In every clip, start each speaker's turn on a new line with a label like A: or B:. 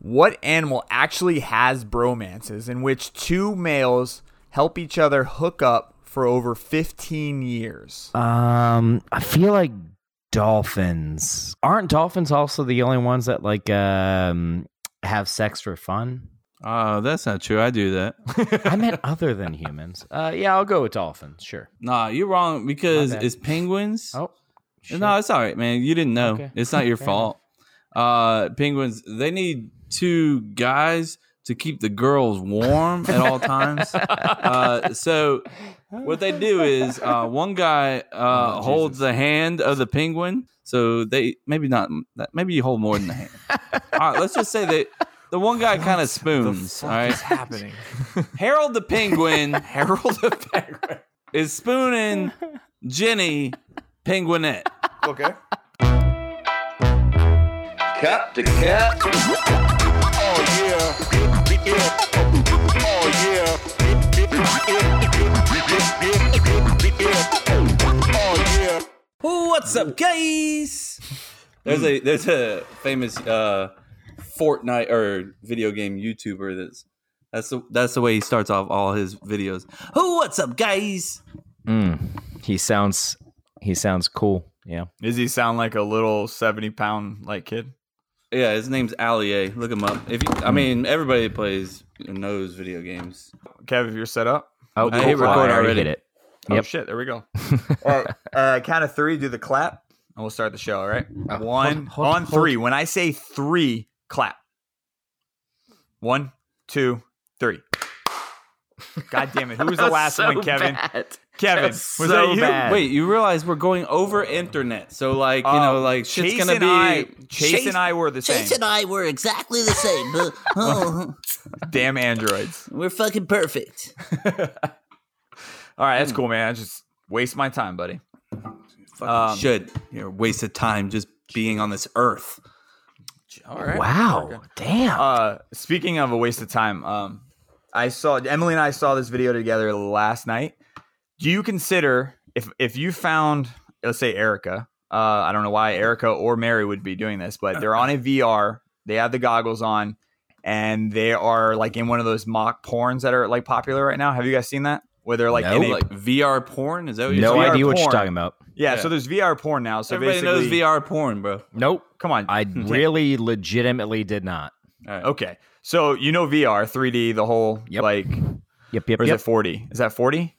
A: What animal actually has bromances in which two males help each other hook up for over 15 years?
B: Um, I feel like dolphins aren't dolphins also the only ones that like um have sex for fun.
C: Uh, that's not true. I do that.
B: I meant other than humans. Uh, yeah, I'll go with dolphins. Sure.
C: nah, you're wrong because
B: bad.
C: it's penguins.
B: Oh, shit.
C: No, it's all right, man. You didn't know.
B: Okay.
C: It's not your
B: Fair
C: fault. Uh, penguins, they need two guys to keep the girls warm at all times. uh, so what they do is uh, one guy uh,
B: Oh,
C: holds
B: Jesus.
C: the hand of the penguin. So they maybe not maybe you hold more than the hand. all right, let's just say that the one guy kind of spoons. All right,
D: What's happening?
C: Harold the penguin
D: Harold the Penguin.
C: is spooning Jenny Penguinette.
E: Okay.
F: Cup to cup.
C: What's up, guys? Hmm. There's a there's a famous uh, Fortnite or video game YouTuber that's that's the that's the way he starts off all his videos. Who? What's up, guys?
B: Mm. He sounds he sounds cool. Yeah.
A: Does he sound like a little 70 pound like kid?
C: Yeah, his name's Allie. Look him up. If you, I mean, everybody that plays knows video games.
A: Kev, if you're set up.
B: Oh,
C: I hit record
B: I already
C: already.
B: hit it.
A: Oh
B: Yep.
A: shit, there we go. All right, uh, count of three, do the clap, and we'll start the show. All right, one
B: Uh, hold-
A: on three. When I say three, clap. One, two, three. God damn it! Who was the last one, Kevin? Kevin, was that you?
B: bad.
C: Wait, you realize we're going over internet, so like you
A: Oh,
C: know, like shit's
A: Chase
C: gonna
A: and
C: be.
A: I, Chase, and I were the
G: Chase
A: same.
G: and I were exactly the same. but, oh,
A: Damn androids!
G: we're fucking perfect.
A: All right,
C: Mm.
A: that's cool, man. I just waste my time, buddy.
C: fucking
A: um,
C: should you're a waste of time just being on this earth. All right.
B: Wow. Damn.
A: Uh, speaking of a waste of time, um, I saw Emily and I saw this video together last night. Do you consider if if you found, let's say Erica, uh, I don't know why Erica or Mary would be doing this, but they're on a VR, they have the goggles on, and they are like in one of those mock porns that are like popular right now. Have you guys seen that? Where they're like, in
B: Nope.
A: a-
C: Like VR porn? Is that what you're
B: no
C: saying?
A: VR
B: idea what you're
A: porn.
B: talking about.
A: yeah,
C: yeah.
A: So there's VR porn now. So
C: Everybody knows
A: basically,
C: VR porn, bro.
B: Nope.
A: Come on,
B: I really legitimately did not.
C: All right.
A: okay. So you know VR, 3D, the whole
B: Yep.
A: like
B: Yep, yep,
A: or is
B: yep.
A: it 40 is that 40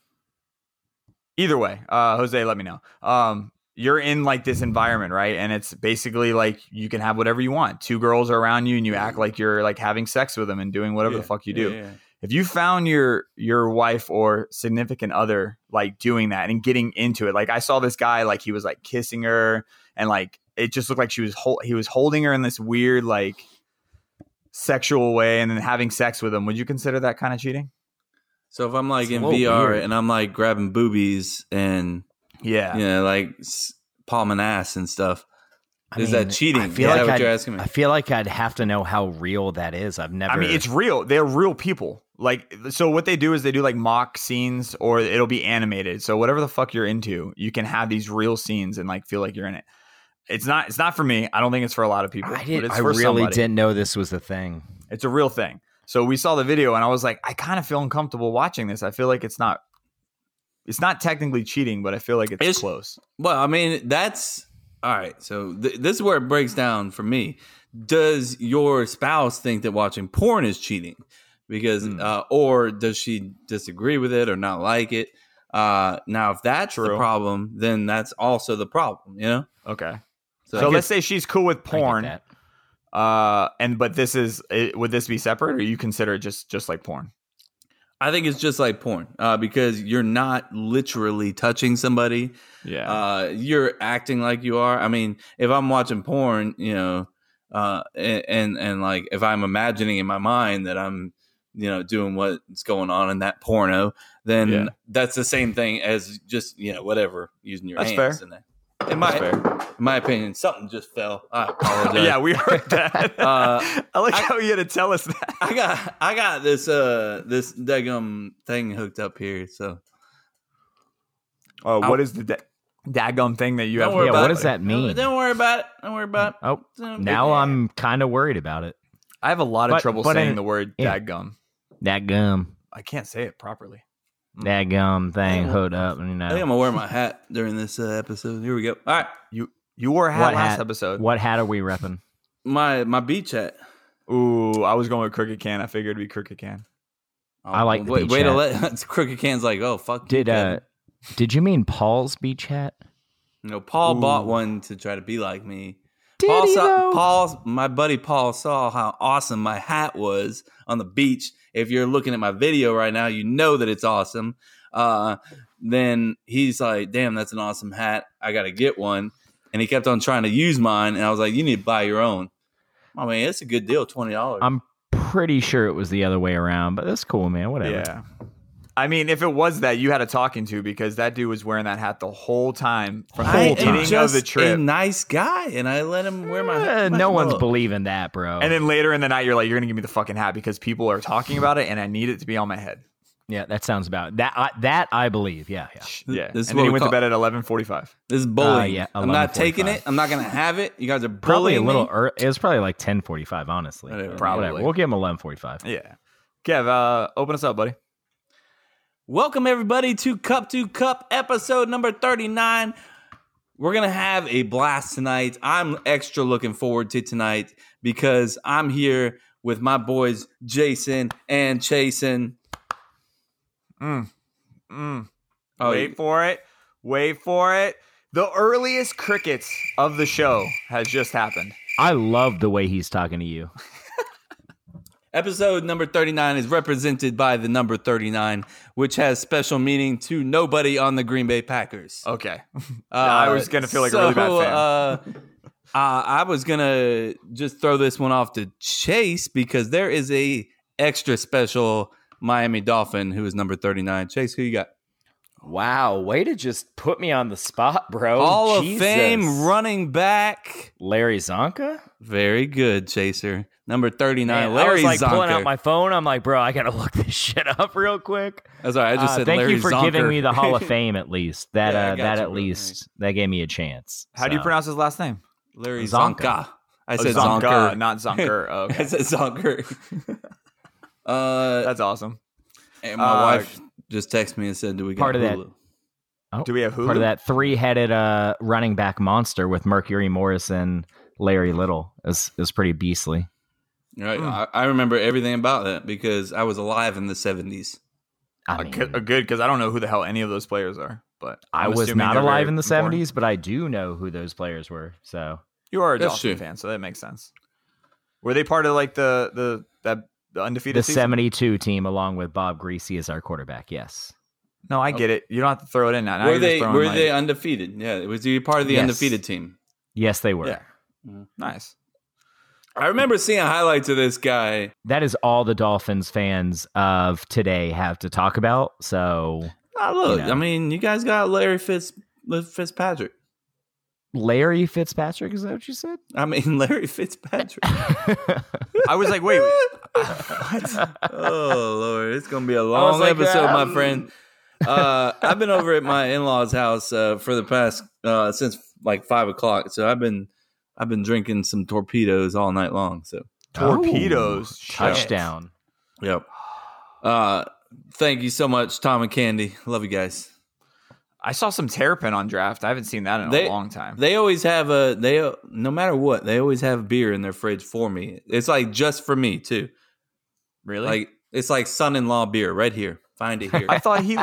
A: either way uh jose let me know um you're in like this environment right and it's basically like you can have whatever you want two girls are around you and you act like you're like having sex with them and doing whatever the
C: Yeah,
A: fuck you
C: yeah,
A: do
C: yeah.
A: if you found your your wife or significant other like doing that and getting into it like i saw this guy like he was like kissing her and like it just looked like she was hol- he was holding her in this weird like sexual way and then having sex with him would you consider that kind of cheating
C: So if I'm like
B: It's a
C: in
B: little
C: VR
B: weird.
C: and I'm like grabbing boobies and
A: yeah
C: you know like s- palming ass and stuff,
B: I
C: is
B: mean,
C: that cheating?
B: I feel like
C: is that what
B: I'd-
C: you're asking me?
B: I feel like I'd have to know how real that is. I've never
A: I mean, it's real. They're real people. Like, so what they do is they do like mock scenes or it'll be animated. So whatever the fuck you're into, you can have these real scenes and like feel like you're in it. It's not, it's not for me. I don't think it's for a lot of people,
B: I, did,
A: but it's
B: I
A: for
B: really
A: somebody.
B: didn't know this was a thing.
A: It's a real thing. So we saw the video and I was like, I kind of feel uncomfortable watching this. I feel like it's not, it's not technically cheating, but I feel like it's,
C: It's-
A: close.
C: Well, I mean that's all right. So th- this is where it breaks down for me. Does your spouse think that watching porn is cheating? Because
A: Hmm.
C: uh, or does she disagree with it or not like it? Uh, now, if that's the
A: True.
C: problem, then that's also the problem. You know.
A: Okay.
C: So,
A: so
C: I
A: let's
C: guess
A: say she's cool with
B: I get
A: porn.
B: that.
A: Uh, and, but this is, it, would this be separate or you consider it just, just like porn?
C: I think it's just like porn uh, because you're not literally touching somebody.
A: Yeah.
C: Uh, you're acting like you are. I mean, if I'm watching porn, you know, uh, and, and and like if I'm imagining in my mind that I'm, you know, doing what's going on in that porno, then
A: Yeah.
C: that's the same thing as just you know whatever using your
A: That's
C: hands
A: fair.
C: in that. In my
A: That's
C: in my opinion, something just fell. I apologize.
A: yeah, we heard that.
C: Uh,
A: I like
C: I-
A: how you had to tell us that.
C: I got I got this uh this degum thing hooked up here, so
A: Oh,
C: what
A: is the da- daggum thing that you
C: Don't
B: Yeah,
C: worry about
B: what
C: it.
B: does that mean?
C: Don't, don't worry about it. Don't worry about it.
B: Oh,
C: Don't-
B: now I'm kind of worried about it.
A: I have a lot of
B: But-
A: trouble
B: but
A: saying
B: in-
A: the word
B: yeah.
A: dadgum.
B: That gum,
A: I can't say it properly.
B: that gum thing
C: Yeah.
B: hooked up, you
C: I think I'm
B: know.
C: gonna wear my hat during this uh, episode. Here we go. All right,
A: You you wore a hat
B: What
A: last
B: hat?
A: episode.
B: What hat are we repping?
C: my my beach hat.
A: Ooh, I was going with cricket can. I figured it'd be cricket can.
C: Oh,
B: I like the
C: wait,
B: beach
C: way to
B: hat.
C: let crooked cans like oh fuck. you,
B: Did uh,
C: Kevin.
B: did you mean Paul's beach hat?
C: you know Paul
A: Ooh.
C: bought one to try to be like me.
B: Did
C: Paul,
B: he
C: saw,
B: though?
C: Paul, my buddy Paul saw how awesome my hat was on the beach. If you're looking at my video right now, you know that it's awesome. Uh, then he's like, "Damn, that's an awesome hat. I gotta get one." And he kept on trying to use mine, and I was like, "You need to buy your own." I mean, it's a good deal, twenty dollars.
B: I'm pretty sure it was the other way around, but that's cool, man. Whatever.
A: Yeah. I mean, if it was that, you had a talking to because that dude was wearing that hat the whole time from the
C: I
B: Whole
C: am
A: beginning
B: time.
A: of
C: just
A: the
C: a
A: trip.
C: nice guy, and I let him wear my.
B: Eh,
C: hat.
B: no one's
C: Look.
B: believing that, bro.
A: and then later in the night, you're like, "You're gonna give me the fucking hat because people are talking about it, and I need it to be on my head."
B: yeah, that sounds about that. I, that I believe. Yeah, yeah.
A: Yeah.
C: This is
A: and then
C: what
A: he
C: we
A: went
C: call-
A: to bed at 11:45.
C: This is bullying.
B: Ah, yeah,
C: I'm not
B: 11:45.
C: taking it. I'm not gonna have it. You guys are
B: Probably a
C: bullying
B: little.
C: me.
B: Early, it was probably like ten forty-five, honestly.
C: Whatever.
B: Probably.
A: Probably.
B: We'll give him eleven forty-five.
A: Yeah. Kev, uh, open us up, buddy.
C: Welcome everybody to Cup to Cup episode number 39. We're going to have a blast tonight. I'm extra looking forward to tonight because I'm here with my boys Jason and Chasen.
A: Mm. Mm.
C: Oh,
A: Wait for it. Wait for it. The earliest crickets of the show has just happened.
B: I love the way he's talking to you.
C: Episode number 39 is represented by the number 39, which has special meaning to nobody on the Green Bay Packers.
A: Okay. I was gonna feel like a really bad
C: fan. Uh, uh, I was gonna just throw this one off to Chase because there is a extra special Miami Dolphin who is number thirty nine. Chase, who you got?
B: Wow, way to just put me on the spot, bro.
C: All of
B: Oh, Jesus.
C: Fame running back.
B: Larry Zonka.
C: Very good, Chaser. Number thirty nine.
B: Man,
C: Larry
B: I was like
C: Zonker.
B: pulling out my phone. I'm like, bro, I gotta look this shit up real quick.
C: That's all right. Oh, I just
B: Uh,
C: said
B: thank
C: Larry
B: you for
C: Zonker.
B: giving me the Hall of Fame at least. That
C: Yeah, I
B: uh,
C: got
B: that
C: you,
B: at
C: bro.
B: least that gave me a chance.
A: How do you
B: So,
A: pronounce his last name?
C: Larry
B: Zonka.
C: Zonka. I
A: Oh,
C: said
A: Zonka,
C: Zonker.
A: not Zonker. Oh, okay.
C: I said Zonker. uh,
A: That's awesome.
C: And my
A: Uh,
C: wife just texted me and said, "Do we got
B: Part of that-
C: Hulu?"
A: Do we have Hulu?
B: part of that three-headed uh, running back monster with Mercury Morris and Larry Little? Is is pretty beastly.
C: Right,
B: Hmm.
A: Mm.
C: I, I remember everything about that because I was alive in the seventies.
B: I
A: A
B: mean,
A: good- a good because I don't know who the hell any of those players are. But
B: I
A: I'm
B: was
A: assuming
B: not
A: they're very
B: alive in the
A: important.
B: '70s, but I do know who those players were. So
A: You are a
C: That's
A: Dolphin
C: true.
A: fan, so that makes sense. Were they part of like the the that the undefeated
B: the
A: season?
B: '72 team, along with Bob Greasy, is our quarterback. Yes.
A: no,
B: Oh.
A: I get it. You don't have to throw it in now. now
C: were
A: you're just
C: they
A: throwing,
C: were
A: like-
C: they undefeated? Yeah, was he part of the
B: Yes.
C: undefeated team?
B: Yes, they were.
A: Yeah. Nice.
C: I remember seeing highlights of this guy.
B: That is all the Dolphins fans of today have to talk about. So
C: Ah, look,
B: You know.
C: I mean, you guys got Larry Fitz Fitzpatrick.
B: Larry Fitzpatrick, is that what you said?
C: I mean, Larry Fitzpatrick.
A: I was like, wait,
C: oh lord, it's gonna be a
B: was
C: long
B: like,
C: episode,
B: uh,
C: my friend. Uh, I've been over at my in laws' house uh, for the past uh, since like five o'clock, so I've been I've been drinking some torpedoes all night long. So
A: Torpedoes.
B: Oh,
A: Shit.
B: touchdown.
C: Yep. Uh, thank you so much, Tom and Candy. Love you guys.
A: I saw some terrapin on draft. I haven't seen that in
C: They-
A: a long time.
C: They always have a they no matter what they always have beer in their fridge for me. It's like just for me too.
A: really?
C: Like it's like son-in-law beer right here. Find it here.
A: I thought he,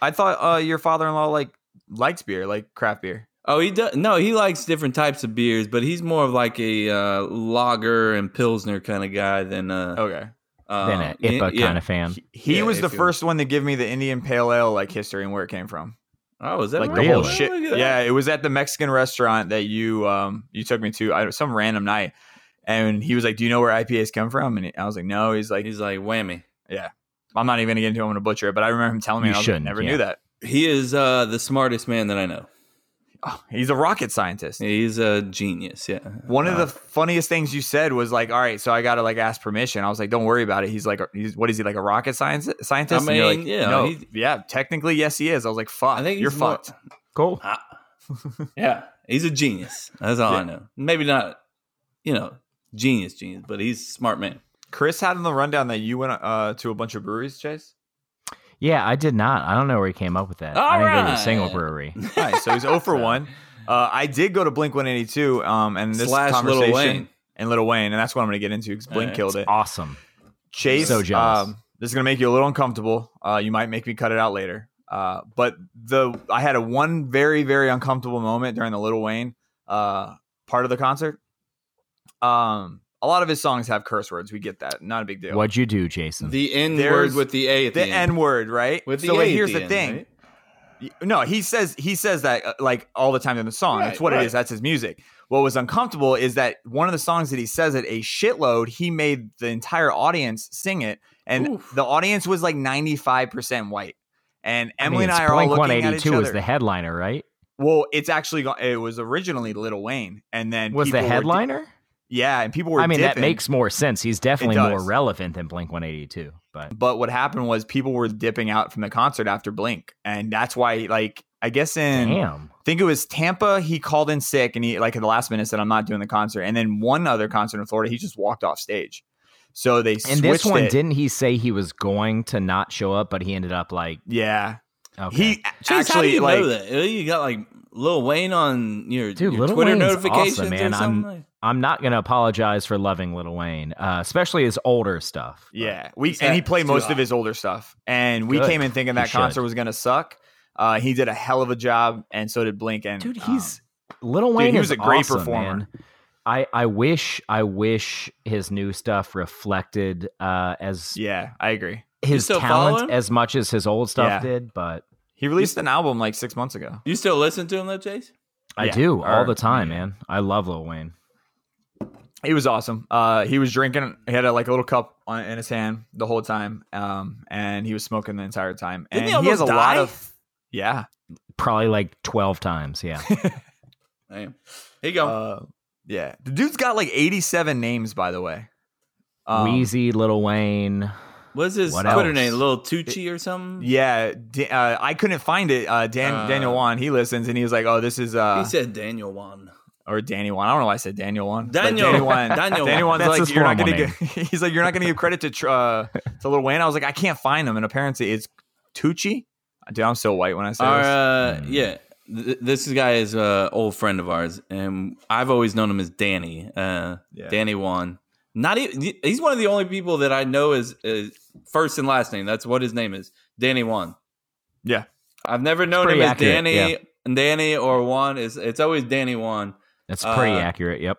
A: I thought uh, your father-in-law like likes beer, like craft beer.
C: oh, he does. No, he likes different types of beers, but he's more of like a uh, lager and pilsner kind of guy than uh,
A: Okay.
C: uh
B: Then an IPA kind of fan.
A: Um, He, he
C: Yeah,
A: was
C: if
A: the
C: you-
A: first one to give me the Indian Pale Ale like history and where it came from.
C: Oh, is that
A: like
C: right?
A: the whole
B: Really?
A: shit.
C: Look at that.
A: Yeah, it was at the Mexican restaurant that you um you took me to I, some random night, and he was like, "Do you know where IPAs come from?" And I was like, "No." He's like,
C: He's like whammy.
A: "I'm not even gonna get into. It. I'm gonna butcher it." But I remember him telling me,
B: You
A: and I was like,
B: shouldn't,
A: never
B: yeah.
A: knew that.
C: He is uh, the smartest man that I know.
A: Oh, he's a rocket scientist.
C: He's a genius. Yeah. Uh,
A: One of the funniest things you said was like, "All right, so I gotta like ask permission." I was like, "Don't worry about it." He's like, "He's what is he like a rocket science scientist?"
C: I
A: And you're
C: mean,
A: like,
C: yeah,
A: no,
C: he-
A: yeah, technically, yes, he is. I was like, "Fuck,
C: I think he's
A: you're
C: more-
A: fucked."
B: Cool.
C: Ah. yeah, he's a genius. That's all I know. Maybe not, you know, Genius, genius. But he's a smart man.
A: Chris had in the rundown that you went uh, to a bunch of breweries, Chase.
B: Yeah, I did not. I don't know where he came up with that. I
C: All
B: didn't go to a
C: right.
B: single brewery.
A: Nice. So he's 0 for 1. Uh, I did go to Blink 182 um, and this
C: Slash Lil
A: conversation
C: Wayne.
A: and Little Wayne, and that's what I'm going to get into because Blink
C: Alright.
A: killed it.
B: Awesome.
A: Chase,
B: So jealous.
A: Um, this is gonna make you a little uncomfortable. Uh, you might make me cut it out later. Uh, but the I had a one very very uncomfortable moment during the Little Wayne uh, part of the concert. Um, a lot of his songs have curse words. We get that. Not a big deal.
B: What'd you do, Jason?
C: The N
A: There's
C: word with the A at the,
A: the N word, right?
C: With the
A: so
C: A
A: like,
C: at
A: here's
C: the
A: the
C: end,
A: thing.
C: right?
A: Y- No, he says he says that uh, like all the time in the song.
C: Right,
A: That's what
C: right.
A: it is. That's his music. What was uncomfortable is that one of the songs that he says it a shitload. He made the entire audience sing it, and
C: Oof.
A: the audience was like ninety five percent white. And Emily
B: I mean,
A: and I
B: it's
A: are all
B: Blink
A: looking at each
B: 182 is
A: other.
B: the headliner, right?
A: well, it's actually go- it was originally Little Wayne, and then
B: Was the
A: people were di-
B: headliner?
A: yeah, and people were.
B: I mean, that
A: dipping.
B: makes more sense. He's definitely
A: does.
B: more relevant than Blink 182. But
A: But what happened was people were dipping out from the concert after Blink, and that's why like I guess in.
B: damn.
A: I think it was Tampa. He called in sick, and he like at the last minute said, "I'm not doing the concert." And then one other concert in Florida, he just walked off stage. So they
B: And
A: switched
B: this one,
A: it.
B: didn't he say he was going to not show up, but he ended up like,
A: Yeah,
B: okay.
A: he
C: Chase,
A: actually
C: how do you
A: like
C: know that? You got like Lil Wayne on your,
B: Dude,
C: your
B: Lil
C: Twitter
B: Wayne's
C: notifications
B: awesome, man.
C: or
B: I'm-
C: something? like-
B: I'm not going to apologize for loving Little Wayne, uh, especially his older stuff. but-
A: yeah. We
C: Is
A: and he
C: that
A: played
C: too
A: most
C: high?
A: of his older stuff, and we
B: Good.
A: came in thinking that
B: should.
A: concert was gonna suck. Uh, he did a hell of a job, and so did Blink. And
B: Dude,
A: um,
B: he's Little
A: dude,
B: Wayne
A: he
B: is
A: was a great
B: awesome,
A: performer.
B: man. I, I wish I wish his new stuff reflected uh, as
A: yeah, I agree.
B: his
C: still follow
B: talent
C: him?
B: as much as his old stuff
A: Yeah.
B: did, but
A: He released an album like six months ago.
C: You still listen to him though, Chase?
B: I
A: Yeah,
B: do all
A: or-
B: the time, man. I love Lil Wayne.
A: He was awesome. Uh, he was drinking. He had a, like a little cup on, in his hand the whole time, um, and he was smoking the entire time.
C: Didn't he
A: and has a
C: almost
A: lot
C: die?
A: of yeah.
B: Probably like 12 times, yeah.
C: Damn. Here you go.
A: Uh, yeah, the dude's got like eighty-seven names, by the way. Um,
B: Wheezy, Lil Wayne.
C: What's his
B: what
C: Twitter
B: else?
C: name? Lil Tucci or something?
A: Yeah, da- uh, I couldn't find it. Uh, Dan
C: Uh,
A: Daniel Wan, he listens and he was like, "Oh, this is uh,
C: he said Daniel one.
A: or Danny Wan. I don't know why I said Daniel Wan. but
C: Daniel-
A: Danny Wan.
C: Daniel
A: Danny
C: Wan.
A: Wan's
B: That's
A: like,
B: his
A: you're not gonna.
B: formal
A: Give, he's like, you're not gonna give credit to tr- uh, to Lil Wayne. I was like, I can't find him, and apparently it's Tucci. Dude, I'm so white when I say
C: Our,
A: this.
C: uh,
B: Hmm.
C: yeah, th- this guy is an old friend of ours, and I've always known him as Danny. Uh,
A: Yeah.
C: Danny Wan. Not even, he's one of the only people that I know is, is first and last name. That's what his name is, Danny Wan.
A: Yeah.
C: I've never known him
B: pretty
C: as
B: accurate,
C: Danny, Danny or Wan. Is it's always Danny Wan.
B: That's pretty
C: Uh,
B: accurate, yep.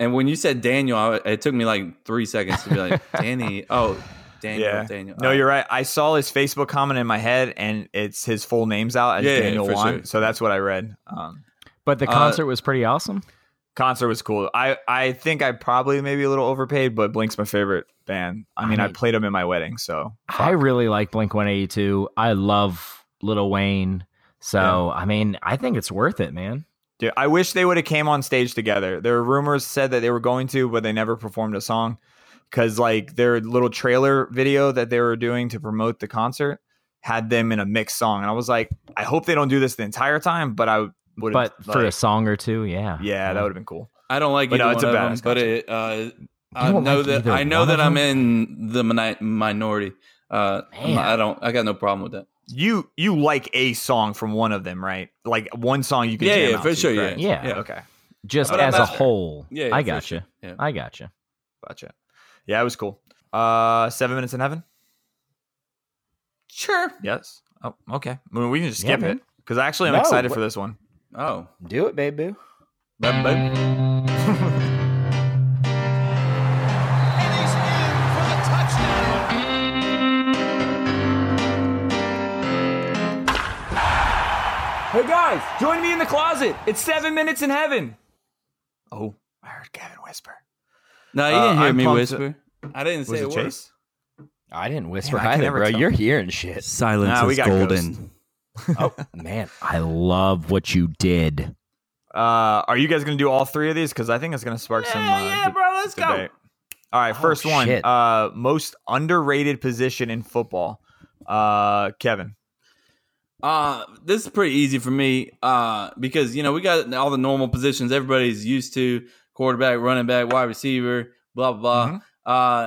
C: And when you said Daniel, I, it took me like three seconds to be like Danny. Oh, Daniel,
A: yeah,
C: Daniel. uh,
A: no, you're right. I saw his Facebook comment in my head, and it's his full name's out as
C: Yeah, yeah,
A: Daniel
C: for
A: Wan.
C: sure.
A: So that's what I read. Um,
B: But the
C: uh,
B: concert was pretty awesome.
A: concert was cool. I I think I probably maybe a little overpaid, but Blink's my favorite band. I mean, I,
B: Right.
A: played them in my wedding, so
B: I really like Blink 182. I love Lil Wayne. So, I mean, I think it's worth it, man.
A: Dude, I wish they would have came on stage together. There were rumors said that they were going to, but they never performed a song because like their little trailer video that they were doing to promote the concert had them in a mixed song, and I was like, I hope they don't do this the entire time, but I would.
B: But for a song or two, yeah.
A: yeah, that would have been cool.
C: I don't like
A: But
C: either
A: no,
C: one
A: it's a
C: of
A: badass
C: them, but
A: concert.
C: it, uh, I
B: don't
C: know
B: like
C: that
B: either
C: I know
B: one
C: that
B: of
C: I'm
B: them?
C: in the mini- minority. Uh,
B: Man.
C: I don't. I got no problem with that.
A: You you like a song from one of them, right? Like one song you can.
C: Yeah,
A: jam
C: yeah,
A: out
C: for
A: to,
C: sure, yeah.
A: correct?
B: Yeah.
A: Okay.
B: Just
C: But I'm
B: as a
C: not-
B: whole.
C: Yeah,
B: I
C: for
B: gotcha.
C: sure. Yeah.
B: I gotcha.
A: Gotcha. Yeah, it was cool. Uh, seven minutes in heaven.
C: Sure.
A: Yes. Oh, okay. I mean, we can just
B: Yeah,
A: skip
B: man.
A: it because actually I'm
H: No,
A: excited
H: what-
A: for this one.
C: Oh,
H: Do it, babe boo.
C: Bum, bum.
A: Hey guys, join me in the closet. It's seven minutes in heaven. Oh, I heard Gavin whisper.
C: no, you
A: Uh,
C: didn't hear
A: I'm
C: me
A: pumped-
C: whisper. I didn't
A: Was
C: say a
A: it
C: word.
A: Chase?
H: I didn't whisper
A: Man, I can
H: either,
A: never
H: bro.
A: tell.
H: You're hearing shit.
C: Silence
A: Nah, we got
H: oh,
B: Man, I love what you did.
A: Uh, are you guys gonna do all three of these? Because I think it's gonna spark some. Uh,
C: Yeah, yeah,
A: de-
C: bro. Let's go.
A: debate. All right,
H: Oh,
A: first one.
H: shit.
A: Uh, most underrated position in football. Uh, Kevin.
C: Uh, this is pretty easy for me uh, because, you know, we got all the normal positions everybody's used to quarterback, running back, wide receiver, blah blah blah.
A: Mhm.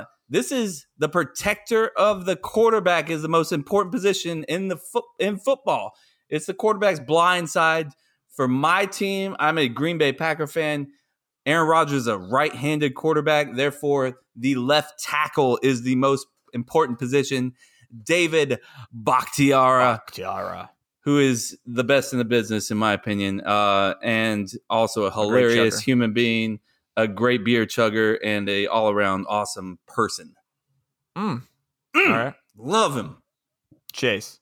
C: Uh, this is the protector of the quarterback is the most important position in the foot in football. It's the quarterback's blind side. For my team, I'm a Green Bay Packer fan. Aaron Rodgers is a right-handed quarterback, therefore the left tackle is the most important position. David Bakhtiara
A: Tiara.
C: who is the best in the business, in my opinion, uh, and also a hilarious
A: chugger.
C: human being, a great beer chugger, and a all around awesome person.
A: Mm.
C: All right, love him.
A: Chase.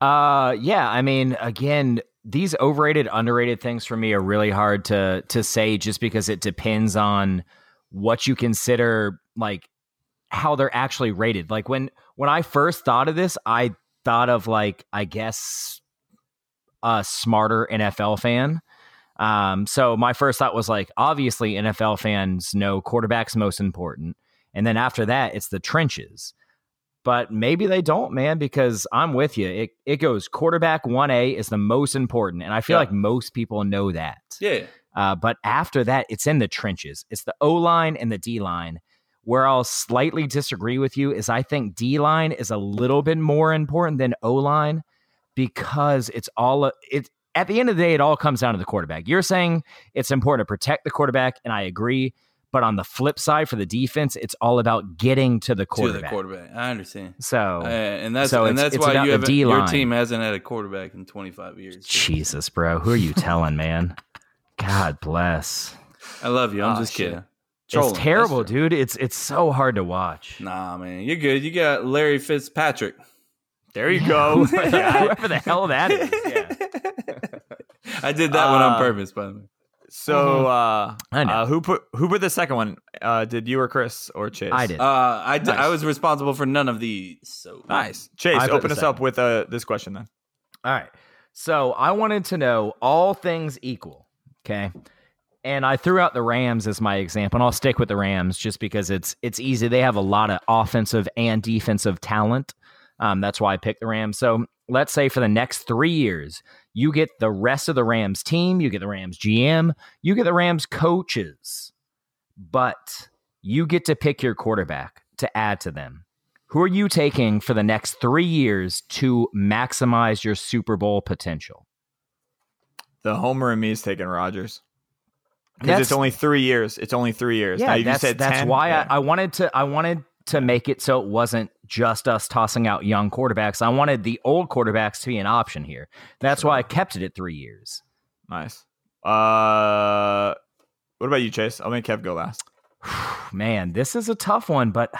B: Uh, yeah. I mean, again, these overrated, underrated things for me are really hard to to say, just because it depends on what you consider like how they're actually rated. Like when when I first thought of this, I thought of like I guess a smarter NFL fan. Um, so my first thought was like, obviously NFL fans know quarterbacks most important, and then after that, it's the trenches but maybe they don't, man, because I'm with you. It it goes quarterback 1A is the most important, and I feel
C: Yeah.
B: like most people know that.
C: Yeah,
B: Uh, but after that, it's in the trenches. It's the O line and the D line. Where I'll slightly disagree with you is I think D line is a little bit more important than O line because it's all it. At the end of the day, it all comes down to the quarterback. You're saying it's important to protect the quarterback, and I agree. But on the flip side, for the defense, it's all about getting to the
C: to the
B: quarterback.
C: quarterback. I understand.
B: So
C: Uh, and that's
B: So
C: and
B: it's-
C: that's
B: it's
C: why
B: about
C: you
B: the
C: haven't, your
B: D-line.
C: team hasn't had a quarterback in 25 years.
B: Jesus, bro. Who are you telling, man? God bless.
C: I love you. I'm
A: Ah,
C: just
A: shit.
C: kidding. Trolling.
B: it's
C: That's
B: terrible,
C: true.
B: dude. It's it's so hard to watch.
C: Nah, man, you're good. You got Larry Fitzpatrick.
A: There you go. Yeah.
B: Whoever the hell that is. Yeah.
C: I did that one
A: Uh,
C: on purpose, by the way.
A: So uh,
B: I know.
A: uh, who put who put the second one? Uh, did you or Chris or Chase?
B: I did.
C: Uh, I, d- I
A: nice.
C: was responsible for none of these. So
A: Nice. Chase,
B: I put
A: open
B: the
A: us up
B: second.
A: with uh, this question then.
B: All right. So I wanted to know all things equal. Okay. And I threw out the Rams as my example, and I'll stick with the Rams just because it's it's easy. They have a lot of offensive and defensive talent. Um, that's why I picked the Rams. So let's say for the next three years, you get the rest of the Rams team, you get the Rams GM, you get the Rams coaches, but you get to pick your quarterback to add to them. Who are you taking for the next three years to maximize your Super Bowl potential?
A: The Homer and me is taking Rogers because
B: That's-
A: it's only three years. It's only three years. Now,
B: yeah,
A: if you
B: that's,
A: said
B: that's
A: 10,
B: why
A: yeah.
B: I, I wanted to I wanted to make it so it wasn't just us tossing out young quarterbacks. I wanted the old quarterbacks to be an option here. That's why I kept it at three years.
A: nice. Uh, what about you, Chase? I'll make Kev go last.
B: Man, this is a tough one, but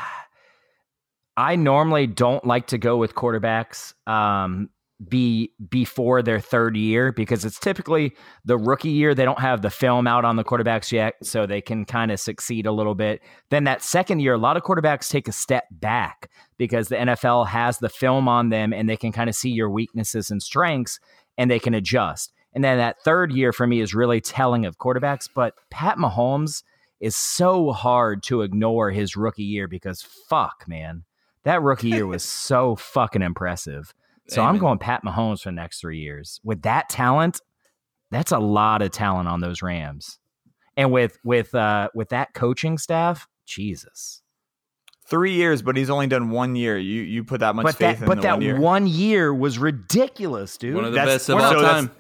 B: I normally don't like to go with quarterbacks um, be before their third year because it's typically the rookie year they don't have the film out on the quarterbacks yet, so they can kind of succeed a little bit. Then that second year, a lot of quarterbacks take a step back because the NFL has the film on them and they can kind of see your weaknesses and strengths and they can adjust. And then that third year for me is really telling of quarterbacks, but Pat Mahomes is so hard to ignore his rookie year because fuck, man. That rookie year was so fucking impressive. So I'm
C: Amen.
B: going Pat Mahomes for the next three years. With that talent, that's a lot of talent on those Rams. And with with uh with that coaching staff, Jesus.
A: Three years, but he's only done one year. You you put that much
B: but
A: faith
B: that
A: in
B: but
A: the
B: that
A: one year,
B: was ridiculous, dude.
C: one of the
A: That's-
C: best of
A: we're
C: all
A: not- so that's-
C: time.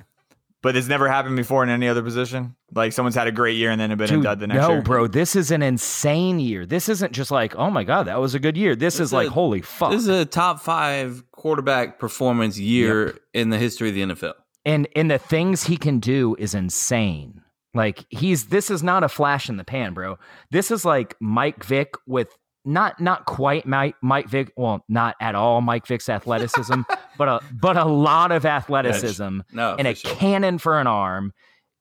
A: but it's never happened before in any other position. Like someone's had a great year and then have been a
B: Dude,
A: dud the next
B: no,
A: year.
B: bro, this is an insane year. This isn't just like, oh my god, that was a good year. This,
C: This
B: is like,
C: is-
B: holy fuck.
C: This is a top five quarterback performance year in the history of the NFL.
B: and and the things he can do is insane. Like he's this is not a flash in the pan, bro. This is like Mike Vick with not not quite Mike Mike Vick, well, not at all Mike Vick's athleticism, but a but a lot of athleticism
C: No,
B: and
C: for
B: a
C: sure.
B: cannon for an arm.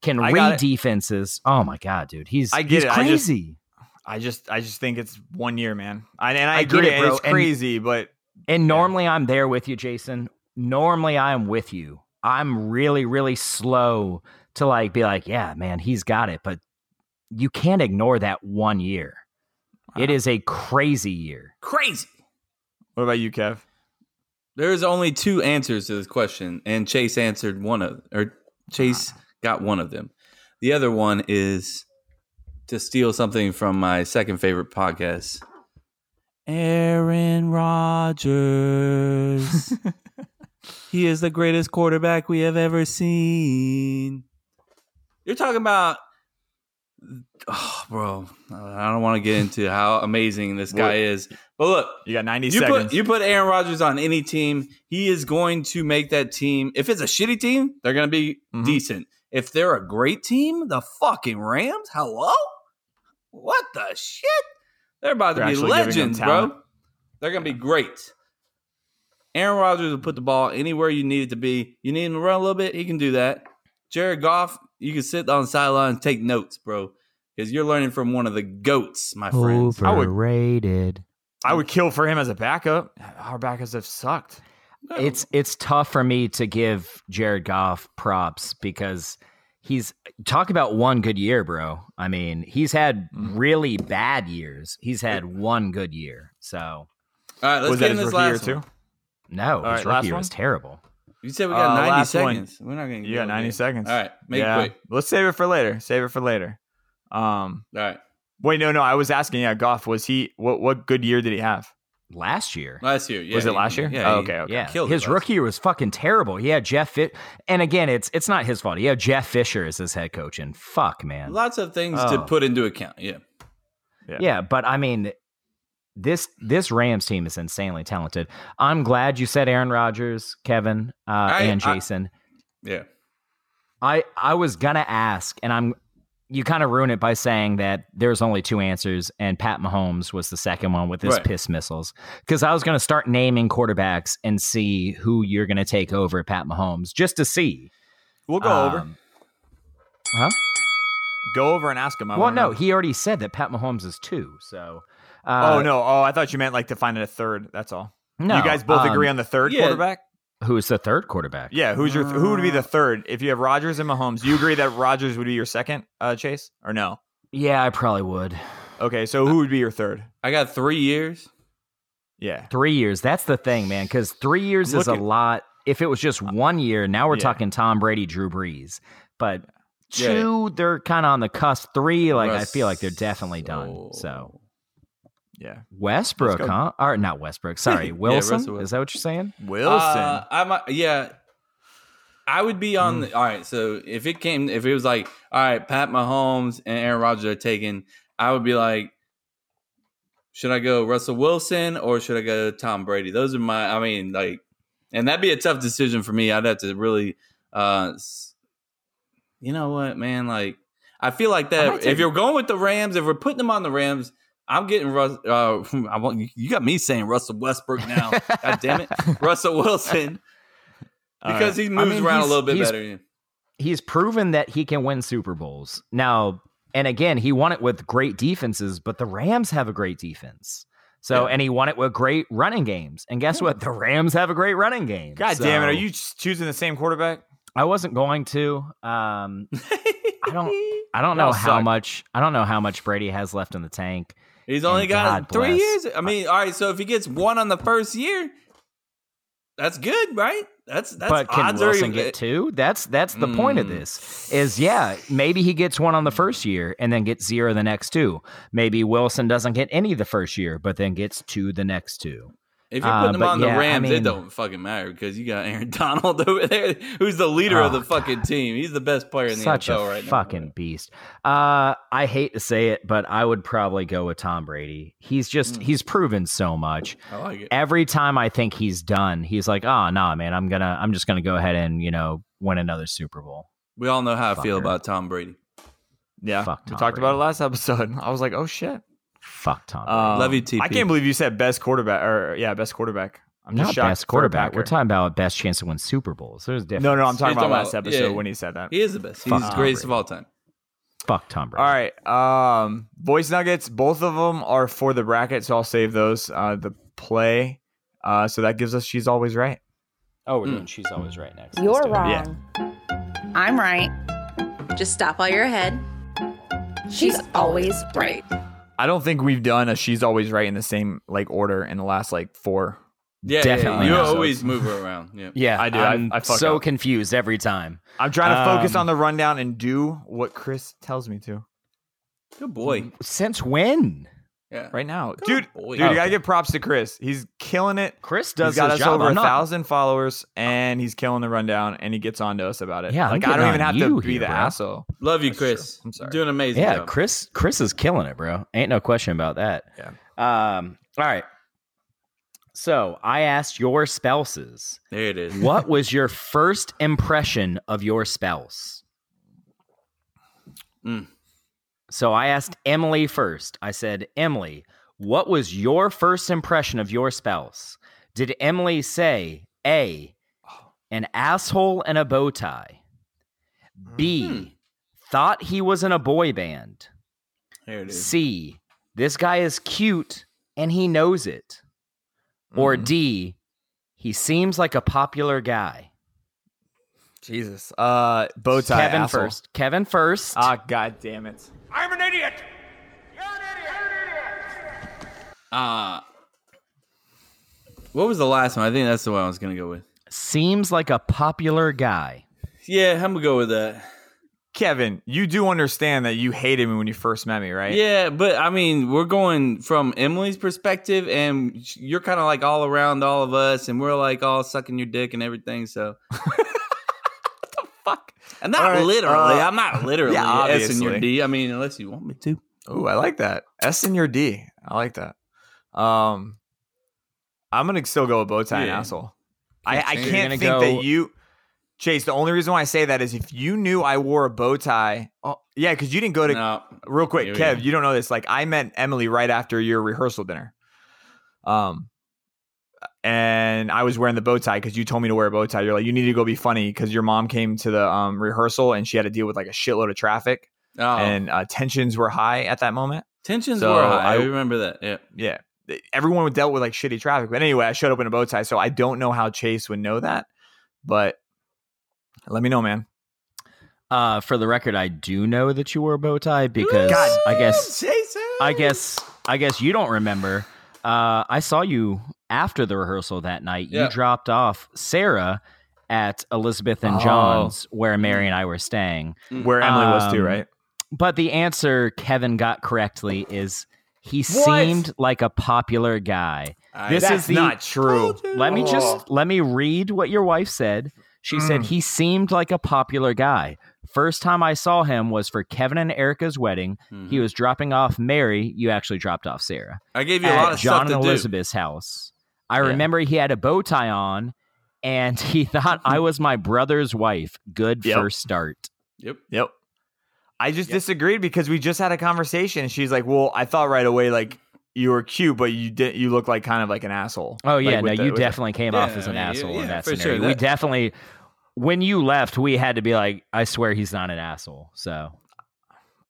B: Can
A: I got
B: read
A: it.
B: defenses. Oh my god, dude, he's
A: I get
B: he's
A: it. I just-
B: crazy.
A: I just I just think it's one year, man. I, and I,
B: I get
A: agree,
B: it,
A: and
B: bro,
A: it's
B: and-
A: crazy, but
B: And normally I'm there with you, Jason. Normally I am with you. I'm really, really slow to like be like, yeah, man, he's got it. But you can't ignore that one year. It is a crazy year.
C: crazy.
A: what about you, Kev?
C: There's only two answers to this question, and Chase answered one of, or Chase got one of them. The other one is to steal something from my second favorite podcast, Aaron Rodgers. he is the greatest quarterback we have ever seen. You're talking about, oh, bro. I don't want to get into how amazing this guy is, but look,
A: You got 90
C: you
A: seconds.
C: put you put Aaron Rodgers on any team, he is going to make that team. If it's a shitty team, they're going to be
A: Mhm.
C: decent. If they're a great team, the fucking Rams. Hello, what the shit? They're about
A: They're
C: to be
A: actually giving them
C: legends,
A: talent.
C: bro. They're going to be great. Aaron Rodgers will put the ball anywhere you need it to be. You need him to run a little bit, he can do that. Jared Goff, you can sit on the sideline and take notes, bro, because you're learning from one of the goats, my friends.
A: I would-
B: Overrated.
A: I would kill for him as a backup. Our backups have sucked.
B: It's it's tough for me to give Jared Goff props because he's talk about one good year, bro. I mean, he's had
A: Mm-hmm.
B: really bad years. He's had one good year. So
C: All right, let's
A: was
C: get
A: that
C: in
A: his
C: this
A: rookie year
C: last
A: too?
C: one.
B: no, his
A: right,
B: rookie
A: last
B: year
A: one?
B: was terrible.
C: You said we
A: Uh,
C: got 90
A: last one.
C: seconds. We're not going to
A: You got 90 seconds.
C: All right, make
A: yeah.
C: it
A: Let's save it for later. Save it for later. Um,
C: quick. All right.
A: wait, no, no. I was asking. Yeah, Goff. Was he? What? What good year did he have?
B: Last year.
C: Last year. Yeah,
A: was it
C: he-
A: last year?
C: Yeah.
A: Oh,
C: he-
A: okay. Okay.
B: Yeah,
C: killed it
B: his
C: last
B: rookie year was fucking terrible. He had Jeff Fit, and again, it's it's not his fault. He had Jeff Fisher as his head coach, and fuck, man,
C: Lots of things to
B: Oh.
C: put into account. Yeah.
B: yeah. But I mean, this this Rams team is insanely talented. I'm glad you said Aaron Rodgers, Kevin, uh,
C: I-
B: and
C: I-
B: Jason.
C: Yeah.
B: I I was gonna ask, and I'm you kind of ruin it by saying that there's only two answers, and Pat Mahomes was the second one with his
C: Right.
B: piss missiles. Because I was gonna start naming quarterbacks and see who you're gonna take over Pat Mahomes, just to see.
A: We'll go over.
B: Um, Huh?
A: Go over and ask him. I
B: Well,
A: wanna
B: no,
A: know.
B: he already said that Pat Mahomes is two. So, uh,
A: Oh no. Oh, I thought you meant like to find a third. That's all.
B: no,
A: you guys both
B: um,
A: agree on the third
C: yeah.
A: quarterback.
B: who is the third quarterback?
A: Yeah. Who's your? who would be
B: Uh,
A: the third if you have Rogers and Mahomes? You agree that Rogers would be your second, uh, Chase, or no?
B: yeah, I probably would.
A: Okay. So who would be your third?
C: I got three years.
A: Yeah.
B: Three years. That's the thing, man. Because three years
A: Look
B: is a
A: at- Uh,
B: lot. If it was just one year, now we're
A: Yeah.
B: talking Tom Brady, Drew Brees. But
C: Yeah.
B: two, they're kind of on the cusp. Three, like I feel like they're
C: Russell.
B: definitely done. So
A: Yeah.
B: Westbrook,
A: go.
B: huh? Or not Westbrook? Sorry,
C: Yeah,
B: Wilson.
C: Russell Wilson.
B: is that what you're saying?
A: Wilson.
C: Uh, I'm uh, yeah. I would be on
A: Mm.
C: the all right. So if it came, if it was like all right, Pat Mahomes and Aaron Rodgers are taken, I would be like, should I go Russell Wilson or should I go Tom Brady? Those are my. I mean, like, and that'd be a tough decision for me. I'd have to really, uh s- you know what, man? Like, I feel like
A: I might
C: that.
A: take-
C: If you're going with the Rams, if we're putting them on the Rams, I'm getting Russ. Uh, I want you got me saying Russell Westbrook now. God damn it, Russell Wilson
A: All
C: because
A: right.
C: he moves
B: mean,
C: around a
B: he's-
C: little bit
B: he's-
C: better. yeah.
B: he's proven that he can win Super Bowls. Now, and again, he won it with great defenses, but the Rams have a great defense. So,
C: Yeah.
B: and he won it with great running games. And guess what? The Rams have a great running game.
A: God damn it! Are
B: So,
A: you just choosing the same quarterback?
B: I wasn't going to. Um, I don't. I don't know
A: Y'all
B: how
A: suck.
B: much. I don't know how much Brady has left in the tank.
C: He's only
B: And
C: got
B: God
C: three
B: bless.
C: years. I mean, all right. So if he gets one on the first year, that's good, right? That's that's
B: but can
C: odds are
B: Wilson
C: even-
B: get two? That's that's the point of
C: Mm.
B: this. Is yeah, maybe he gets one on the first year and then gets zero the next two. Maybe Wilson doesn't get any the first year, but then gets two the next two.
C: If you're
B: Uh,
C: putting them
B: but
C: on
B: yeah,
C: the
B: I
C: Rams, it
B: mean-
C: don't fucking matter because you got Aaron Donald over there, who's the leader of
B: Oh,
C: the fucking team. He's the best player in the
B: Such
C: NFL
B: a
C: right
B: fucking
C: now.
B: beast. Uh, I hate to say it, but I would probably go with Tom Brady. He's just
C: Mm.
B: he's proven so much.
C: I like it.
B: Every time I think he's done, he's like, "Oh nah, man, I'm gonna I'm just gonna go ahead and you know win another Super Bowl."
C: We all know how I feel
B: Fucker.
C: about Tom Brady.
A: Yeah,
B: Fuck
A: we
B: Tom
A: talked about it
B: Brady.
A: last episode. I was like, oh shit.
B: Fuck Tom. Brady.
A: Um,
C: Love you, TP.
A: I can't believe you said best quarterback or yeah, best quarterback. I'm just
B: Not
A: shocked
B: best
A: for a
B: quarterback.
A: Packer.
B: We're talking about best chance to win Super Bowls. There's a difference.
A: No, no, I'm
C: You're
A: talking about
C: talking
A: last
C: about-
A: episode
C: yeah.
A: when he said that.
C: He is the best. He's
B: Fuck
C: the
B: Tom
C: greatest
B: Brady.
C: of all time.
B: fuck Tom Brady.
A: All right. Um, voice nuggets. Both of them are for the bracket, so I'll save those. Uh, the play. Uh, so that gives us. She's always right.
B: Oh, we're
A: Mm.
B: doing. She's always right next. Let's
I: You're
B: do it.
I: wrong.
A: Yeah.
J: I'm right. Just stop while you're ahead.
I: She's always right.
A: I don't think we've done a she's always right in the same like order in the last like four.
C: Yeah,
B: Definitely
C: Yeah, you
B: not.
C: always move her around. Yeah.
B: Yeah,
A: I do. I-
B: I'm
A: I fuck
B: so
A: up.
B: confused every time.
A: I'm trying to focus
B: Um,
A: on the rundown and do what Chris tells me to.
C: Good boy.
B: Since when?
C: Yeah.
A: right now,
C: Good
A: dude.
C: boy.
A: Dude, you gotta give props to Chris. He's killing it.
B: Chris
A: He's
B: does
A: got us
B: his job.
A: over
B: I'm
A: a
B: not-
A: thousand followers, and he's killing the rundown. And he gets on to us about it.
B: Yeah, I'm
A: like I
B: getting
A: don't even
B: on
A: have to
B: you
A: be
B: here,
A: the
B: bro.
A: asshole.
C: Love you,
A: That's true.
C: Chris.
A: I'm sorry.
C: Doing amazing.
B: Yeah,
C: job.
B: Chris. Chris is killing it, bro. Ain't no question about that. Yeah. Um. All right. So I asked your spouses,
C: There it is.
B: what was your first impression of your spouse?
C: Mm.
B: So I asked Emily first. I said, Emily, what was your first impression of your spouse? Did Emily say A, an asshole and a bow tie? B,
C: Mm-hmm.
B: thought he was in a boy band?
C: There it is.
B: C, this guy is cute and he knows it. Or
C: Mm-hmm.
A: Mhm.
B: D, he seems like a popular guy.
A: Jesus. Uh, bow tie.
B: Kevin
A: asshole.
B: first. Kevin first.
A: Ah, god damn it.
C: Uh, what was the last one? I think that's the one I was going to go with.
B: seems like a popular guy.
C: Yeah, I'm going to go with that.
A: Kevin, you do understand that you hated me when you first met me, right?
C: Yeah, but I mean, we're going from Emily's perspective, and sh- you're kind of like all around all of us, and we're like all sucking your dick and everything. So, what the fuck? And not
A: All right,
C: literally.
A: uh,
C: I'm not literally
A: yeah,
C: S in your
A: obviously.
C: D. I mean, unless you want me to.
A: Ooh, I like that. S in your D. I like that. Um, I'm gonna still go with bow tie and
C: Yeah.
A: asshole. I, I
C: change.
B: You're
A: can't
B: gonna
A: think
B: go-
A: that you, Chase. The only reason why I say that is if you knew I wore a bow tie. Oh, yeah, because you didn't go to
C: No.
A: real quick,
C: Here we
A: Kev.
C: go.
A: You don't know this. Like I met Emily right after your rehearsal dinner. Um, and I was wearing the bow tie because you told me to wear a bow tie. You're like, you need to go be funny because your mom came to the um, rehearsal and she had to deal with like a shitload of traffic
C: Oh,
A: and uh, tensions were high at that moment.
C: tensions
A: so
C: were high. I,
A: I-
C: remember that. Yeah.
A: Yeah. E, Everyone dealt with like shitty traffic. But anyway, I showed up in a bow tie, so I don't know how Chase would know that, but let me know, man.
B: Uh, for the record, I do know that you wore a bow tie because I guess
C: Jason.
B: I guess I guess you don't remember. Uh, I saw you after the rehearsal that night.
C: Yeah.
B: You dropped off Sarah at Elizabeth and
A: Oh.
B: John's, where Mary and I were staying.
A: Where Emily was too,
B: Um,
A: right?
B: But the answer Kevin got correctly is he
A: What?
B: seemed like a popular guy.
C: I-
B: this
A: That's
B: is the-
A: not true.
B: Let me
A: Oh.
B: just let me read what your wife said. She said
A: Mm.
B: he seemed like a popular guy. First time I saw him was for Kevin and Erica's wedding.
C: Mhm.
B: He was dropping off Mary. You actually dropped off Sarah
C: I gave you a lot
B: at
C: of
B: John and
C: stuff to do.
B: Elizabeth's house. I remember he had a bow tie on, and he thought I was my brother's wife. Good
A: Yep.
B: first start.
C: Yep.
A: Yep. I just disagreed because we just had a conversation. and She's like, "Well, I thought right away like you were cute, but you did you look like kind of like an asshole."
B: Oh
A: Like,
B: yeah,
A: with
B: no,
A: the-
B: you
A: with the-
B: definitely came off
C: Yeah,
B: as an
C: I mean,
B: asshole
C: yeah,
B: in that
C: for sure,
B: scenario. we
C: that-
B: definitely, when you left, we had to be like, I swear he's not an asshole. So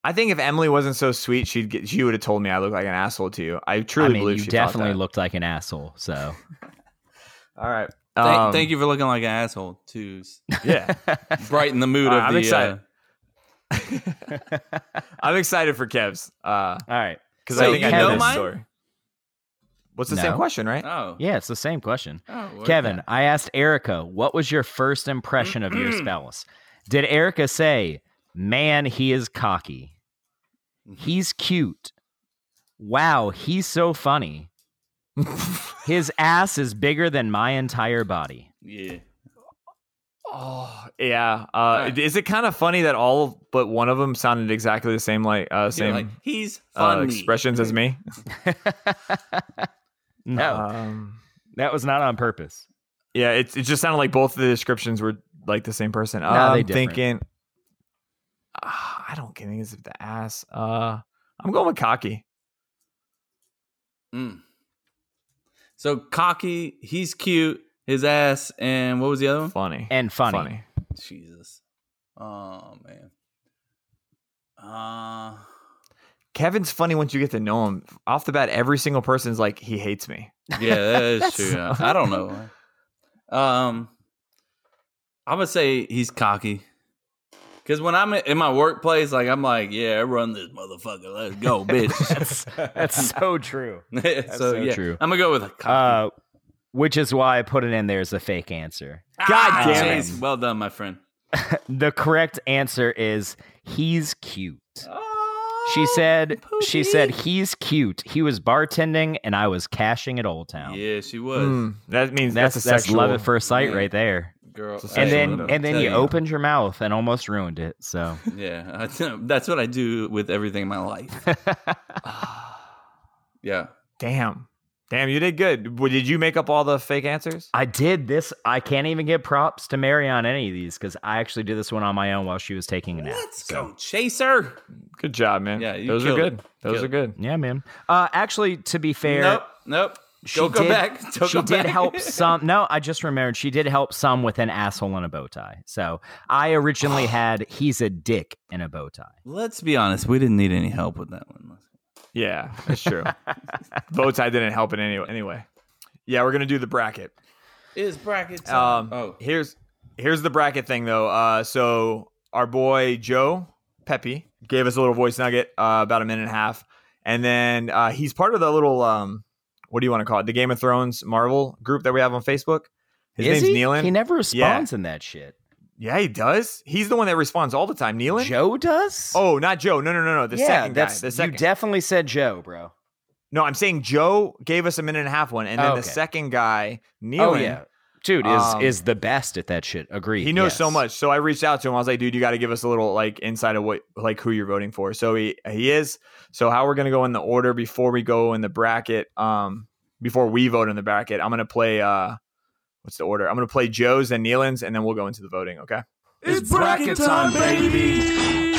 A: I think if Emily wasn't so sweet, she'd get, she would have told me I look like an asshole to you. I truly
B: I mean,
A: believe
B: you
A: she thought
B: definitely
A: that.
B: looked like an asshole. So
A: All right.
C: Thank,
A: Um,
C: thank you for looking like an asshole to s-
A: Yeah.
C: brighten the mood of
A: Uh, I'm
C: the.
A: excited.
C: Uh,
A: I'm excited for Kev's because
B: all right,
A: I
C: So
A: think I
B: Kevin-
A: know this
C: Mine?
A: story. What's the
B: No.
A: same question, right?
C: oh.
B: yeah, it's the same question.
C: Oh, word.
B: Kevin, I asked Erica, what was your first impression of your spouse? Did Erica say, "Man, he is cocky. He's cute. Wow, he's so funny. His ass is bigger than my entire body."
C: Yeah.
A: Oh yeah. Uh,
C: right.
A: Is it kind of funny that all but one of them sounded exactly the same, like uh, same
C: Yeah, like, he's
A: uh,
C: funny.
A: expressions as me?
B: no,
A: Um,
B: that was not on purpose.
A: yeah, it it just sounded like both of the descriptions were like the same person.
B: Nah, they
A: I'm
B: different.
A: thinking. Ah, I don't think it's the ass. Uh, I'm going with cocky.
C: Mm. So cocky. He's cute. His ass. And what was the other one?
A: Funny.
B: And funny.
C: Jesus. Oh man. Uh.
A: Kevin's funny once you get to know him. Off the bat, every single person's like, he hates me.
C: Yeah, that is true. I, I don't know. Um. I'm gonna say he's cocky. Cause when I'm in my workplace, like I'm like, yeah, I run this motherfucker. Let's go, bitch.
B: That's so true.
C: so,
B: so
C: yeah,
B: true.
C: I'm gonna go with a cocky.
B: Uh, which is why I put it in there as a fake answer.
A: God
C: Ah,
A: damn it.
C: Jeez, Well done, my friend.
B: The correct answer is he's cute. She
C: Oh,
B: said she said he's cute. He was bartending and I was cashing at Old Town.
C: Yeah, she was.
A: Mm, that means
B: That's
A: that's,
B: that's,
A: a sexual.
B: love at first sight
C: Yeah.
B: right there.
C: Girl.
A: It's a
B: And
A: Sexual
B: then
A: love.
B: and then
C: Tell
B: you
C: ya.
B: opened your mouth and almost ruined it. So
C: Yeah, I- that's what I do with everything in my life. yeah.
A: Damn. Damn, you did good. Well, Did you make up all the fake answers?
B: I did this. I can't even give props to Mary on any of these because I actually did this one on my own while she was taking a nap.
C: Let's go, Chaser.
A: Good job, man.
C: Yeah, you
A: those are
C: killed
A: good.
C: it.
A: Those
C: Killed
A: are good.
B: Yeah, man. Uh, actually, to be fair,
C: Nope, nope.
B: she
C: Go, go
B: did,
C: back. Don't
B: she
C: go
B: did
C: back.
B: help some. No, I just remembered she did help some with an asshole and a bow tie. So I originally had he's a dick in a bow tie.
C: Let's be honest. We didn't need any help with that one.
A: Yeah, that's true. Bow tie didn't help in any anyway. Yeah, we're gonna do the bracket.
C: Is bracket
B: Uh,
A: Um,
C: oh,
A: here's here's the bracket thing though. Uh, so our boy Joe Pepe gave us a little voice nugget uh, about a minute and a half, and then uh, he's part of the little um, what do you want to call it? The Game of Thrones Marvel group that we have on Facebook. His
B: Is
A: name's
B: he?
A: Neelan.
B: He never responds in that shit.
A: yeah, he does. He's the one that responds all the time. Neelan.
B: Joe does.
A: Oh, not Joe. No, no, no, no. The
B: yeah,
A: second guy.
B: that's
A: The second.
B: you definitely said Joe, bro.
A: no, I'm saying Joe gave us a minute and a half one, and then
B: Oh,
A: the
B: okay.
A: second guy, Neelan.
B: Oh yeah, dude is
A: Um,
B: is the best at that shit. Agreed.
A: He knows
B: yes.
A: so much. So I reached out to him. I was like, dude, you got to give us a little like insight of what like who you're voting for. So he he is. So how we're gonna go in the order before we go in the bracket. Um, before we vote in the bracket, I'm gonna play. Uh, what's the order? I'm gonna play Joe's and Nealon's, and then we'll go into the voting. Okay.
C: it's bracket time, baby.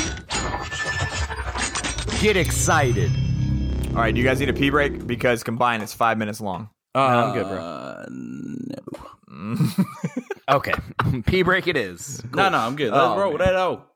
B: Get excited.
A: All right. Do you guys need a pee break? Because combined, it's five minutes long.
C: Uh,
B: I'm good, bro. Okay, pee break it is.
C: No, no, I'm good. Let's
A: Oh,
C: roll
A: man.
C: that out.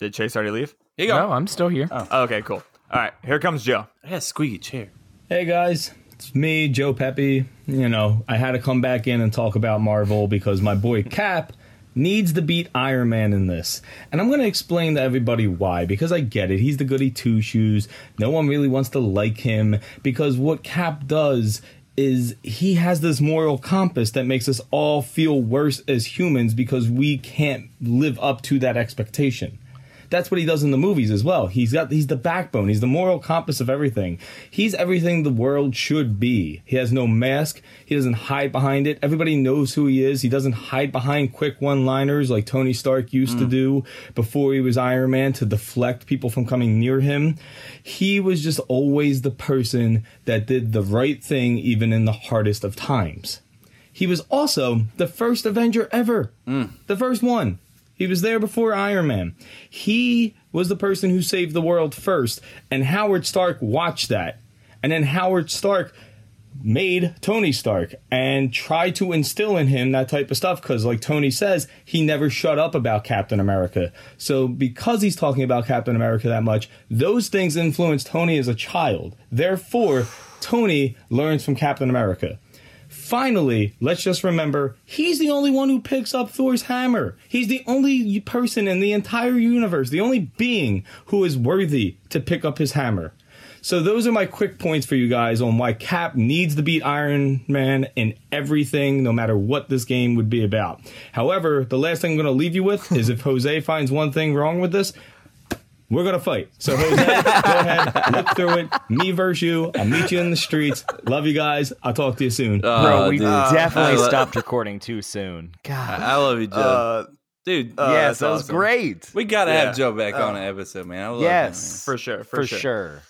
A: Did Chase already leave?
C: Here you go.
B: I'm still here.
A: Okay. Cool. All right. Here comes Joe.
C: I got a squeaky chair.
K: Hey guys, it's me, Joe Pepe. You know, I had to come back in and talk about Marvel because my boy Cap needs to beat Iron Man in this. And I'm going to explain to everybody why, because I get it. He's the goody two shoes. No one really wants to like him because what Cap does is he has this moral compass that makes us all feel worse as humans because we can't live up to that expectation. That's what he does in the movies as well. He's got he's the backbone. He's the moral compass of everything. He's everything the world should be. He has no mask. He doesn't hide behind it. Everybody knows who he is. He doesn't hide behind quick one-liners like Tony Stark used to do before he was Iron Man to deflect people from coming near him. He was just always the person that did the right thing even in the hardest of times. He was also the first Avenger ever. The first one. He was there before Iron Man. He was the person who saved the world first, and Howard Stark watched that. And then Howard Stark made Tony Stark and tried to instill in him that type of stuff because, like Tony says, he never shut up about Captain America. So, because he's talking about Captain America that much, those things influenced Tony as a child. Therefore, Tony learns from Captain America. Finally, let's just remember he's the only one who picks up Thor's hammer. He's the only person in the entire universe, the only being who is worthy to pick up his hammer. So those are my quick points for you guys on why Cap needs to beat Iron Man in everything, no matter what this game would be about. However, the last thing I'm going to leave you with is if Jose finds one thing wrong with this, we're going to fight. So Jose, go ahead, look through it. Me versus you. I'll meet you in the streets. Love you guys. I'll talk to you soon.
B: Bro, we
C: dude.
B: definitely
C: I lo-
B: stopped recording too soon. Uh, God,
C: I love you, Joe. dude,
A: uh,
B: yes,
A: that's
B: that was
A: awesome.
B: great. Uh,
C: we gotta
A: yeah.
C: have Joe back on an episode, man. I love
B: Yes,
A: For sure. For,
B: for
A: sure.
B: sure.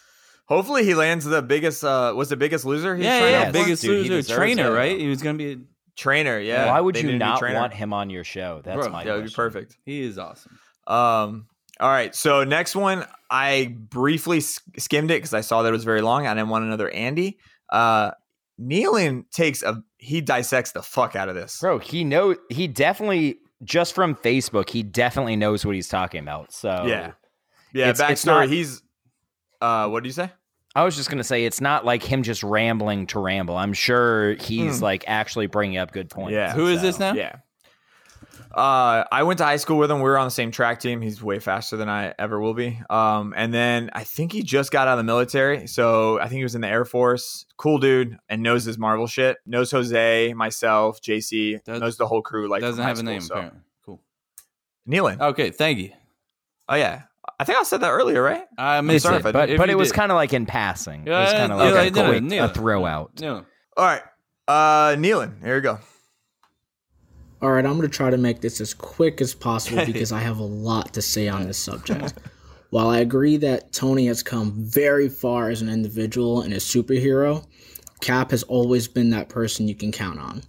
A: Hopefully he lands the biggest. Uh, was the biggest loser?
C: Him,
A: He's
C: man. Yeah,
A: trying
C: yeah,
A: out for?
C: biggest
B: Dude, he
C: loser,
B: deserves
C: trainer,
B: it.
C: right? He was gonna be. A,
A: trainer. Yeah.
B: Why would
A: They
B: you
A: need a new
B: not
A: trainer.
B: want him on your show? That's
C: Bro,
B: my
A: That would be
B: question.
A: perfect.
C: he is awesome.
A: Um, all right. So next one, I briefly sk- skimmed it because I saw that it was very long. I didn't want another Andy. Uh, Nealon takes a he dissects the fuck out of this.
B: Bro, he know he definitely just from Facebook, he definitely knows what he's talking about. So
A: Yeah, yeah.
B: It's-
A: backstory.
B: it's not-
A: he's uh, what do you say?
B: I was just gonna say it's not like him just rambling to ramble. I'm sure he's like actually bringing up good points.
A: Yeah.
C: Who is this
B: So-
C: now?
A: Yeah. Uh, I went to high school with him. We were on the same track team. He's way faster than I ever will be. Um, and then I think he just got out of the military, so I think he was in the Air Force. Cool dude, and knows his Marvel shit. Knows Jose, myself, JC,
C: Does-
A: knows the whole crew. Like
C: Doesn't
A: from high
C: have a
A: school,
C: name
A: so.
C: apparently. Cool.
A: Nealon.
C: Okay, thank you.
A: Oh yeah. I think I said that earlier, right?
C: I missed
A: sorry
C: it,
A: if I-
B: but
C: if
B: but
C: you
B: it was
C: did-
B: kind of like in passing. it was
C: Yeah,
B: kind of
C: yeah,
B: like
C: I
B: a,
C: did it,
B: quick,
C: yeah.
B: a throw out.
C: No.
A: All right. Uh, Neelan, here we go.
L: All right, I'm going to try to make this as quick as possible because I have a lot to say on this subject. While I agree that Tony has come very far as an individual and a superhero, Cap has always been that person you can count on.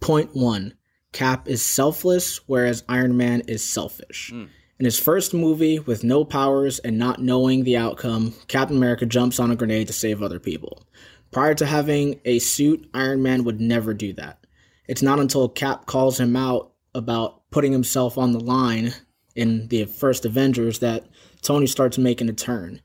L: Point one Cap is selfless, whereas Iron Man is selfish. In his first movie, with no powers and not knowing the outcome, Captain America jumps on a grenade to save other people. Prior to having a suit, Iron Man would never do that it's not until Cap calls him out about putting himself on the line in the first Avengers that Tony starts making a turn.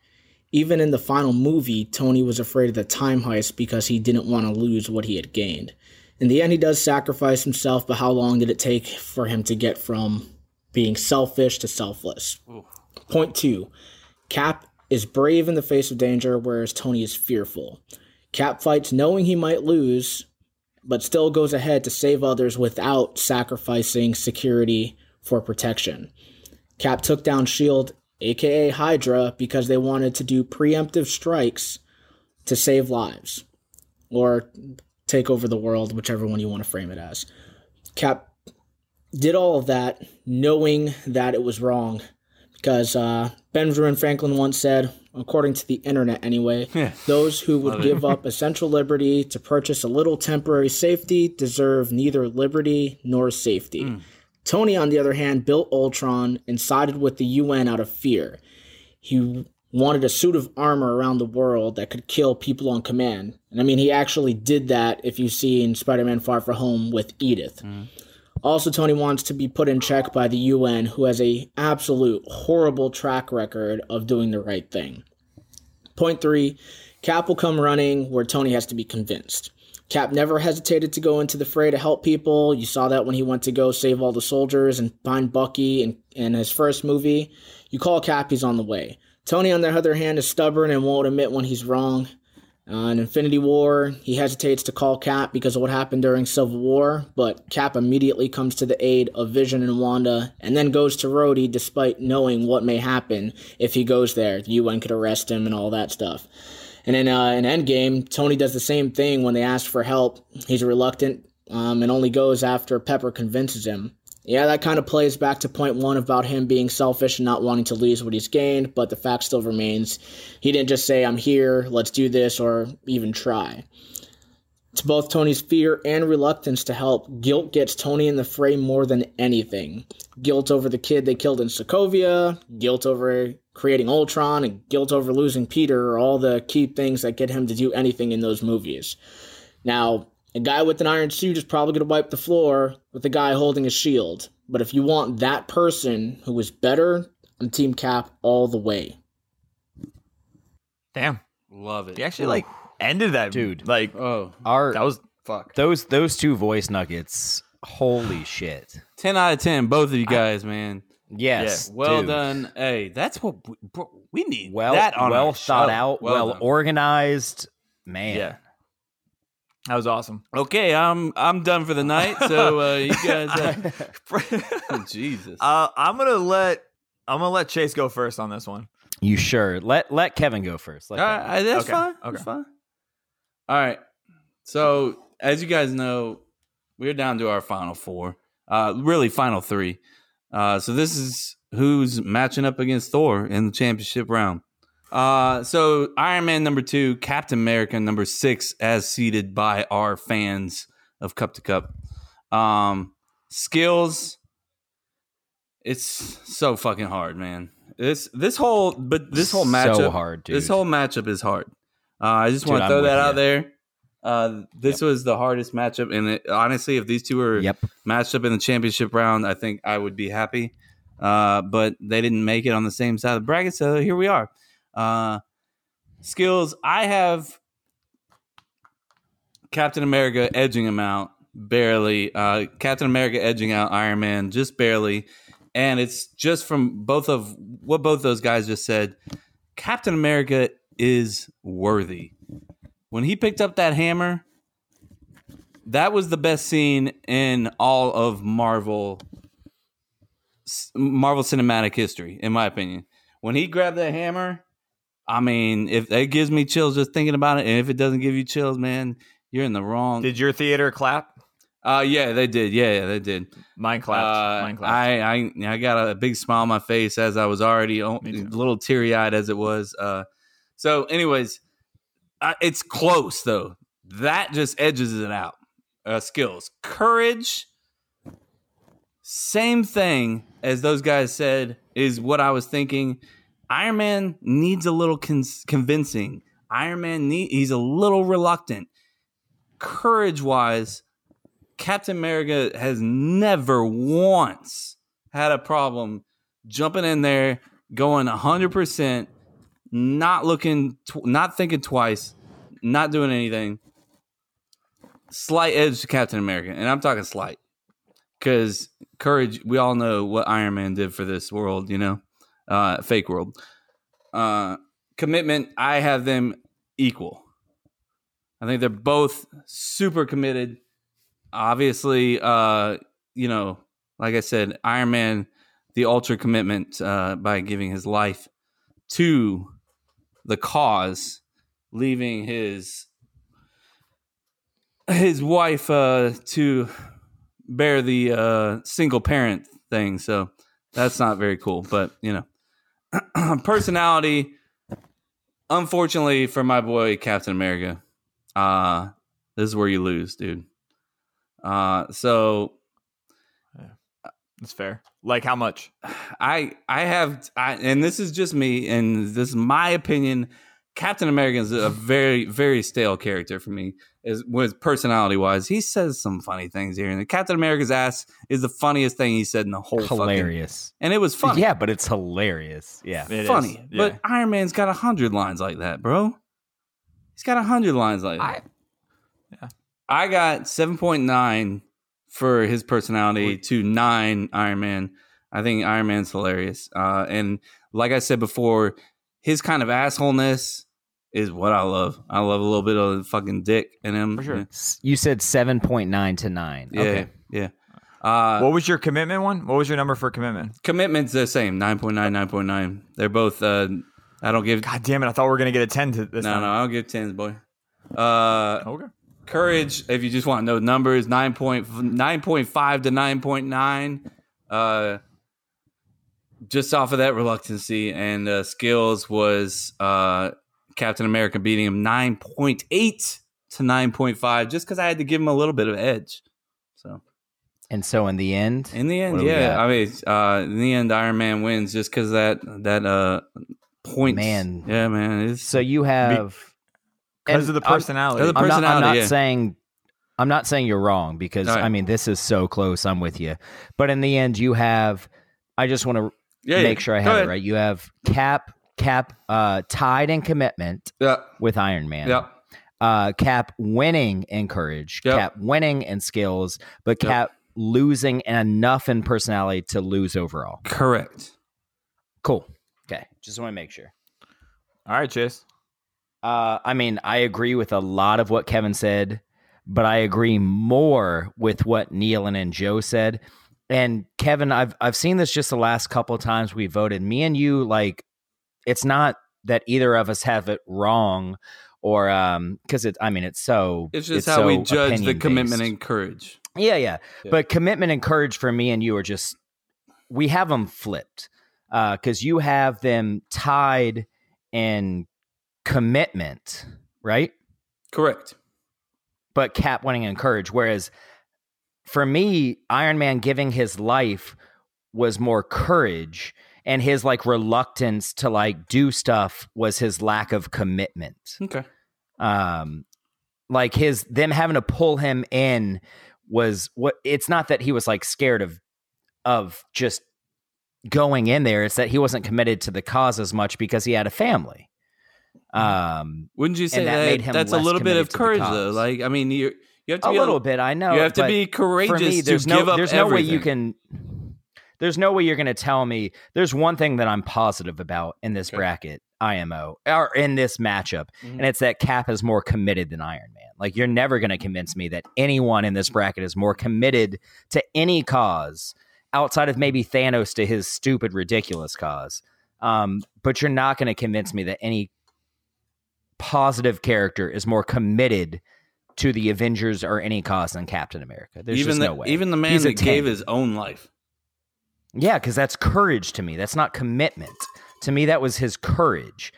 L: Even in the final movie, Tony was afraid of the time heist because he didn't want to lose what he had gained. In the end, he does sacrifice himself, but how long did it take for him to get from being selfish to selfless? Point two Cap is brave in the face of danger, whereas Tony is fearful. Cap fights knowing he might lose, but still goes ahead to save others without sacrificing security for protection. Cap took down S.H.I.E.L.D., aka Hydra, because they wanted to do preemptive strikes to save lives or take over the world, whichever one you want to frame it as. Cap did all of that knowing that it was wrong because uh, Benjamin Franklin once said, according to the internet anyway, those who would give up essential liberty to purchase a little temporary safety deserve neither liberty nor safety. Tony, on the other hand, built Ultron and sided with the UN out of fear. He wanted a suit of armor around the world that could kill people on command. And I mean, he actually did that if you see in Spider Man Far From Home with Edith. Also, Tony wants to be put in check by the UN, who has a absolute horrible track record of doing the right thing. Point three, Cap will come running where Tony has to be convinced. Cap never hesitated to go into the fray to help people. You saw that when he went to go save all the soldiers and find Bucky in, in his first movie. You call Cap, he's on the way. Tony, on the other hand, is stubborn and won't admit when he's wrong. Uh, in Infinity War, he hesitates to call Cap because of what happened during Civil War, but Cap immediately comes to the aid of Vision and Wanda, and then goes to Rhodey despite knowing what may happen if he goes there. The UN could arrest him and all that stuff. And then uh, in Endgame, Tony does the same thing when they ask for help. He's reluctant um, and only goes after Pepper convinces him. Yeah, that kind of plays back to point one about him being selfish and not wanting to lose what he's gained, but the fact still remains he didn't just say, I'm here, let's do this, or even try. To both Tony's fear and reluctance to help, guilt gets Tony in the fray more than anything. Guilt over the kid they killed in Sokovia, guilt over creating Ultron, and guilt over losing Peter are all the key things that get him to do anything in those movies. Now, a guy with an iron suit is probably going to wipe the floor with a guy holding a shield. But if you want that person who is better, I'm Team Cap all the way.
A: Damn.
C: Love it.
A: He actually like ended that
B: Dude.
A: Like
C: Oh,
B: Our
A: that was fuck.
B: those those two voice nuggets. Holy shit!
C: 10 out of 10, both of you guys, man.
B: Yes,
C: Well
B: dude.
C: done. Hey, that's what we, bro, we need.
B: Well,
C: that on
B: well
C: our
B: thought
C: show.
B: out,
C: Well
B: well,
C: done.
B: organized. Man,
A: Yeah. That was awesome.
C: okay, I'm I'm done for the night. So uh, you guys, uh, Jesus,
A: Uh, I'm gonna let I'm gonna let Chase go first on this one.
B: you sure? Let let Kevin go first. Let
C: All
B: Kevin-
C: right, Uh, that's
A: Okay,
C: fine. That's
A: okay.
C: fine. All right. So as you guys know, we're down to our final four. Uh, really, final three. Uh, so this is who's matching up against Thor in the championship round. Uh, so Iron Man number two, Captain America number six, as seeded by our fans of Cup to Cup. Um, skills. It's so fucking hard, man. This this whole but this whole
B: So
C: matchup
B: hard,
C: This
B: dude.
C: whole matchup is hard. Uh, I just
B: Dude,
C: want to
B: I'm
C: throw
B: with
C: that
B: you.
C: out there. Uh, this was the hardest matchup, and it, honestly, if these two were
B: Yep.
C: matched up in the championship round, I think I would be happy. Uh, but they didn't make it on the same side of the bracket, so here we are. Uh, skills I have Captain America edging him out barely. Uh, Captain America edging out Iron Man just barely, and it's just from both of what both those guys just said. Captain America is worthy. When he picked up that hammer, that was the best scene in all of Marvel Marvel cinematic history in my opinion. when he grabbed that hammer, I mean, if that gives me chills just thinking about it, and if it doesn't give you chills, man, you're in the wrong.
A: Did your theater clap?
C: Uh, yeah, they did. Yeah, yeah, they did.
A: Mine clapped.
C: Uh,
A: Mine clapped.
C: I, I I got a big smile on my face as I was already o-
A: Me too.
C: a little teary eyed as it was. Uh, so, anyways, I, it's close though. That just edges it out. Uh, skills, courage, same thing as those guys said is what I was thinking. Iron Man needs a little con- convincing. Iron Man need he's a little reluctant. Courage wise, Captain America has never once had a problem jumping in there, going 100%, not looking, tw- not thinking twice, not doing anything. Slight edge to Captain America. And I'm talking slight because courage, we all know what Iron Man did for this world, you know, uh, fake world. Uh, commitment, I have them equal. I think they're both super committed obviously uh you know like i said iron man the ultra commitment uh by giving his life to the cause leaving his his wife uh to bear the uh single parent thing so that's not very cool but you know personality unfortunately for my boy captain america uh this is where you lose dude uh, so
A: That's fair. Like how much?
C: I I have I, and this is just me and this is my opinion. Captain America is a very very stale character for me. Is with personality wise, he says some funny things here and there. Captain America's ass is the funniest thing he said in the whole fucking-
B: hilarious.
C: and it was funny.
B: Yeah, but it's hilarious. Yeah.
A: It is.
C: funny.
A: Yeah.
C: But Iron Man's got a hundred lines like that, bro. He's got a hundred lines like that. I, I got seven point nine for his personality to nine Iron Man. I think Iron Man's hilarious. Uh, and like I said before, his kind of assholeness is what I love. I love a little bit of fucking dick in him. For
A: sure.
B: Mm-hmm. S- You said 7.9 to 9.
C: Yeah.
B: Okay.
C: Yeah. Uh,
A: what was your commitment one? What was your number for commitment?
C: commitment's the same 9.9, 9.9. They're both, uh, I don't give,
A: God damn it! I thought we were gonna get a ten to this.
C: no, no,
A: time.
C: I don't give 10s, boy. Uh,
A: Okay.
C: courage if you just want to know numbers 9.5 to 9.9 uh just off of that reluctancy and uh, skills was uh captain america beating him 9.8 to 9.5 just because i had to give him a little bit of edge so
B: And so in the end,
C: in the
B: What
C: end
B: do we
C: yeah
B: got?
C: i mean uh in the end iron man wins just because that that uh points
B: Man.
C: yeah man it's
B: so you have
A: Because
B: and
A: of the
B: I'm-
A: personality.
C: They're um, the
B: I'm not, I'm
C: personality,
B: not
C: yeah.
B: saying I'm not saying you're wrong because
C: All right.
B: I mean this is so close. I'm with you, but in the end, you have. I just want to
C: yeah
B: make sure I
C: go
B: have
C: ahead.
B: it right. You have Cap, Cap uh, tied in commitment
C: yeah
B: with Iron Man.
C: yeah
B: Uh, Cap winning in courage.
C: Yep.
B: Cap winning in skills, but
C: Yep.
B: Cap losing enough in personality to lose overall.
C: correct
B: Cool. Okay, just want to make sure.
A: All right, Chase.
B: Uh, I mean, I agree with a lot of what Kevin said, but I agree more with what Neil and, and Joe said. And Kevin, I've I've seen this just the last couple of times we voted. Me and you, like, it's not that either of us have it wrong, or um, because it. I mean, it's so.
C: it's just how we
B: so
C: judge the commitment
B: opinion-based.
C: and courage
B: Yeah, yeah,
C: Yeah.
B: But commitment and courage for me and you are just we have them flipped because you have them tied in commitment, right?
C: Correct.
B: But Cap winning and courage. Whereas for me, Iron Man giving his life was more courage, and his like reluctance to like do stuff was his lack of commitment
C: Okay.
B: um like his them having to pull him in was what it's not that he was like scared of of just going in there it's that he wasn't committed to the cause as much because he had a family
C: Mm-hmm.
B: um
C: Wouldn't you say
B: that
C: that,
B: made him
C: that's a
B: less
C: little bit
B: committed
C: of
B: to the
C: courage
B: cause.
C: though? Like I mean you you have to
B: a
C: be
B: little bit i know
C: you have to
B: but
C: be courageous
B: for me there's
C: to
B: no
C: give up
B: there's no way you can there's no way you're going to tell me there's one thing that i'm positive about in this
C: Okay. Mm-hmm.
B: bracket imo or in this matchup and it's that Cap is more committed than Iron Man. Like you're never going to convince me that anyone in this bracket is more committed to any cause outside of maybe Thanos to his stupid, ridiculous cause Um, but you're not going to convince me that any positive character is more committed to the Avengers or any cause than Captain America. There's
C: even
B: just
C: the,
B: no way.
C: Even the man
B: He's a
C: that gave
B: 10.
C: his own life.
B: Yeah, because that's courage to me. That's not commitment. To me, that was his courage.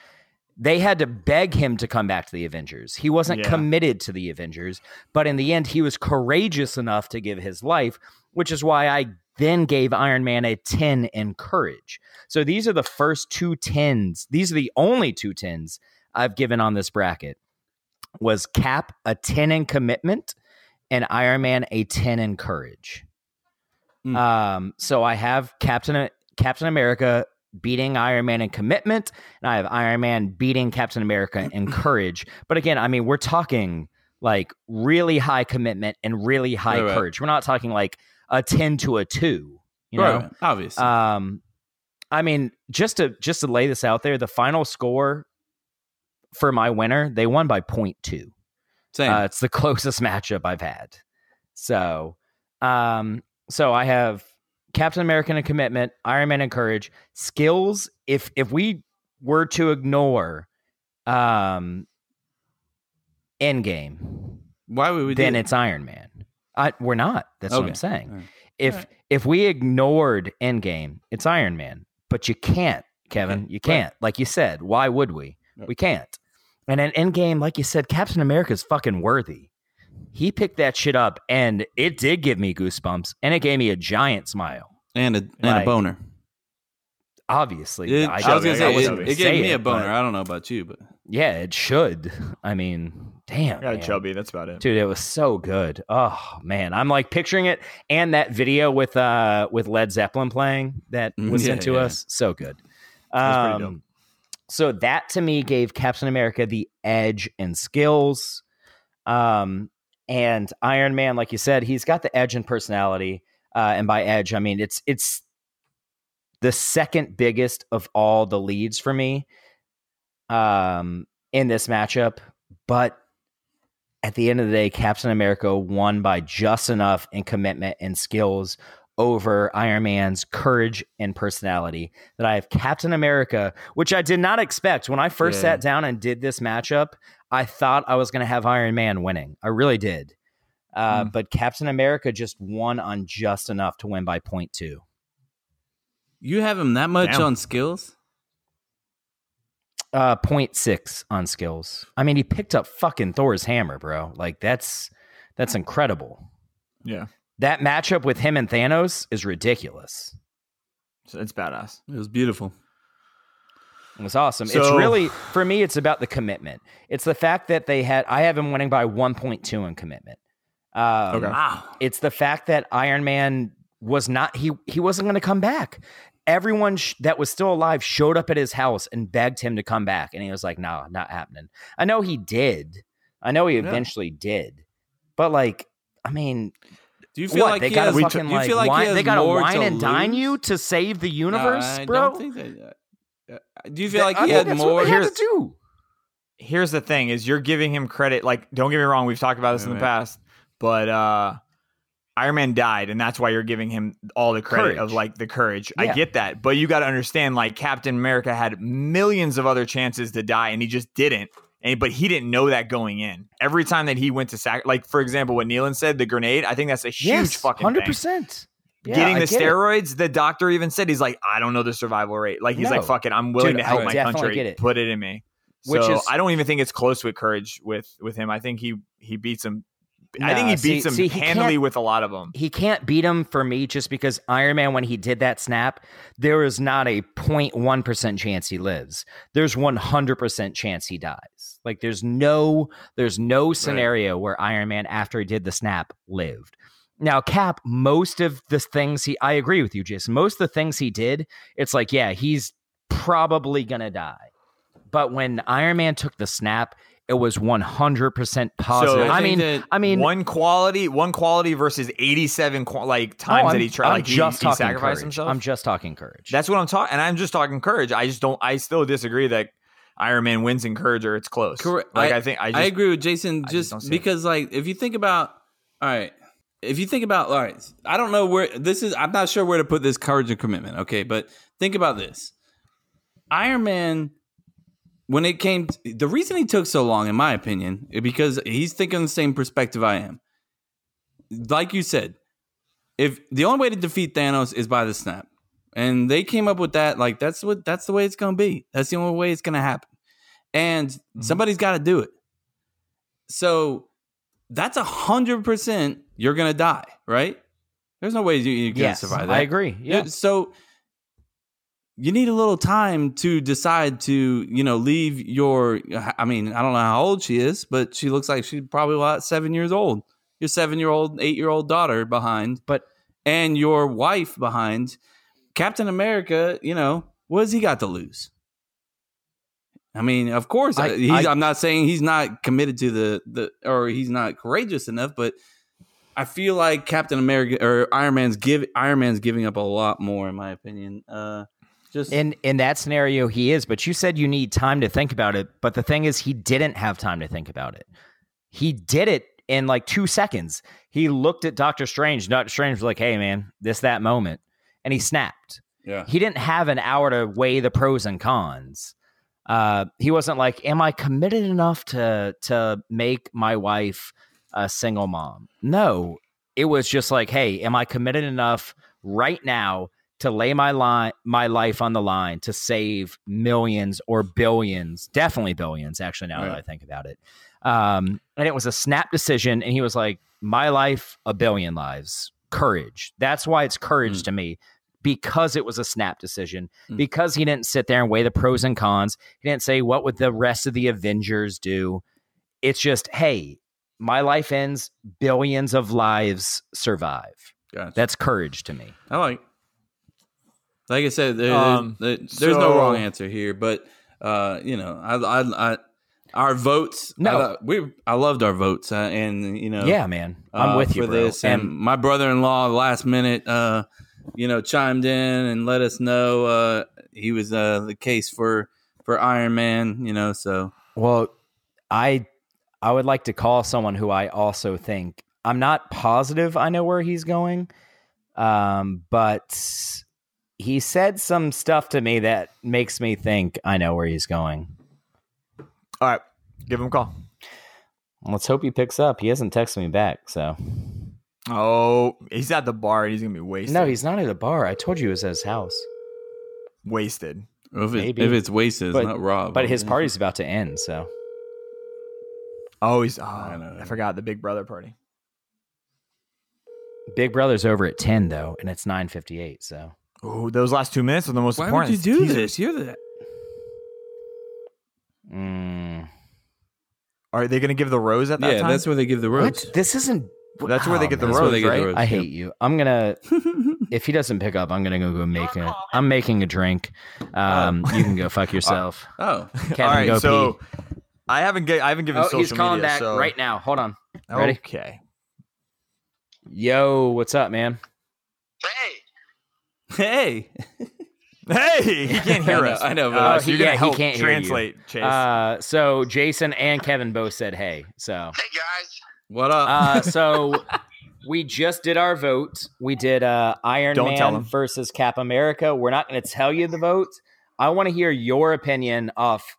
B: They had to beg him to come back to the Avengers. He wasn't
A: Yeah.
B: committed to the Avengers, but in the end, he was courageous enough to give his life, which is why I then gave Iron Man a 10 in courage. So these are the first two 10s. These are the only two 10s I've given on this bracket was Cap a 10 in commitment and Iron Man a 10 in courage.
C: Hmm.
B: Um, so I have Captain uh, Captain America beating Iron Man in commitment, and I have Iron Man beating Captain America in courage. But again, I mean, we're talking like really high commitment and really high
C: Right, right.
B: courage. We're not talking like a 10 to a 2, you know?
C: Right, obviously.
B: Um, I mean, just to just to lay this out there, the final score for my winner, they won by point two.
C: Same.
B: Uh, it's the closest matchup I've had. So, um, so I have Captain America and commitment, Iron Man and courage, skills. If if we were to ignore, um, Endgame,
C: Why would we
B: then
C: do
B: it's Iron Man. I, we're not. That's what
C: Okay.
B: I'm saying
C: All right.
B: if if we ignored Endgame, it's Iron Man. But you can't, Kevin. You can't. Like you said, why would we?
C: Yep.
B: We can't. And in Endgame, like you said, Captain America's fucking worthy. He picked that shit up, and it did give me goosebumps, and it gave me a giant smile.
C: And a, and a
B: Like,
C: boner.
B: Obviously,
C: It- I was
A: I
C: going to say,
A: wasn't
C: it,
A: gonna
C: it gave me a
B: but
C: boner. I don't know about you, but
B: yeah, it should. I mean, damn,
A: I got a
B: man.
A: chubby. That's about it.
B: dude, it was so good. Oh man, I'm like picturing it, and that video with uh with Led Zeppelin playing that
C: Mm,
B: was
C: yeah,
B: sent to
C: yeah.
B: us, so good.
A: That's pretty
B: Um, so that to me gave Captain America the edge and skills. Um, and Iron Man, like you said, he's got the edge and personality. Uh, and by edge, I mean it's it's the second biggest of all the leads for me um, in this matchup. But at the end of the day, Captain America won by just enough in commitment and skills over Iron Man's courage and personality that I have Captain America, which I did not expect when I first
C: Yeah.
B: sat down and did this matchup. I thought I was going to have Iron Man winning. I really did. Uh, But Captain America just won on just enough to win by point two.
C: you have him that much
A: Damn.
C: on skills?
B: Uh, point six on skills. I mean, he picked up fucking Thor's hammer, bro. Like that's that's incredible.
A: Yeah,
B: That matchup with him and Thanos is ridiculous.
A: so it's badass.
C: It was beautiful.
B: It was awesome. it's
A: So-
B: really for me. It's about the commitment. It's the fact that they had. I have him winning by one point two in commitment. Um,
A: Okay.
C: Wow.
B: It's the fact that Iron Man was not he he wasn't going to come back. Everyone sh- that was still alive showed up at his house and begged him to come back, and he was like, "Nah, not happening." I know he did. I know he
C: Yeah.
B: eventually did, but like, I mean,
C: Do you feel
B: what
C: like
B: they
C: he
B: got to
C: has,
B: fucking
C: do you
B: like,
C: feel like he
B: wine,
C: has
B: they got to
C: more
B: wine
C: to
B: and dine
C: lose?
B: you to save the universe,
C: I
B: bro?
C: Don't think that, uh, uh, do you feel like
B: I
C: he
B: think
C: had
B: that's
C: more?
B: What they had to do.
A: Here's the thing: is you're giving him credit. Like, don't get me wrong. We've talked about this in the
C: Right.
A: past, but uh Iron Man died, and that's why you're giving him all the credit
B: Courage.
A: of like the courage.
B: Yeah.
A: I get that, but you got to understand, like Captain America had millions of other chances to die, and he just didn't. And but he didn't know that going in. Every time that he went to sac, like for example, what Nealon said, the grenade. I think that's a huge fucking
B: hundred
A: thing.
B: percent.
A: Getting the steroids, the doctor even said he's like, I don't know the survival rate. Like he's
B: No.
A: like, fuck it, I'm willing
B: Dude,
A: to help
B: I
A: my
B: definitely
A: country.
B: get it.
A: Put it in me.
B: Which
A: Which so
B: is-
A: I don't even think it's close with courage with with him. I think he he beats him. I think
B: Nah,
A: he
B: see-
A: beats him
B: see, he
A: handily
B: can't-
A: with a lot of them.
B: he can't beat him for me just because Iron Man, when he did that snap, there is not a 0.1% chance he lives. There's 100% chance he dies. Like there's no there's no scenario where Iron Man after he did the snap lived. Now Cap, most of the things he I agree with you, Jason. Most of the things he did, it's like yeah, he's probably going to die. But when Iron Man took the snap, it was 100% positive.
A: I
B: I
C: think
B: mean,
C: that
B: I mean
A: one quality, one quality versus eighty-seven qua- like
B: No,
A: times
B: Oh, I'm-
A: that he tried.
B: I'm
A: Like he- he, sacrificed
B: courage.
A: himself.
B: I'm just talking courage.
A: That's what I'm talking, and I'm just talking courage. I just don't. I still disagree that Iron Man wins in courage or it's close.
C: Correct.
A: Like
C: I-
A: I, think I, just,
C: I agree with Jason
A: I just
C: just,
A: don't see it.
C: because, like, if you think about, all right, if you think about, all right, I don't know where this is, I'm not sure where to put this courage and commitment, okay, but think about this. Iron Man, when it came, the reason he took so long, in my opinion, is because he's thinking the same perspective I am. Like you said, if the only way to defeat Thanos is by the snap, and they came up with that, like that's what that's the way it's going to be. That's the only way it's going to happen, and
B: Mm-hmm.
C: somebody's got to do it. So that's a hundred percent you're going to die, right? There's no way you, you can
B: Yes,
C: survive that.
B: I agree. Yeah.
C: So you need a little time to decide to, you know, leave your. I mean, I don't know how old she is, but she looks like she's probably about seven years old. Your seven year old, eight year old daughter behind,
B: But-
C: and your wife behind. Captain America, you know, what has he got to lose? I mean, of course,
B: I-
C: I, he's,
B: I-
C: I'm not saying he's not committed to the the or he's not courageous enough, but I feel like Captain America or Iron Man's give Iron Man's giving up a lot more, in my opinion. Uh, just
B: In in that scenario, he is. But you said you need time to think about it. But the thing is, he didn't have time to think about it. He did it in like two seconds. He looked at Doctor Strange. Doctor Strange was like, "Hey, man, this that moment," and he snapped.
C: yeah,
B: He didn't have an hour to weigh the pros and cons. Uh, he wasn't like, "Am I committed enough to to make my wife a single mom?" No, it was just like, "Hey, am I committed enough right now to lay my line, my life on the line to save millions or billions, definitely billions? Actually, now that
C: Right.
B: I think about it, um, and it was a snap decision, and he was like, "My life, a billion lives." Courage. That's why it's courage
C: Hmm.
B: to me because it was a snap decision,
C: Mm.
B: because he didn't sit there and weigh the pros and cons. He didn't say, what would the rest of the Avengers do? It's just, hey, my life ends, billions of lives survive.
C: gotcha.
B: That's courage to me.
C: I like. Like I said, there,
A: Um,
C: there- there's no
A: so-
C: wrong answer here, but uh, you know, I, I, I our votes.
B: No.
C: I, we I loved our votes, uh, and you know,
B: Yeah, man. I'm
C: uh,
B: with you,
C: for
B: bro.
C: this. And,
B: and
C: my brother-in-law, last minute, uh, you know, chimed in and let us know uh, he was uh, the case for for Iron Man. You know, so
B: well, I I would like to call someone who I also think I'm not positive I know where he's going. Um, but he said some stuff to me that makes me think I know where he's going.
A: All right, give him a call.
B: Let's hope he picks up. He hasn't texted me back, so
A: Oh, he's at the bar and he's gonna be wasted.
B: no, he's not at a bar. I told you it was at his house.
A: wasted.
C: if it's,
B: Maybe.
C: if it's wasted, it's
B: But-
C: not Rob.
B: But his party's about to end, so
A: Oh, he's. Oh,
C: I know.
A: I forgot the Big Brother party.
B: Big Brother's over at ten though, and it's nine fifty eight. So
A: Oh, those last two minutes are the most
C: Why would
A: important.
C: you do
A: These are-
C: this? You're the
B: mm.
A: Are they gonna give the rose at that
C: yeah.
A: time?
C: That's where they give the roast.
B: what? This isn't.
A: That's where they get the
B: man.
C: That's where
A: rose,
C: they get the
A: right?
C: rose.
B: I hate you. I'm gonna. if he doesn't pick up, I'm gonna go, go make a. I'm making a drink. Um, you can go fuck yourself.
C: Oh,
B: Kevin,
A: All right,
B: go
A: so
B: pee.
A: I haven't. Get, I haven't given
B: Oh,
A: social
B: he's calling
A: media.
B: back
A: so-
B: right now. Hold on. Ready?
A: Okay.
B: Yo, what's up, man?
C: hey.
A: Hey, he can't hear
C: I know,
A: us.
C: I know, but-
A: Uh,
B: Oh,
A: so
B: he-
A: you're gonna
B: yeah, he
A: help
B: can't hear you.
A: translate, Chase.
B: Uh, so Jason and Kevin both said hey. So
F: Hey guys,
C: What up?
B: uh, so we just did our vote. We did uh, Iron
A: Don't tell
B: Man
A: him.
B: versus Cap America. We're not going to tell you the vote. I want to hear your opinion off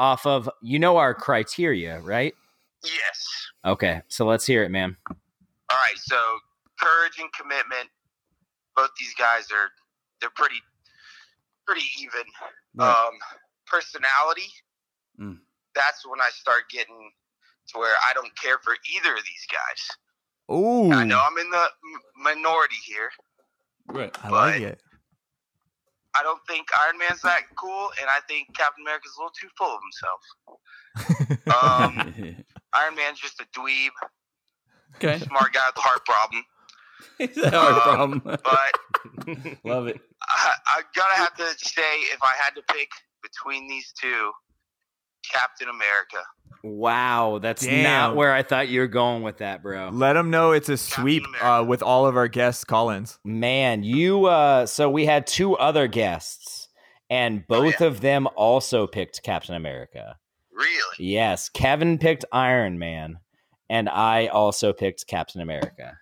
B: off of you know our criteria, right?
F: yes.
B: Okay, so let's hear it, man.
F: All right, so courage and commitment. Both these guys are they're pretty pretty even.
C: Right.
F: Um, personality.
C: Mm.
F: That's when I start getting to where I don't care for either of these guys.
A: Ooh,
F: I know I'm in the m- minority here.
C: Right.
A: I like it.
F: I don't think Iron Man's that cool, and I think Captain America's a little too full of himself. Um, Iron Man's just a dweeb,
C: okay.
F: smart guy with a heart problem.
C: It's not our problem.
F: But
C: Love it.
F: I, I gotta have to say, if I had to pick between these two, Captain America.
B: Wow, that's
A: Damn.
B: not where I thought you were going with that, bro.
A: Let them know it's a sweep
F: America.
A: uh, with all of our guests' call-ins.
B: Man, you uh so we had two other guests and both of them also picked Captain America.
F: Really?
B: Yes, Kevin picked Iron Man and I also picked Captain America.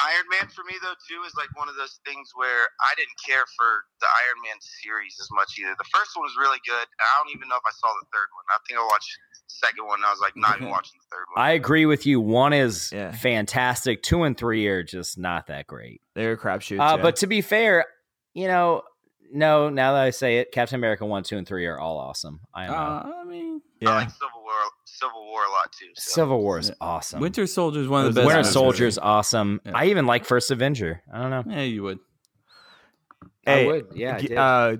F: Iron Man for me though too is like one of those things where I didn't care for the Iron Man series as much either. The first one was really good, and I don't even know if I saw the third one. I think I watched the second one. and I was like not even watching the third one.
B: I agree with you. One is fantastic. Two and three are just not that great.
A: They're crapshoots.
B: Uh,
A: yeah.
B: But to be fair, you know, no. Now that I say it, Captain America one, two, and three are all awesome. I know.
C: Uh, I mean,
B: yeah.
F: Civil War, Civil War a lot too. So.
B: Civil War is awesome.
C: Winter Soldier is one of the best.
B: Winter
C: movies.
B: Soldier's awesome. I even like First Avenger. I don't know.
C: Yeah, you would.
A: Hey,
B: I would. Yeah, I
A: g-
B: did.
A: Uh,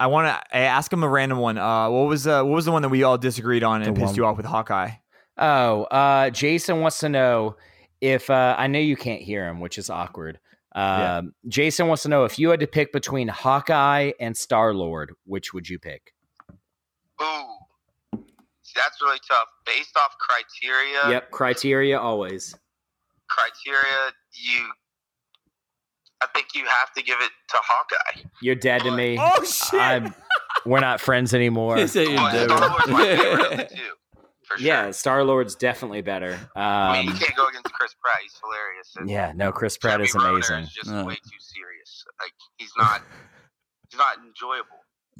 A: I want to ask him a random one. Uh, what was uh, what was the one that we all disagreed on and
B: The
A: pissed
B: one-
A: you off with Hawkeye?
B: Oh, uh, Jason wants to know if uh, I know you can't hear him, which is awkward. Um,
A: Yeah.
B: Jason wants to know if you had to pick between Hawkeye and Star Lord, which would you pick?
F: Ooh, See, that's really tough. Based off criteria,
B: Yep, criteria always.
F: criteria, you. I think you have to give it to Hawkeye.
B: You're dead to me.
A: Oh shit!
B: I'm, we're not friends anymore.
C: They say
F: But
C: you're
F: Star
C: dead.
F: Lord's my favorite of the two. For sure.
B: Yeah, Star Lord's definitely better.
F: I mean,
B: Um,
F: you can't go against Chris Pratt. He's hilarious. And
B: yeah, no, Chris Pratt
F: Jeremy
B: is
F: Renner
B: amazing.
F: Is just
C: Yeah.
F: way too serious. Like he's not. he's not enjoyable.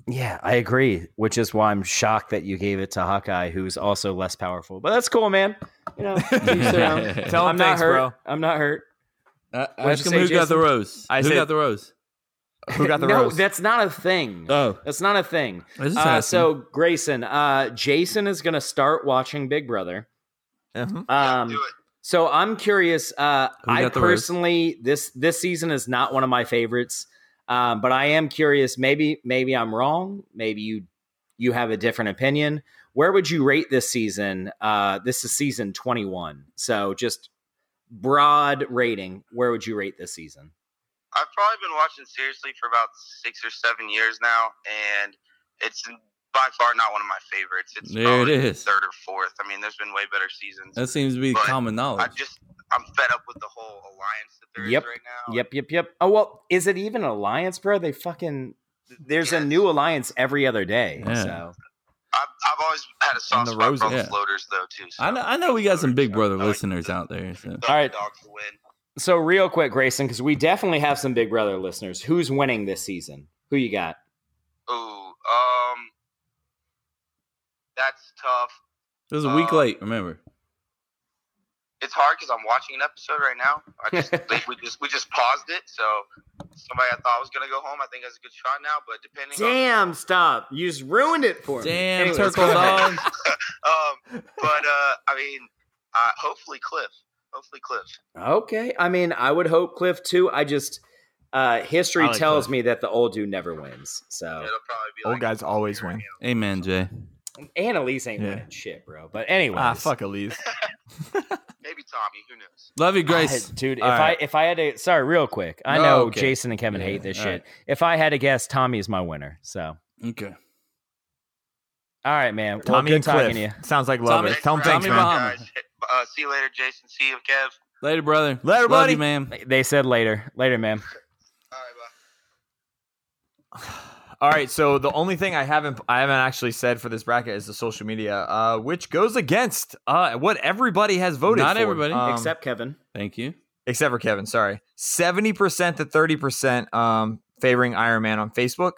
B: Yeah, I agree, which is why I'm shocked that you gave it to Hawkeye, who's also less powerful. But that's cool, man. You know, each their own.
A: Tell him
B: I'm not
A: thanks,
B: hurt.
A: bro.
B: I'm not hurt.
C: Uh,
B: What'd
C: ask
B: you
C: him
B: say,
C: who got the
B: Jason?
C: rose.
A: I
C: who
A: said-
C: got the rose?
A: Who got the
B: no,
A: rose?
B: that's not a thing.
C: Oh,
B: That's not a thing.
C: I was just
B: Uh,
C: asking.
B: so Grayson, uh, Jason is gonna start watching Big Brother.
A: Mhm.
F: Yeah,
B: Um,
F: do it.
B: so I'm curious. Uh,
C: Who
B: I
C: got the rose?
B: personally this this season is not one of my favorites, um, but I am curious. Maybe maybe I'm wrong. Maybe you you have a different opinion. Where would you rate this season? Uh, this is season 21. So just broad rating. Where would you rate this season?
F: I've probably been watching seriously for about six or seven years now, and it's by far not one of my favorites. It's
C: There it
F: probably
C: is.
F: third or fourth. I mean, there's been way better seasons.
C: that seems to be
F: But
C: common
F: I
C: knowledge.
F: just I'm fed up with the whole alliance that there is
B: Yep.
F: right now.
B: Yep, yep, yep. Oh well, is it even an alliance, bro? They fucking there's a
F: Yes.
B: new alliance every other day.
C: Yeah.
B: So
F: I've, I've always had a soft
A: the
F: spot
A: roses.
F: for the
C: Yeah.
F: floaters though too. So.
C: I know, I know we got some Big
F: Floaters,
C: Brother
F: I like
C: listeners
F: the-
C: out there. So.
F: the
B: All right.
F: underdogs to win.
B: so real quick, Grayson, because we definitely have some Big Brother listeners. Who's winning this season? Who you got?
F: Ooh, um, that's tough.
C: It was a week
F: Uh,
C: late, remember?
F: It's hard because I'm watching an episode right now. I just think we just we just paused it, so somebody I thought was gonna go home, I think has a good shot now. But depending,
B: Damn, stop. You just ruined it for
C: Damn,
B: Anyways,
C: Turkle
B: go ahead.
C: Dog.
F: on, um, but uh, I mean, uh, hopefully Cliff, hopefully Cliff.
B: Okay. I mean, I would hope Cliff too. I just uh history
A: I like
B: tells
A: Cliff.
B: me that the old dude never wins.
C: Oh.
B: So
F: It'll probably be
A: Old
F: like
A: guys always win.
C: Amen, Jay.
B: Annalise ain't
A: Yeah.
B: winning shit, bro. But anyway.
A: Ah, fuck Elise.
F: maybe Tommy. Who knows?
C: Love you, Grace.
B: I- dude, if
A: All right.
B: I if I had to sorry, real quick. I
C: No,
B: know
C: okay.
B: Jason and Kevin
C: Yeah,
B: hate this
C: all
B: shit. If I had to guess, Tommy is my winner. So all
C: Okay.
B: right, man. Well,
A: Tommy
B: good
A: and
B: talking
A: Cliff.
B: to you.
A: Sounds like love.
C: Tommy-
A: it. Tell him
F: Thanks
A: thanks,
C: Tommy
F: for having
A: man.
C: Bob.
F: me, guys. Uh, see you later, Jason. See you, Kev.
C: Later, brother.
A: Later,
C: Love
A: buddy.
C: you, man.
B: They said later. Later, man.
F: All right, bye.
A: All right, so the only thing I haven't I haven't actually said for this bracket is the social media, uh, which goes against uh, what everybody has voted.
C: Not
A: for. Um,
C: everybody.
B: Except Kevin.
C: Thank you.
A: except for Kevin. Sorry, seventy percent to thirty percent um, favoring Iron Man on Facebook,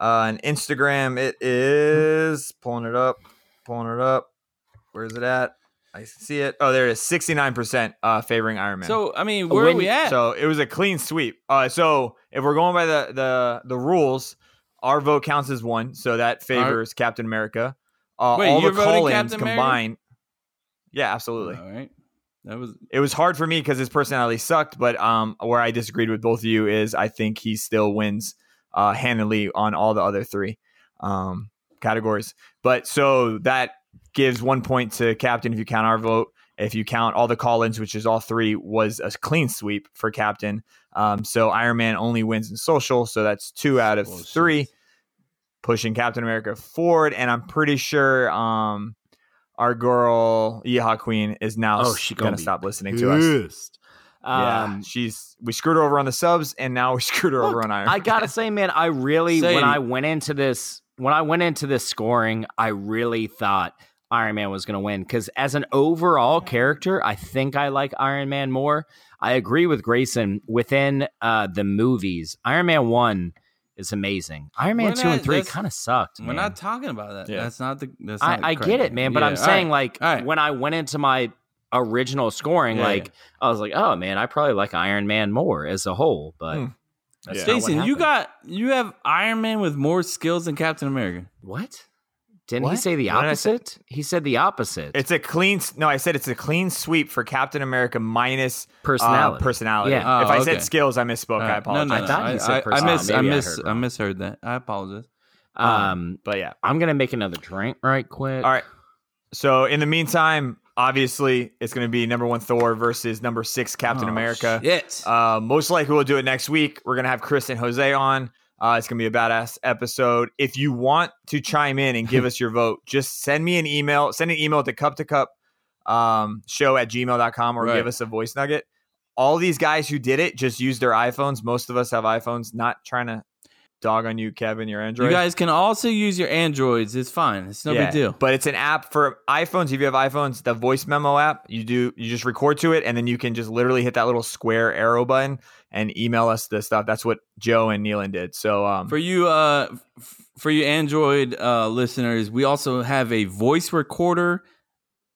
A: uh, and Instagram. It is pulling it up, pulling it up. Where is it at? I see it. Oh, there it is. Sixty nine percent uh, favoring Iron Man.
C: So, I mean, where
B: Oh, When-
C: are we at?
A: So it was a clean sweep. Uh, so if we're going by the the the rules, our vote counts as one, so that favors Captain America. Uh,
C: Wait,
A: all the
C: you're voting
A: call-ins
C: Captain America?
A: combined. Yeah, absolutely.
C: All right. That was
A: It was hard for me because his personality sucked, but um, where I disagreed with both of you is I think he still wins uh, handily on all the other three um, categories. But so that gives one point to Captain if you count our vote. If you count all the call-ins, which is all three, was a clean sweep for Captain. Um, so Iron Man only wins in social, so that's two out of
C: Bullshit.
A: three, pushing Captain America forward. And I'm pretty sure um, our girl Yeehaw Queen is now
B: Oh,
A: s-
B: she gonna
A: gonna
B: be
A: stop listening to us. yeah,
B: Um,
A: she's we screwed her over on the subs, and now we screwed her over on Iron.
B: I gotta say, man, I really
C: Say
B: when
C: it.
B: I went into this when I went into this scoring, I really thought Iron Man was going to win because as an overall character, I think I like Iron Man more. I agree with Grayson. Within uh, the movies, Iron Man one is amazing. Iron Man
C: We're
B: two
C: not-
B: and three
C: that's-
B: kind of sucked.
C: We're
B: man.
C: not talking about that.
B: Yeah.
C: That's not the. That's not
B: I, I get
C: correct.
B: it, man. But
C: Yeah,
B: I'm
C: all
B: saying,
C: right.
B: like, when I went into my original scoring,
C: Yeah,
B: like, I was like, oh man, I probably like Iron Man more as a whole. But
C: Hmm.
B: that's not what
C: Jason, you
B: happened.
C: got you have Iron Man with more skills than Captain America.
B: What? Didn't he
A: What?
B: say the
A: What did I say?
B: opposite? He said the opposite.
A: It's a clean. s- No, I said it's a clean sweep for Captain America minus uh,
B: Personality.
A: personality.
B: Yeah.
A: if
B: Oh,
A: I
B: okay.
A: said skills, I misspoke. I
C: No,
A: apologize.
C: no, no.
B: I thought he said
C: I,
B: personality.
C: miss, I
B: Maybe I
C: miss,
B: heard
C: I
B: wrong.
C: misheard that. I apologize.
B: Um,
A: but yeah,
B: I'm gonna make another drink right quick.
A: uh, All right. So in the meantime, obviously it's going to be number one Thor versus number six Captain
C: Oh,
A: America.
C: shit.
A: Uh, most likely we'll do it next week. We're going to have Chris and Jose on. Uh, it's going to be a badass episode. If you want to chime in and give us your vote, just send me an email. Send an email to cup to cup um, show at gmail.com or
C: Right.
A: give us a voice nugget. All these guys who did it just used their iPhones. Most of us have iPhones. Not trying to dog on you, Kevin, your Android.
C: You guys can also use your androids. It's fine. It's no
A: Yeah,
C: big deal.
A: But it's an app for iPhones. If you have iPhones, the voice memo app, you do you just record to it and then you can just literally hit that little square arrow button and email us the stuff. That's what Joe and Neelan did. So um
C: For you, uh, f- for you Android uh, listeners, we also have a voice recorder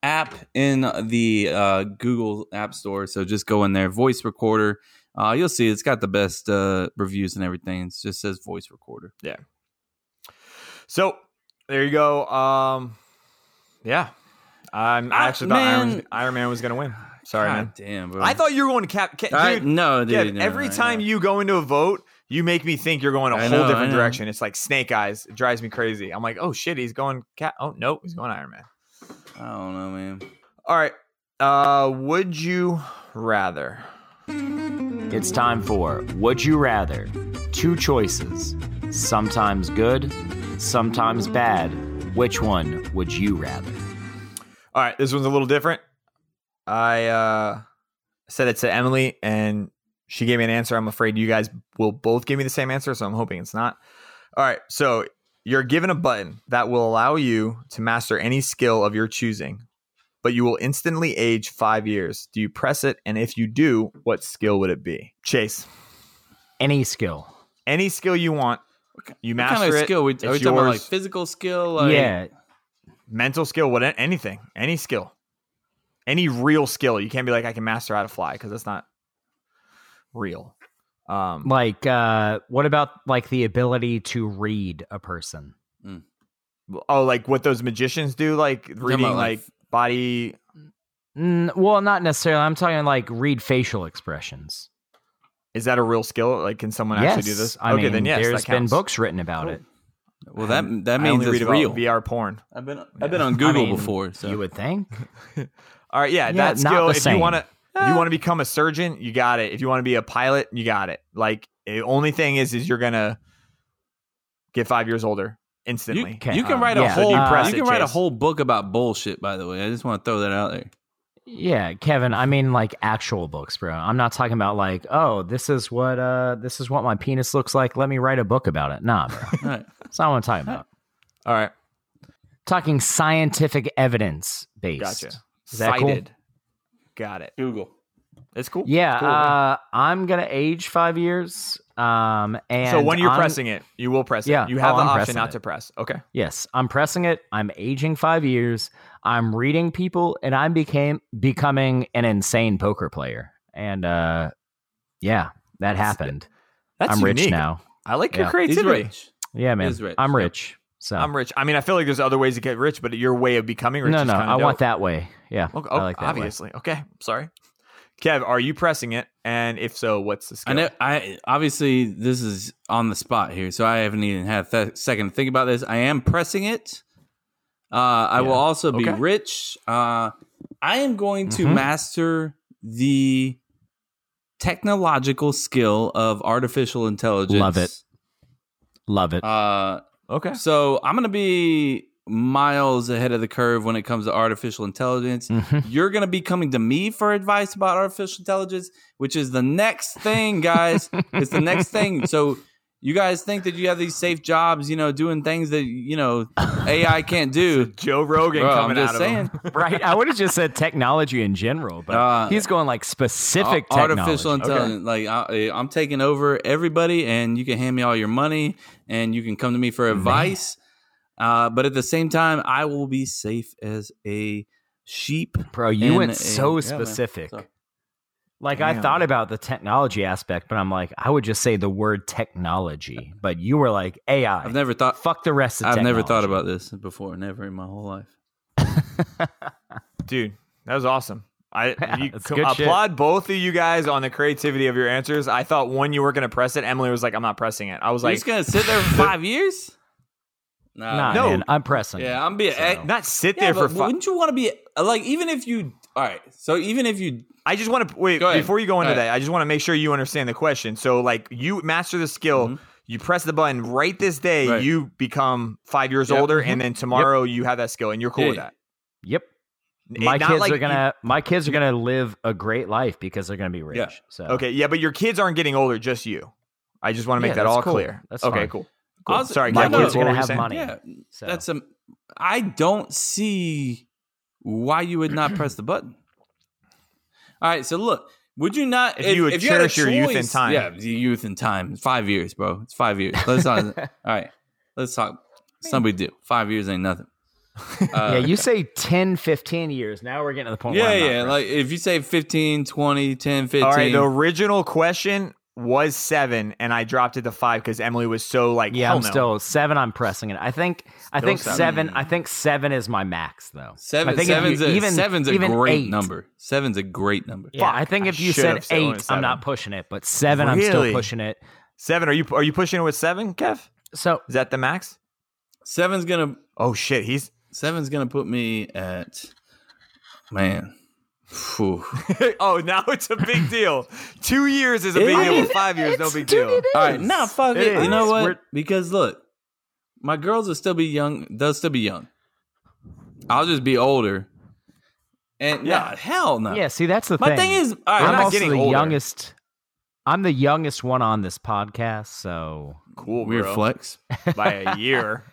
C: app in the uh, Google App Store. So just go in there, voice recorder. Uh, you'll see it's got the best uh, reviews and everything. It just says voice recorder.
A: yeah. So there you go. Um yeah. I'm, I
C: Ah,
A: actually thought Iron,
C: man.
A: was, Iron Man was gonna win. Sorry, man.
C: God damn, bro.
A: I thought you were going to cap. Ca- dude,
C: I- no,
A: Kev,
C: dude, no,
A: every
C: no,
A: time
C: no.
A: you go into a vote, you make me think you're going a
C: I
A: whole
C: know, I
A: different
C: know.
A: direction. It's like snake eyes. It drives me crazy. I'm like, oh shit, he's going cat. Oh no, he's going Iron Man.
C: I don't know, man.
A: All right. Uh, would you rather?
B: It's time for Would You Rather? Two choices, sometimes good, sometimes bad. Which one would you rather?
A: All right, this one's a little different. I uh, said it to Emily, and she gave me an answer. I'm afraid you guys will both give me the same answer, so I'm hoping it's not. All right, so you're given a button that will allow you to master any skill of your choosing, but you will instantly age five years. Do you press it? And if you do, what skill would it be? Chase,
B: Any skill.
A: any skill you want, you
C: What
A: master
C: kind of
A: it.
C: skill? We, are we
A: it's
C: talking about like
A: yours.
C: physical skill? Like,
B: yeah.
A: mental skill, what anything, any skill, any real skill. You can't be like I can master how to fly because that's not real. Um,
B: Like uh what about like the ability to read a person?
A: oh, like what those magicians do, like reading
C: about,
A: like
C: like,
A: body.
B: Mm, well, not necessarily. I'm talking like read facial expressions.
A: Is that a real skill? Like, can someone
B: yes.
A: actually do this?
B: I
A: okay,
B: mean,
A: then yes,
B: there's
A: that
B: been
A: counts.
B: books written about it.
C: Well, that that
A: I
C: means
A: only
C: it's
A: read about
C: real.
A: VR porn.
C: I've been I've been on
B: I
C: Google
B: mean,
C: before, so
B: You would think.
A: All right, yeah,
B: Yeah,
A: that
B: not
A: skill.
B: the
A: If you
B: same.
A: want to, if you want to become a surgeon, you got it. If you want to be a pilot, you got it. Like, the only thing is, is you're gonna get five years older
C: you,
A: instantly.
B: Okay.
C: you can
A: Um,
C: write a
B: Uh, yeah. So do
C: whole
B: you
A: press
C: you
A: it,
C: can write a
A: Chase?
C: whole book about bullshit. By the way, I just want to throw that out there.
B: Yeah, Kevin, I mean like actual books, bro. I'm not talking about like, oh, this is what uh this is what my penis looks like. Let me write a book about it. Nah, bro.
C: Right.
B: That's not what I'm talking about.
A: All right,
B: talking scientific evidence based.
A: Gotcha.
B: Is that cool?
A: Cited. Got it.
C: Google.
A: It's cool.
B: Yeah,
A: It's cool.
B: uh, I'm gonna age five years. Um, and
A: so when you're
B: I'm-
A: pressing it, you will press
B: Yeah,
A: it. You have
B: oh,
A: the
B: I'm
A: option
B: pressing
A: not
B: it.
A: to press. Okay.
B: yes, I'm pressing it. I'm aging five years. I'm reading people, and I'm became becoming an insane poker player. And uh, yeah, that happened.
A: That's
B: I'm rich
A: unique.
B: now.
A: I like your
B: Yeah.
C: He's
A: creativity.
C: rich.
B: Yeah, man,
C: He's rich,
B: I'm
C: yeah.
B: rich. So
A: I'm rich. I mean, I feel like there's other ways to get rich, but your way of becoming rich
B: no,
A: is
B: no,
A: kind
B: I
A: of
B: want that way. Yeah,
A: Okay, oh,
B: I like that way.
A: obviously. Okay. Sorry. Kev, are you pressing it? And if so, what's the skill?
C: I know. I obviously this is on the spot here, so I haven't even had a th- second to think about this. I am pressing it. Uh, I will
A: Yeah.
C: also be
A: Okay.
C: rich. Uh, I am going to
B: Mhm.
C: master the technological skill of artificial intelligence.
B: Love it. Love it.
C: Uh,
A: Okay.
C: So I'm gonna be miles ahead of the curve when it comes to artificial intelligence.
B: Mhm.
C: You're gonna be coming to me for advice about artificial intelligence, which is the next thing, guys. it's the next thing. So You guys think that you have these safe jobs, you know, doing things that you know AI can't do.
A: Joe Rogan
C: Bro,
A: coming
C: I'm just
A: out of
C: saying.
A: him.
B: right? I would have just said technology in general, but
C: Uh,
B: he's going like specific
C: Ar- artificial
B: technology.
C: intelligence. Like I, eh, I'm taking over everybody, and you can hand me all your money, and you can come to me for advice. Uh, but at the same time, I will be safe as a sheep.
B: Bro, you
C: and
B: went
C: a-
B: so
C: Yeah, man.
B: specific.
C: So-
B: Like I
C: Damn.
B: thought about the technology aspect, but I'm like, I would just say the word technology. But you were like AI.
C: I've never thought.
B: Fuck the rest of
C: I've never thought
B: technology.
C: about this before. Never in my whole life.
A: Dude, that was awesome. I you
B: that's
A: co-
B: good shit.
A: applaud both of you guys on the creativity of your answers. I thought one you were gonna press it. Emily was like, "I'm not pressing it." I was
C: You're
A: like,
C: just gonna sit there for five years?
B: Nah,
A: No.
B: man, I'm pressing. it.
C: Yeah, I'm being.
A: "Not sit
C: yeah,
A: there for
C: but
A: five.
C: wouldn't you want to be like even if you? All right, so even if you
A: I just want to wait
C: Go ahead.
A: before you go into
C: Go ahead.
A: that. I just want to make sure you understand the question. So, like, you master the skill, you press the button right this day,
C: Mm-hmm. Right.
A: you become five years
C: Yep.
A: older, and then tomorrow you have that skill, and you're cool
C: Yeah,
A: with
C: yeah.
A: that.
B: Yep.
A: It-
B: My
A: not
B: kids
A: like
B: are gonna. my kids are gonna live a great life because they're gonna be rich.
C: Yeah.
B: So
A: you- okay, yeah, but your kids aren't getting older, just you. I just want to make
B: Yeah,
A: that
B: that's
A: all
B: cool.
A: clear.
B: That's
A: okay,
B: fine.
A: cool. cool.
C: Also,
A: Sorry,
C: my
A: Gabby,
C: kids are
A: what
B: gonna
A: were you
B: have
A: saying?
B: money.
C: Yeah,
B: So-
C: that's a. I don't see why you would not press the button. All right, so look, would you not
A: If you would
C: had a
A: cherish your youth and
C: choice-
A: time.
C: Yeah, the youth and time. Five years, bro. It's five years. Let's not. all right, let's talk. Somebody do five years ain't nothing.
B: yeah, you say 10, 15 years. Now we're getting to
A: Oh,
B: the point.
C: Uh, Yeah,
B: where I'm not
C: yeah.
B: pressing.
C: Like if you say 15, 20, 10, 15.
A: All right, the original question was seven, and I dropped it to five because Emily was so like,
B: Yeah,
A: hell
B: I'm
A: no.
B: still seven. I'm pressing it. I think. I
A: Still
B: think
A: seven.
B: seven. I think seven is my max though. I
C: Seven,
B: think if
C: seven's,
B: you-
C: a,
B: even-
C: seven's a
B: even
C: great
B: eight.
C: number. Seven's a great number.
B: Yeah,
A: Fuck,
B: I think
A: I
B: if you
A: should
B: said
A: have said only
B: eight, I'm
A: seven.
B: not pushing it. But seven, I'm still
A: Really?
B: pushing it.
A: seven. Are you are you pushing it with seven, Kev?
B: So
A: Is that the max?
C: Seven's gonna
A: Oh shit, he's
C: seven's gonna put me at man. Phew.
A: oh, now it's a big deal. Two years is a big
C: I
A: deal.
C: mean,
A: but Five years, no
B: it's-
A: big
B: dude,
A: deal.
B: it
C: All right,
B: is.
C: nah, fuck it.
A: It
C: You know
B: is.
C: what?
B: We're-
C: because look, my girls will still be young. They'll still be young. I'll just be older. And
A: Yeah.
C: nah, hell no.
B: Yeah, see, that's the
C: Uh, My
B: thing.
C: thing is, all
A: I'm
C: right,
B: I'm
A: not
B: also
A: getting
B: the
A: older.
B: youngest. I'm the youngest one on this podcast, so
A: Cool,
C: weird
A: bro.
C: flex.
A: by a year.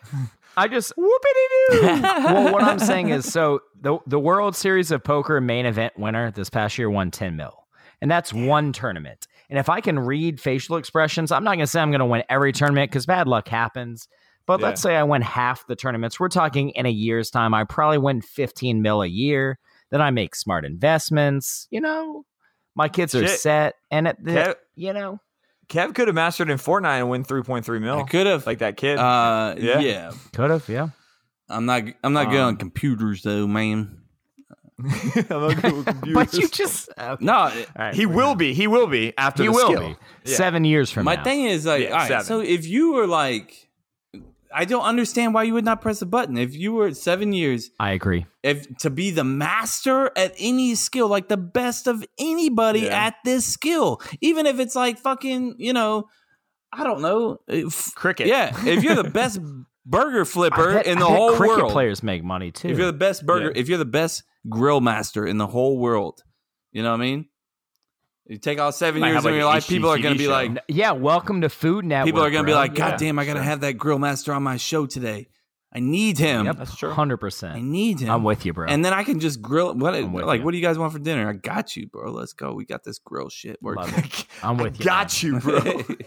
B: I just whoopity doo. well, what I'm saying is, so the the World Series of Poker main event winner this past year won 10 mil, and that's one tournament. And if I can read facial expressions, I'm not going to say I'm going to win every tournament because bad luck happens. But
A: Yeah.
B: let's say I win half the tournaments. We're talking in a year's time. I probably win 15 mil a year. Then I make smart investments. You know, my kids are
A: Shit.
B: set, and at the,
A: Kev,
B: you know,
A: Kev could have mastered in Fortnite and win three point three
C: I
A: mil,
C: could have.
A: like that kid.
C: uh,
A: Yeah.
C: yeah.
B: could have, yeah.
C: I'm not. I'm not good
A: Um,
C: on computers though, man.
A: I'm not good with
B: But you
A: computers.
B: just okay.
C: No,
B: All right.
A: he will be. He will be after
B: He
A: the
B: will
A: skill.
B: be
A: Yeah.
B: seven years from
C: My
B: now.
C: thing is like,
A: Yeah,
C: all right,
A: seven.
C: so if you were like, I don't understand why you would not press the button. If you were at seven years,
B: I agree.
C: if to be the master at any skill, like the best of anybody
A: Yeah.
C: at this skill, even if it's like fucking, you know, I don't know, if-
A: Cricket.
C: yeah, if you're the best burger flipper
B: I bet-
C: in
B: I
C: the
B: bet
C: whole
B: cricket
C: world,
B: players make money too.
C: if you're the best burger,
A: Yeah.
C: if you're the best grill master in the whole world, you know what I mean. You take all seven
A: Might
C: years
A: have,
C: of
A: like,
C: your
A: an
C: life, people are going to
A: HGTV
C: be
A: show.
C: like,
A: No,
B: yeah, welcome to Food Network.
C: people are going to be
B: bro.
C: like, God
A: Yeah,
C: damn, I got to
A: sure.
C: have that grill master on my show today. I need him.
B: yep,
A: That's true.
B: hundred
C: I
B: percent.
C: need him.
B: I'm with you, bro.
C: And then I can just grill. What
B: I'm with
C: like?
B: you.
C: What do you guys want for dinner? I got you, bro. Let's go. We got this grill shit working.
B: Love it. I'm with you. man.
A: Got you, bro.
C: you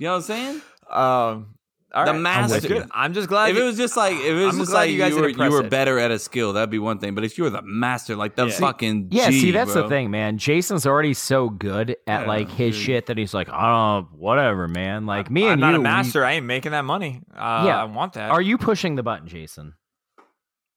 C: know what I'm saying?
A: um, all
C: The
A: right.
C: master.
A: That's good. I'm just glad.
C: If it
A: you-
C: was just like, if it was
A: I'm
C: just
A: glad
C: like
A: you
C: you,
A: guys
C: were
A: didn't press
C: you were
A: it.
C: better at a skill, that'd be one thing. But if you were the master, like the
A: Yeah. See-
C: fucking
B: Yeah,
C: G,
B: see, that's
C: bro.
B: the thing, man. Jason's already so good at
C: Yeah,
B: like his
C: dude.
B: shit that he's like, oh, whatever, man. Like me
A: I'm
B: and
A: not
B: you,
A: a
B: we-
A: master. I ain't making that money. Uh,
B: Yeah.
A: I want that.
B: are you pushing the button, Jason?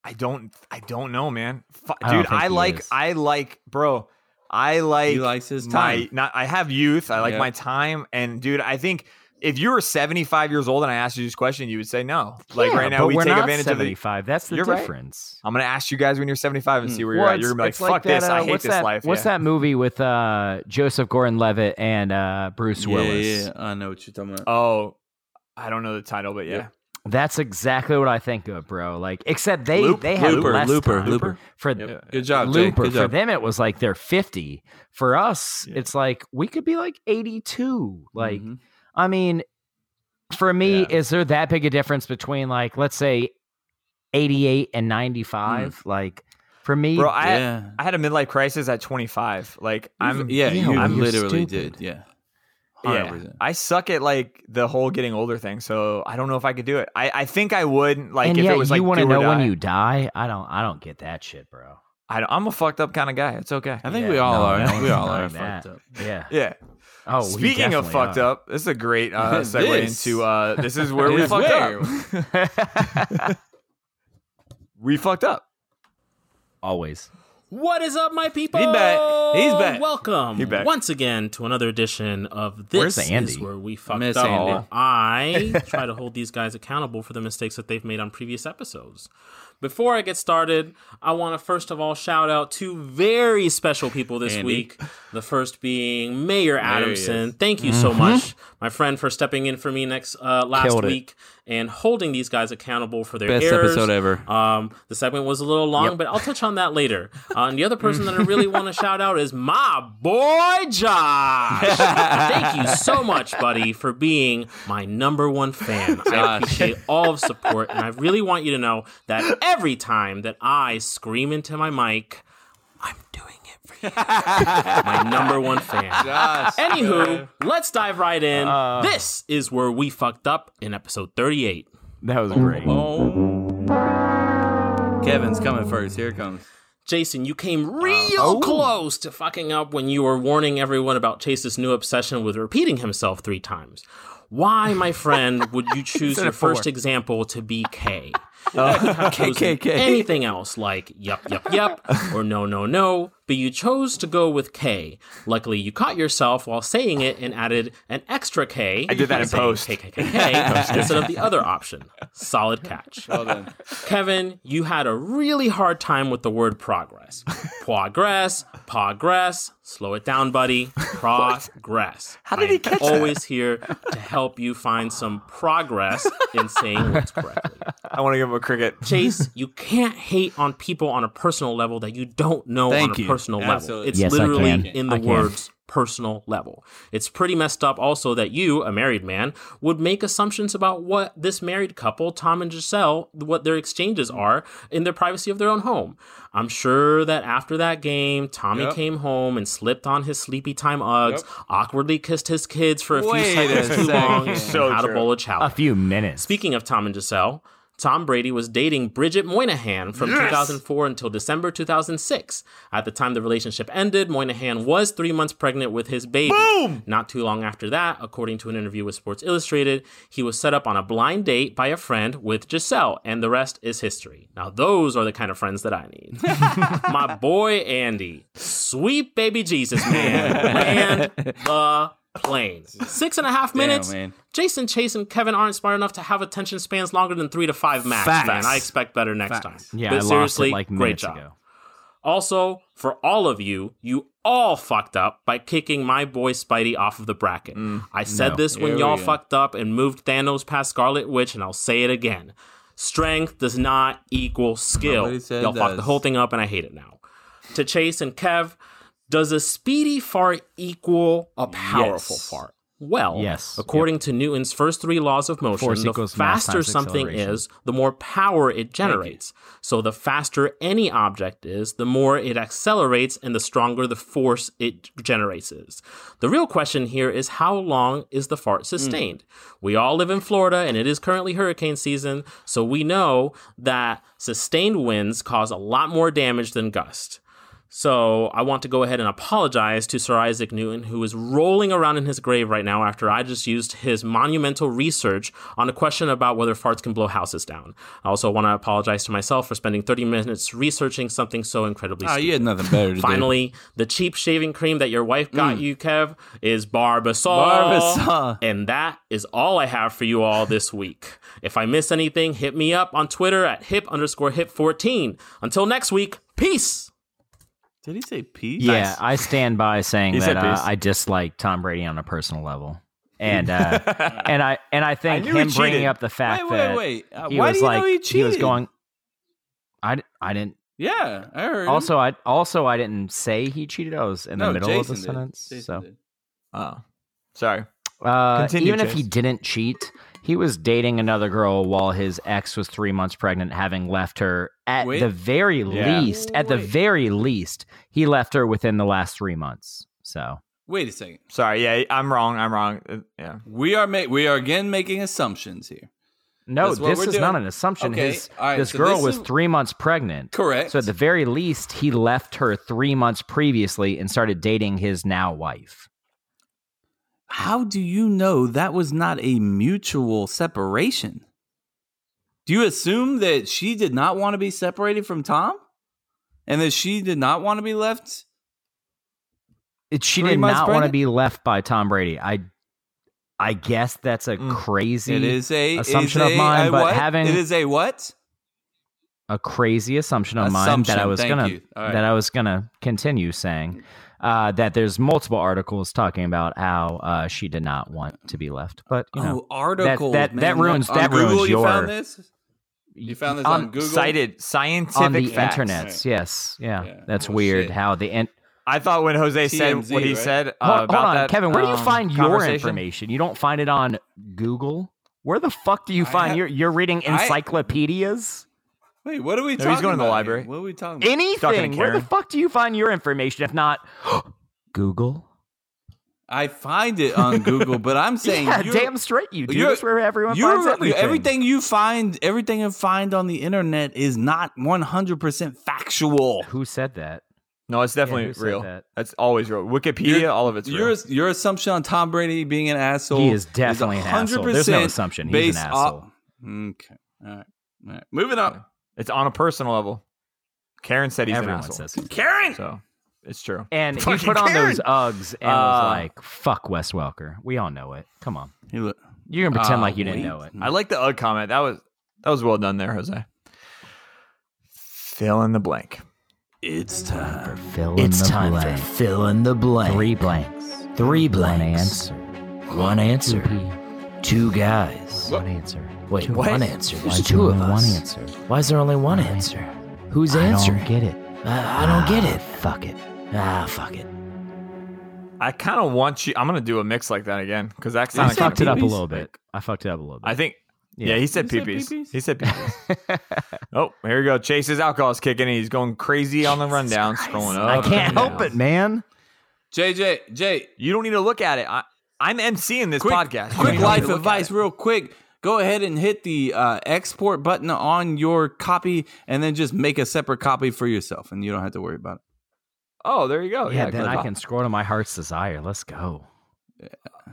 A: I don't. I don't know, man. Fu
B: I don't
A: dude,
B: think
A: I
B: he
A: like.
B: is.
A: I like, bro. I like.
C: He likes his
A: my
C: time.
A: not. I have youth. I like
C: Yeah.
A: my time. And dude, I think if you were seventy five years old and I asked you this question, you would say no. Like
B: Yeah,
A: right now,
B: but
A: we
B: we're
A: take
B: not
A: advantage of the.
B: 75. That's the
A: You're right.
B: difference.
A: I'm gonna ask you guys when you're seventy five and see where you're
B: Well,
A: at. You're gonna be like,
B: it's-
A: fuck
B: it's that,
A: this.
B: uh,
A: I hate
B: what's
A: this
B: that-
A: life.
B: What's that movie with uh, Joseph Gordon-Levitt and uh, Bruce
C: Yeah,
B: Willis?
C: yeah, yeah. I know what you're talking about.
A: Oh, I don't know the title, but yeah.
B: That's exactly what I think of, bro. Like, except they
A: Loop-
B: they had
C: Looper,
B: less
C: Looper,
B: time.
C: Looper.
B: for
C: Yep. Good job, Jake.
B: Looper.
C: Oh, Good
B: For
C: job.
B: them, it was like they're fifty. For us,
A: Yeah. Mm-hmm.
B: it's like we could be like eighty-two. Like,
C: Mhm.
B: I mean,
D: for me, is there that big a difference between like let's say eighty eight and ninety five? Like for me,
A: Mm. Bro, I had, I had a midlife crisis at 25. Like I'm
C: yeah, you
A: I'm
C: literally did. Yeah.
A: Yeah,
C: 100%.
A: I suck at like the whole getting older thing, so I don't know if I could do it. I, I think I would like
D: and
A: if
D: yet
A: it was
D: you
A: like
D: want to
A: do or
D: know when
A: die.
D: you die. I don't. I don't get that shit, bro.
A: I don't, I'm a fucked up kind of guy. It's okay.
C: I think we all
D: no,
C: are.
D: no,
C: We all are
D: it's not
C: fucked
D: that.
C: up.
D: Yeah.
A: Yeah.
D: Oh, we
A: Speaking of
D: definitely
A: fucked
D: are.
A: up, this is a great uh, segue
C: This.
A: into uh, this is where we
C: Is
A: fucked
C: where?
A: up. we fucked up.
D: always.
M: What is up, my people?
C: He back. He's back.
M: Welcome
A: He back.
M: once again to another edition of
D: Where's
M: this
D: Andy?
M: is where we fucked
C: miss
M: up.
C: Andy.
M: I try to hold these guys accountable for the mistakes that they've made on previous episodes. Before I get started, I want to first of all shout out two very special people this
C: Andy.
M: week. The first being Mayor Adamson.
C: is. Mm-hmm.
M: Thank you so much, my friend, for stepping in for me next uh, last
D: Killed it.
M: week and holding these guys accountable for their
C: Best
M: errors.
C: episode ever.
M: Um, the segment was a little long, but I'll touch on that later. Uh, and the other person that I really want to shout out is my boy Josh. Thank you so much, buddy, for being my number one fan. I
C: Josh.
M: appreciate all of support, and I really want you to know that every time that I scream into my mic, I'm doing it for you. my number one fan.
C: Josh.
M: Anywho, let's dive right in. this is where we fucked up in episode 38.
D: That was great.
C: Oh. Kevin's coming first. Here it comes.
M: Jason, you came real close to fucking up when you were warning everyone about Chase's new obsession with repeating himself three times. Why, my friend, would you choose your first example to be K? KKK. Anything else like yup, yup, yup, or no, no, no, but you chose to go with K. Luckily, you caught yourself while saying it and added an extra K. I
A: did that in post.
M: KKK instead of the other option. Solid catch.
A: Oh,
C: Well done.
M: Kevin, you had a really hard time with the word progress. Progress, progress. Slow it down, buddy. Progress. How did he catch Always here to help you find some progress in saying words correctly.
A: I want to give him a cricket.
M: Chase, you can't hate on people on a personal level that you don't know
C: Thank
M: on a
C: you.
M: personal level.
C: Absolutely.
M: It's
D: Yes, I
M: literally
D: can.
M: in the
D: I can.
M: words personal level. It's pretty messed up also that you, a married man, would make assumptions about what this married couple, Tom and Giselle, what their exchanges
C: Mm-hmm.
M: are in the privacy of their own home. I'm sure that after that game, Tommy
C: Yep.
M: came home and slipped on his sleepy time Uggs,
C: Yep.
M: awkwardly kissed his kids for a
C: Wait
M: few seconds
C: a
M: too long,
C: second.
M: and
A: So
M: had
A: true.
M: a bowl of chowder.
D: A few minutes.
M: Speaking of Tom and Giselle, Tom Brady was dating Bridget Moynihan from 2004 until December 2006. At the time the relationship ended, Moynihan was three months pregnant with his baby. Boom! Not too long after that, according to an interview with Sports Illustrated, he was set up on a blind date by a friend with Giselle, and the rest is history. Now, those are the kind of friends that I need. My boy Andy, sweet baby Jesus, man, land the plane. Six and a half minutes.
C: man.
M: Jason Chase and Kevin aren't smart enough to have attention spans longer than three to five max.
C: Facts.
M: Man, I expect better next
C: Facts.
M: time.
D: yeah,
M: but
D: I lost
M: seriously,
D: it like
M: great
D: minutes
M: job.
D: ago.
M: Also, for all of you, you all fucked up by kicking my boy Spidey off of the bracket. I said
D: no.
M: this when
C: Mm, Here we
M: y'all
C: go.
M: fucked up and moved Thanos past Scarlet Witch, and I'll say it again. Strength does not equal skill.
C: Nobody said
M: Y'all fucked the
C: does.
M: whole thing up, and I hate it now. To Chase and Kev, does a speedy fart equal a powerful
C: Yes.
M: fart? Well,
D: Yes.
M: according to Newton's first three laws of motion,
D: Force
M: the
D: equals mass
M: faster
D: times
M: something
D: acceleration.
M: is, the more power it generates. So the faster any object is, the more it accelerates and the stronger the force it generates is. The real question here is how long is the
D: Hmm.
M: fart sustained? We all live in Florida and it is currently hurricane season, so we know that sustained winds cause a lot more damage than gust. So I want to go ahead and apologize to Sir Isaac Newton, who is rolling around in his grave right now after I just used his monumental research on a question about whether farts can blow houses down. I also want to apologize to myself for spending 30 minutes researching something so incredibly
C: Oh,
M: stupid.
C: you had nothing better to do.
M: Finally, the cheap shaving cream that your wife got you, Kev, is Barbasol.
C: Barbasol.
M: And that is all I have for you all this week. If I miss anything, hit me up on Twitter at hip underscore hip 14. Until next week, peace.
C: Did he say peace?
D: Yeah, I stand by saying
A: He
D: that
A: said
D: uh,
A: peace.
D: I dislike Tom Brady on a personal level, and uh, and I and I think
A: knew he
D: him bringing
A: cheated.
D: up the fact
C: Wait, wait,
D: that
C: wait. Uh,
D: he
C: why
D: was
C: do you
D: like
C: know he
D: he,
C: cheated?
D: was going. I, d- I didn't.
C: Yeah, I heard. him.
D: Also, I also I didn't say he cheated. I was in the
C: No,
D: middle
C: Jason
D: of the
C: did.
D: sentence.
C: Jason
D: so
C: did.
A: Oh, sorry.
D: Uh,
A: Continue,
D: even if he
A: Chase.
D: didn't cheat,
B: He was dating another girl while his ex was three months pregnant, having left her at
N: Wait.
B: the very
N: Yeah.
B: least. At the very least, he left her within the last three months. So
C: Wait a second.
A: Sorry, yeah, I'm wrong. I'm wrong. Uh, Yeah.
C: We are ma- we are again making assumptions here.
B: no,
C: That's what
B: this
C: we're
B: is
C: doing.
B: not an assumption.
C: Okay,
B: His,
C: all right,
B: this
C: so
B: girl
C: this
B: was
C: is-
B: three months pregnant.
C: Correct.
B: So at the very least, he left her three months previously and started dating his now wife.
C: How do you know that was not a mutual separation? Do you assume that she did not want to be separated from Tom? And that she did not want to be left?
B: It, she
C: Three
B: did
C: months
B: not want to
C: pregnant?
B: be left by Tom Brady. I, I guess that's a crazy
C: Mm. It is a
B: assumption
C: is
B: of
C: a-
B: mine,
C: a
B: but
C: what?
B: having
C: it is a what?
B: a crazy assumption of mine that I
C: Assumption,
B: was
C: thank
B: gonna
C: you. All right.
B: that I was gonna continue saying uh, that there's multiple articles talking about how uh, she did not want to be left, but you know,
C: oh, article
B: that that, that
C: man.
B: ruins
C: On
B: that
C: Google,
B: ruins
C: you
B: your
C: found this? You found this on, Google?
A: Cited scientific
B: on the
A: Oh, facts.
B: internets. Yes, yeah, that's weird. How the in-
A: I thought when Jose said
B: TMZ,
A: what he
B: right?
A: said uh,
B: hold,
A: about
B: hold on,
A: that,
B: Kevin, where do you
A: um,
B: find your
A: conversation-
B: information? You don't find it on Google. Where the fuck do you find
C: have-
B: your? You're reading
C: I-
B: encyclopedias.
C: Wait, what are we
A: No, he's
C: talking
A: going to the
C: about? here?
A: library.
C: What are we talking about?
B: Anything. Where the fuck do you find your information if not Google?
C: I find it on Google, but I'm saying
B: yeah,
C: you're-
B: damn straight you do.
C: you're-
B: That's where everyone
C: you're-
B: finds everything.
C: Everything you find, everything you find on the internet is not 100% factual.
B: Who said that?
A: No, it's
C: who
A: definitely
C: said
A: real.
C: that?
A: That's always real. Wikipedia, all of it's real.
C: Your your assumption on Tom Brady being an asshole.
B: He is definitely an asshole. There's no
C: 100%
B: assumption. He's an
C: based
B: asshole.
C: off- okay. All right. All right. Moving on.
A: It's on a personal level. Karen said he's
B: Everyone
A: an asshole.
B: says he's
C: Karen.
A: So it's true.
B: and he
A: Fucking
B: put on
A: Karen!
B: those Uggs and was
A: Uh,
B: like, "Fuck Wes Welker." We all know it. Come on,
C: He look-
B: you're gonna pretend
A: Uh,
B: like you didn't
A: wait.
B: know it.
A: I like the UG comment. That was that was well done there, Jose. Fill in the blank.
C: It's
O: Ah,
C: time
B: for fill in the blank.
O: fill in the blank.
B: Three blanks.
O: Three
B: blanks.
O: One answer. Two guys.
B: One answer.
O: Wait,
B: Two
O: one
B: guys?
O: answer.
B: Why
O: There's
B: is
O: two
B: there
O: of
B: only one
O: us.
B: answer?
O: Why is there only one answer? Who's
B: I don't
O: answering?
B: get it.
O: I, I don't get it.
B: Fuck it.
O: Ah, fuck it.
A: I kind of want you. I'm gonna do a mix like that again because that
B: I
A: sounded kind
B: fucked it
A: of
B: up a little bit. I fucked it up a little bit.
A: I think.
B: Yeah.
A: Yeah, he said
B: You said
A: peepees. He said peepees. oh, here we go. Chase's alcohol's kicking. and He's going crazy on the rundown, scrolling up.
B: I can't
A: and
B: help
A: down.
B: it, man.
C: JJ, Jay,
A: You don't need to look at it. I, I'm emceeing this podcast. You don't
C: quick
A: need to
C: life
A: look at
C: advice, real quick. Go ahead and hit the uh, export button on your copy, and then just make a separate copy for yourself, and you don't have to worry about it.
A: Oh, there you go.
B: yeah,
A: Yeah,
B: then
A: good
B: I
A: call.
B: can scroll to my heart's desire. Let's go.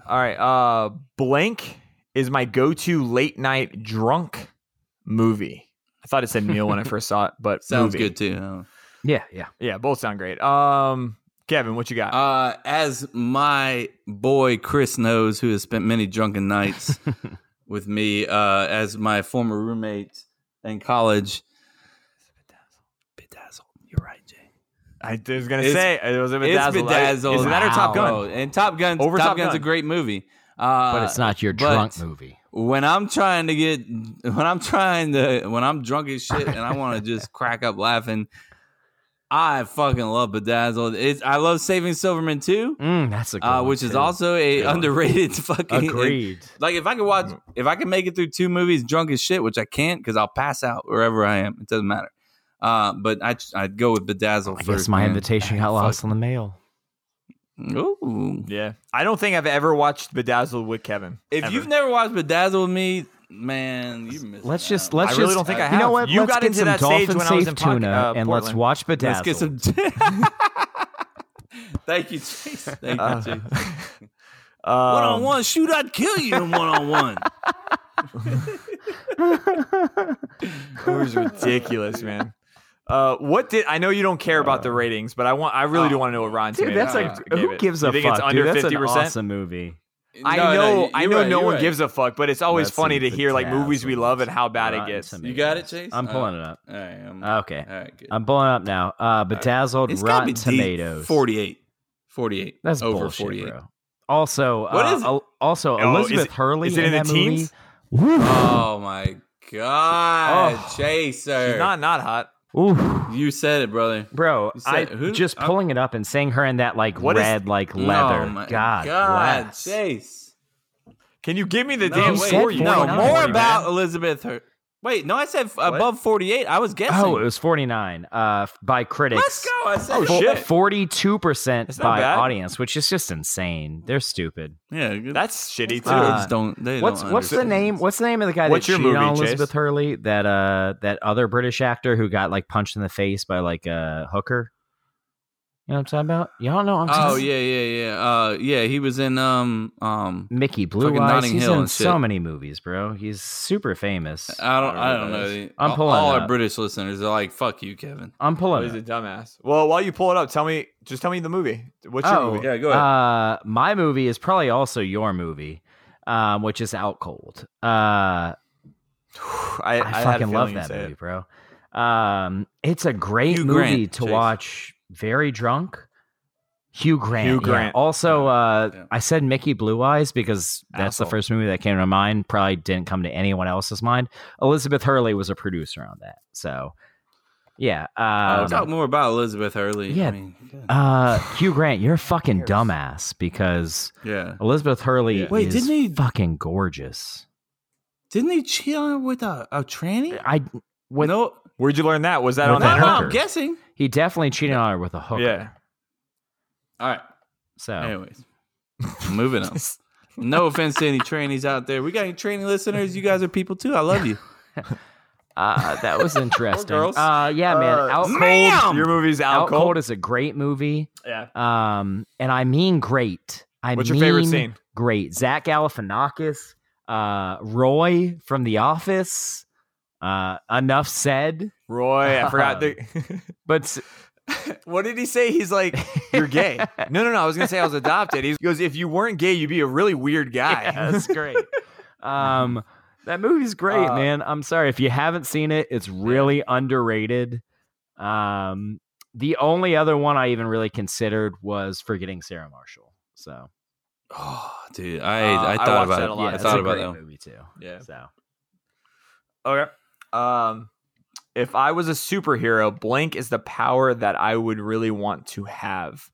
A: All right. Uh, blank is my go-to late night drunk movie. I thought it said meal when I first saw it, but
C: Sounds
A: movie.
C: good too.
B: Yeah, yeah.
A: Yeah, both sound great. Um, Kevin, what you got?
C: Uh, as my boy Chris knows, who has spent many drunken nights with me, uh, as my former roommate in college.
A: I was gonna
C: It's-
A: say it was a
C: It's
A: bedazzled. I-
C: bedazzled.
A: Is that or Top Gun?
C: Wow. And Top Gun.
A: Over
C: Top,
A: Top
C: Gun's
A: Gun.
C: a great movie. Uh,
B: But it's not your
C: but-
B: drunk movie.
C: when I'm trying to get when I'm trying to when I'm drunk as shit and I want to just crack up laughing, I fucking love Bedazzled. It's I love Saving Silverman too,
B: Mm, that's a good
C: uh,
B: one,
C: which is
B: too.
C: also a
B: Good one.
C: underrated fucking.
B: Agreed. Mm.
C: like if I could watch if I could make it through two movies drunk as shit, which I can't because I'll pass out wherever I am. It doesn't matter. Uh, but I I'd go with Bedazzled
B: I
C: first.
B: guess my
C: man. Ah,
B: invitation got lost in the mail.
C: Ooh.
A: Yeah, I don't think I've ever watched Bedazzled with Kevin.
C: If
A: Ever.
C: you've never watched Bedazzled with me, man, you missed.
B: Let's just let's
A: I really
B: just, uh,
A: don't think I
B: You know
A: have.
B: what?
A: You
B: let's
A: got
B: get
A: into
B: some
A: that stage
B: dolphin
A: when I
B: safe
A: was in Pod-
B: tuna
A: uh,
B: and let's
A: Portland.
B: watch
C: Let's
B: Bedazzled.
C: get some. Thank you, Chase. Thank you,
A: Uh,
C: Chase.
A: Um,
C: One on one, shoot, I'd kill you in one on one.
A: It was ridiculous, man. Uh, what did I know? You don't care about the ratings, but I want. I really
C: oh.
A: do want to know what Rotten
B: Uh, Dude,
A: Tomatoes.
B: that's like
A: gave
B: who
A: it.
B: gives
A: You
B: a
A: think
B: fuck?
A: It's under
B: dude, that's an
A: 50%?
B: awesome movie.
A: I
C: No, no,
A: know.
C: you-
A: I
C: you're
A: know.
C: right,
A: no
C: you're
A: one
C: right.
A: gives a fuck, but it's always
B: That's
A: funny
B: a
A: to hear like movies we love and how bad it
B: Rotten
A: gets.
B: Tomatoes.
C: You got it, Chase.
A: Uh,
B: I'm
C: All
B: pulling
C: right.
B: it up.
C: All right, I'm,
A: Oh,
B: Okay.
C: All right, good.
B: I'm blowing up now. Uh, Bedazzled
C: It's gotta
B: Rotten
C: be deep.
B: Tomatoes.
C: 48. 48.
B: That's
C: over
B: bullshit,
C: 48.
B: bro. Also,
C: What
B: uh,
C: is it?
B: al- also
A: Oh, is
B: Elizabeth
A: it-
B: Hurley
A: is it in the
B: that movie.
A: teens?
B: Woo.
C: Oh my god,
B: Oh.
C: Chaser!
A: She's not not hot.
B: Oof.
C: you said it, brother.
B: Bro,
C: You said-
B: I
C: who- Uh,
B: just
C: I'm-
B: pulling it up and seeing her in that like
A: What is-
B: red like leather.
C: Oh my
B: God,
C: Oh god,
B: bless.
C: Chase.
A: Can you give me the
C: No,
A: damn
C: wait,
A: score? You
C: no,
A: know
C: more about
A: man?
C: Elizabeth. Her- Wait, no, I said f- above forty-eight. I was guessing.
B: Oh, it was 49 uh, f- by critics.
C: Let's go. I said
B: Oh,
C: shit.
B: 42%
C: not
B: by
C: bad.
B: audience, which is just insane. They're stupid.
C: Yeah,
A: that's shitty too.
B: Uh,
C: don't. They
B: what's
C: don't
B: what's the
C: understand.
B: name? What's the name of the guy
A: What's
B: that
A: your
B: cheated
A: movie,
B: on
A: Chase?
B: Elizabeth Hurley? That uh, that other British actor who got like punched in the face by like a hooker. You know what I'm talking about? Y'all know what I'm
C: Oh
B: talking
C: yeah, yeah, yeah. Uh, yeah, he was in um um
B: Mickey Blue
C: fucking
B: Eyes.
C: Notting
B: He's
C: Hill
B: in
C: and shit. Uh,
B: so many movies, bro. He's super famous.
C: I don't. I
B: Whatever
C: don't know.
B: it is.
C: the-
B: I'm
C: all-
B: pulling.
C: All
B: it
C: our
B: up.
C: British listeners are like, "Fuck you, Kevin."
B: I'm pulling. it
A: He's
B: up.
A: a dumbass. Well, while you pull it up, tell me. Just tell me the movie. What's
B: Oh,
A: your movie?
B: Uh, my movie is probably also your movie, um, which is Out Cold. Uh,
A: I,
B: I
A: had a
B: fucking
A: feeling
B: love
A: you'd
B: that
A: say
B: movie, bro. Um, it's a great
C: Hugh Grant,
B: movie to
C: Chase.
B: watch. Very drunk. Hugh Grant.
A: Hugh
B: yeah.
A: Grant.
B: Also, uh,
C: yeah.
B: I said Mickey Blue Eyes because that's the
A: Asshole.
B: first movie that came to mind. Probably didn't come to anyone else's mind. Elizabeth Hurley was a producer on that, so yeah.
C: I'll
B: Um,
C: Uh, talk more about Elizabeth Hurley.
B: yeah.
C: I mean,
B: uh, Hugh Grant, you're a fucking dumbass because
C: yeah.
B: Elizabeth Hurley
C: Yeah. Wait,
B: is
C: didn't he-
B: fucking gorgeous.
C: Didn't he cheat on her with a, a tranny?
B: I with
C: no,
A: Where'd you learn that? Was that
B: With
A: on the
B: that
C: no,
A: internet?
C: I'm
B: hooker.
C: guessing.
B: he definitely cheated on her with a hooker.
A: Yeah.
C: All right.
B: So
C: Anyways, moving on. No offense to any trannies out there. We got any tranny listeners? You guys are people too. I love you.
B: uh, that was interesting.
C: girls.
B: Uh, yeah, man.
A: Uh,
B: Out
C: ma'am!
B: cold.
A: Your movie's Out,
B: Out
A: Cold.
B: cold is a great movie.
A: Yeah.
B: Um, and I mean great. I
A: What's your favorite
B: mean
A: scene?
B: Great. Zach Galifianakis, uh, Roy from The Office. Uh, enough said.
A: Roy, I forgot. The,
B: But s-
A: what did he say? He's like, "You're gay." no, no, no. I was gonna say I was adopted. He goes, "If you weren't gay, you'd be a really weird guy."
B: ah, Yeah, that's great. um, that movie's great,
A: Uh,
B: man. I'm sorry if you haven't seen it; it's really underrated. Um, the only other one I even really considered was Forgetting Sarah Marshall. So
C: Oh, dude, I
A: Uh, I
C: I thought
A: watched
C: about
A: that
C: it.
A: a lot.
B: yeah,
C: I
B: it's
C: thought
B: a
C: about
B: great
C: that. one.
B: movie too.
C: Yeah.
B: So
A: Okay. Um, if I was a superhero, blank is the power that I would really want to have.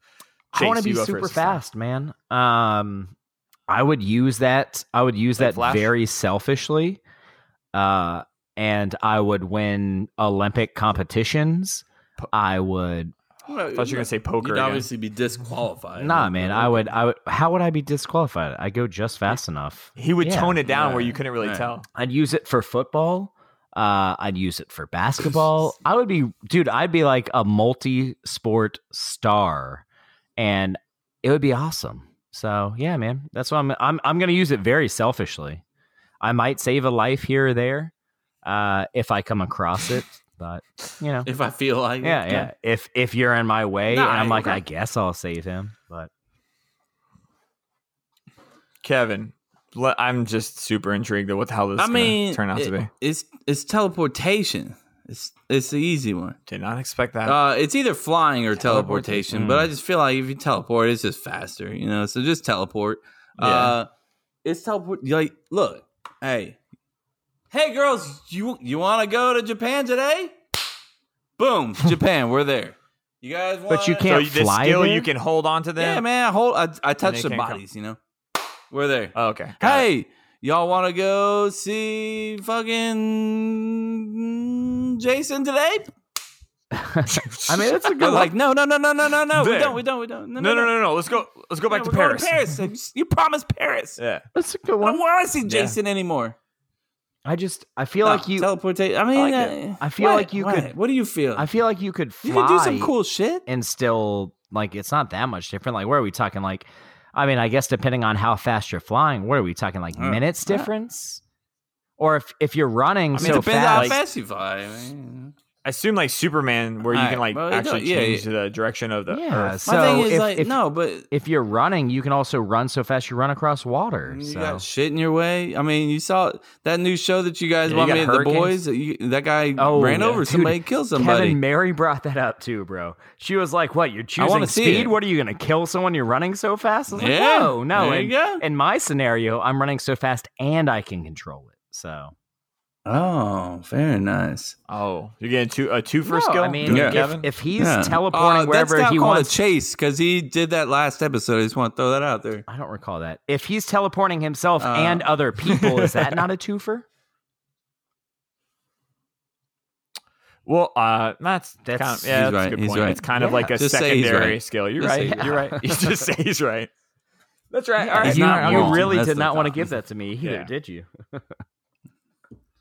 B: I want
A: Chase,
B: to be
A: you go
B: super
A: first.
B: fast, man. Um, I would use that. I would use
A: Like
B: that
A: Flash?
B: very selfishly. Uh, and I would win Olympic competitions. I would
A: I thought you were gonna say poker.
C: You'd
A: again.
C: obviously be disqualified.
B: Nah, man. I would. I would. How would I be disqualified? I go just fast enough.
A: He would
B: Yeah.
A: tone it down where
C: Yeah.
A: you couldn't really
C: Yeah.
A: tell.
B: I'd use it for football. Uh, I'd use it for basketball. I would be, dude. I'd be like a multi-sport star, and it would be awesome. So yeah, man. That's why I'm. I'm. I'm gonna use it very selfishly. I might save a life here or there, uh, if I come across it. But you know,
C: If I feel like,
B: yeah, yeah. If if you're in my way,
C: Nah,
B: and I'm like,
C: okay.
B: I guess I'll save him. But
A: Kevin, le- I'm just super intrigued at what the hell this
C: I
A: is
C: mean,
A: gonna turn out to
C: it-
A: be.
C: it's it's teleportation. It's it's the easy one.
A: Did not expect that.
C: Uh, it's either flying or teleportation, but
A: Hmm.
C: I just feel like if you teleport, it's just faster, you know. So just teleport. Uh, it's teleport. Like, look, hey, hey, girls, you you want to go to Japan today? Boom, Japan, we're there. You guys, want
B: you can't
A: so you- this
B: fly
A: skill
B: there?
A: you can hold on to them.
C: Yeah, man. I hold. I, I touch
A: they
C: the
A: can't come.
C: bodies. You know, we're there.
A: Oh, okay. Got it.
C: hey, y'all want to go see fucking Jason today?
B: I mean, that's a
C: They're
B: good
C: like, no, no, no, no, no, no, no. We
A: There.
C: don't. We don't. We don't. No,
A: No, no, no, no, no. Let's go. Let's go back
C: No,
A: to
C: we're going
A: Paris.
C: Paris. You promised Paris.
A: Yeah.
B: That's a good
C: I don't
B: one.
C: want to see Jason anymore.
B: I just I feel like you
C: teleportation. I mean,
A: like
C: uh,
B: I feel
C: what?
B: like you
C: What?
B: could-
C: What do you feel?
B: I feel like you could fly
C: you could do some cool shit.
B: and still like it's not that much different. Like where are we talking like I mean, I guess depending on how fast you're flying, what are we talking like
C: Uh,
B: minutes
C: yeah.
B: difference? Or if if you're running
C: I mean,
B: so
C: it depends on how
B: fast,
C: fast you fly. I mean,
A: I assume like Superman, where you
C: All
A: can like
C: right. Well, it
A: actually
C: don't- yeah,
A: change the direction of the
B: yeah.
A: Earth.
B: So
C: my thing is
B: if,
C: like
B: if,
C: no, but
B: if you're running, you can also run so fast you run across water.
C: Mm, you
B: so
C: got shit in your way. I mean, you saw that new show that you guys
A: Yeah, you
C: want
A: got
C: me the
A: hurricanes.
C: boys. Uh, You, that guy
B: Oh,
C: ran
B: yeah.
C: over
B: Dude,
C: somebody, killed somebody.
B: Kevin Mary brought that up too, bro. She was like, "What? You're
C: I wanna
B: choosing
C: see
B: speed?
C: it.
B: What are you gonna kill someone? You're running so fast?" I was
C: Yeah,
B: like, "No, no."
C: there you
B: in,
C: go.
B: in my scenario, I'm running so fast and I can control it. So
C: Oh, very nice.
A: Oh, you're getting two a two for
B: No,
A: skill.
B: I mean, if- if he's teleporting
C: Uh,
B: wherever
C: that's not
B: he
C: called
B: wants-
C: a chase because he did that last episode. I just want to throw that out there.
B: I don't recall that. If he's teleporting himself and other people, is that not a twofer?
A: well, uh, that's
B: That's-
A: kind of, yeah,
B: He's
A: that's a
B: right,
A: good
B: he's
A: point.
B: right.
A: It's kind of
B: Yeah.
A: like a
B: Just say he's
A: secondary
B: right.
A: skill. You're
B: Just say
A: right.
B: he's
A: You're
B: right.
A: right. You just say he's right. That's right.
B: Yeah,
A: All right.
B: he's not
A: you
B: wrong.
A: really
B: That's
A: did
B: the
A: not want to
B: thought.
A: give that to me either,
B: Yeah.
A: did you?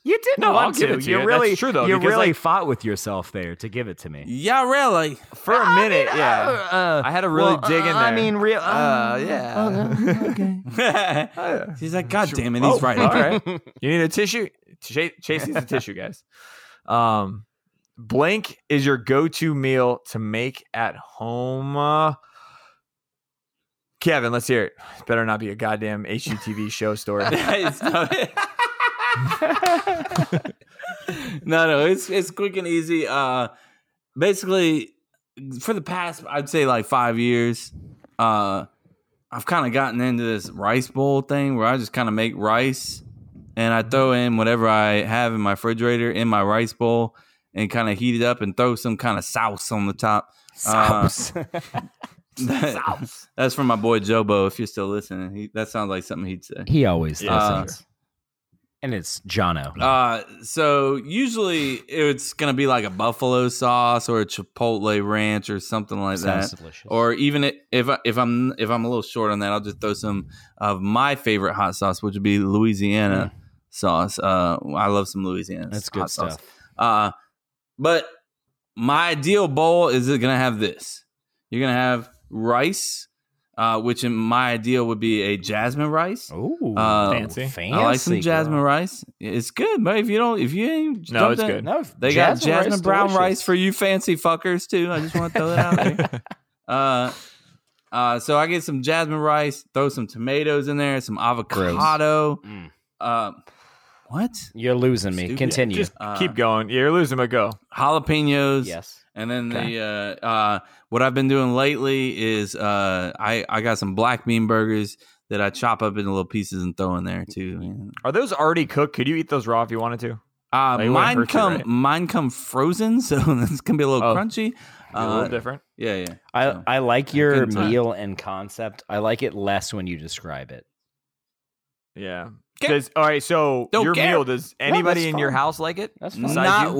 B: You did
A: No,
B: not
A: I'll
B: want
A: give
B: to.
A: it to
B: you.
A: you.
B: really,
A: That's true, though,
B: You
A: because,
B: really
A: like-
B: fought with yourself there to give it to me.
C: Yeah, really.
A: For a minute, yeah. I had to really
B: well,
A: dig in
B: uh,
A: there.
B: I mean, real-
A: Uh,
B: um,
A: yeah. Okay.
C: He's like, God damn it,
A: Oh,
C: he's right.
A: All right. You need a tissue? Chase, Chase needs a tissue, guys. Um, blank is your go-to meal to make at home. Uh, Kevin, let's hear it. It better not be a goddamn HGTV show story.
C: It's not- no, no, it's it's quick and easy. Uh, basically, for the past, I'd say like five years, uh, I've kind of gotten into this rice bowl thing where I just kind of make rice and I throw in whatever I have in my refrigerator in my rice bowl and kind of heat it up and throw some kind of sauce on the top. Uh,
B: Sauce.
C: that- that's from my boy Jobo. If you're still listening, he, that sounds like something he'd say.
B: He always
C: Yeah. Uh,
B: listens. and it's Jono.
C: Uh, so usually it's gonna be like a buffalo sauce or a chipotle ranch or something like
B: Sounds
C: that.
B: delicious.
C: Or even i- if I, if I'm if I'm a little short on that, I'll just throw some of my favorite hot sauce, which would be Louisiana sauce. Uh, I love some Louisiana.
B: Mm. That's
C: hot
B: good
C: sauce.
B: stuff.
C: Uh, but my ideal bowl is gonna have this. You're gonna have rice, uh, which in my ideal would be a jasmine rice.
B: Oh,
C: uh,
A: fancy.
C: I like some
B: Fancy,
C: jasmine rice. It's good, but if you don't, if you ain't,
A: No,
C: dump
A: it's
C: that-
A: good. No,
C: they
A: jasmine
C: got
A: rice,
C: jasmine brown
A: delicious.
C: rice for you fancy fuckers too. I just want to throw that out there. Uh, uh, so I get some jasmine rice, throw some tomatoes in there, some avocado.
A: Mm.
C: Uh, what?
B: You're losing me.
C: Stupid.
B: Continue.
C: Just
A: Keep going. Uh, You're losing, but go.
C: jalapenos.
B: Yes.
C: And then
B: Okay.
C: the uh, uh, what I've been doing lately is uh, I I got some black bean burgers that I chop up into little pieces and throw in there too.
A: Are those already cooked? Could you eat those raw if you wanted to?
C: Uh,
A: Like, it wouldn't
C: mine
A: hurt you,
C: come
A: right?
C: mine come frozen, so it's gonna be a little
A: Oh.
C: crunchy.
A: a
C: Uh,
A: little different.
C: Yeah, yeah.
B: I,
C: So,
B: I like your
C: couldn't tell.
B: meal and concept. I like it less when you describe it.
A: Yeah. Does, all right. So
C: Don't
A: your
C: care.
A: meal. Does
C: No,
A: anybody
C: that's
A: in your
C: fine.
A: house like it?
B: That's
A: Besides
C: Not
A: you?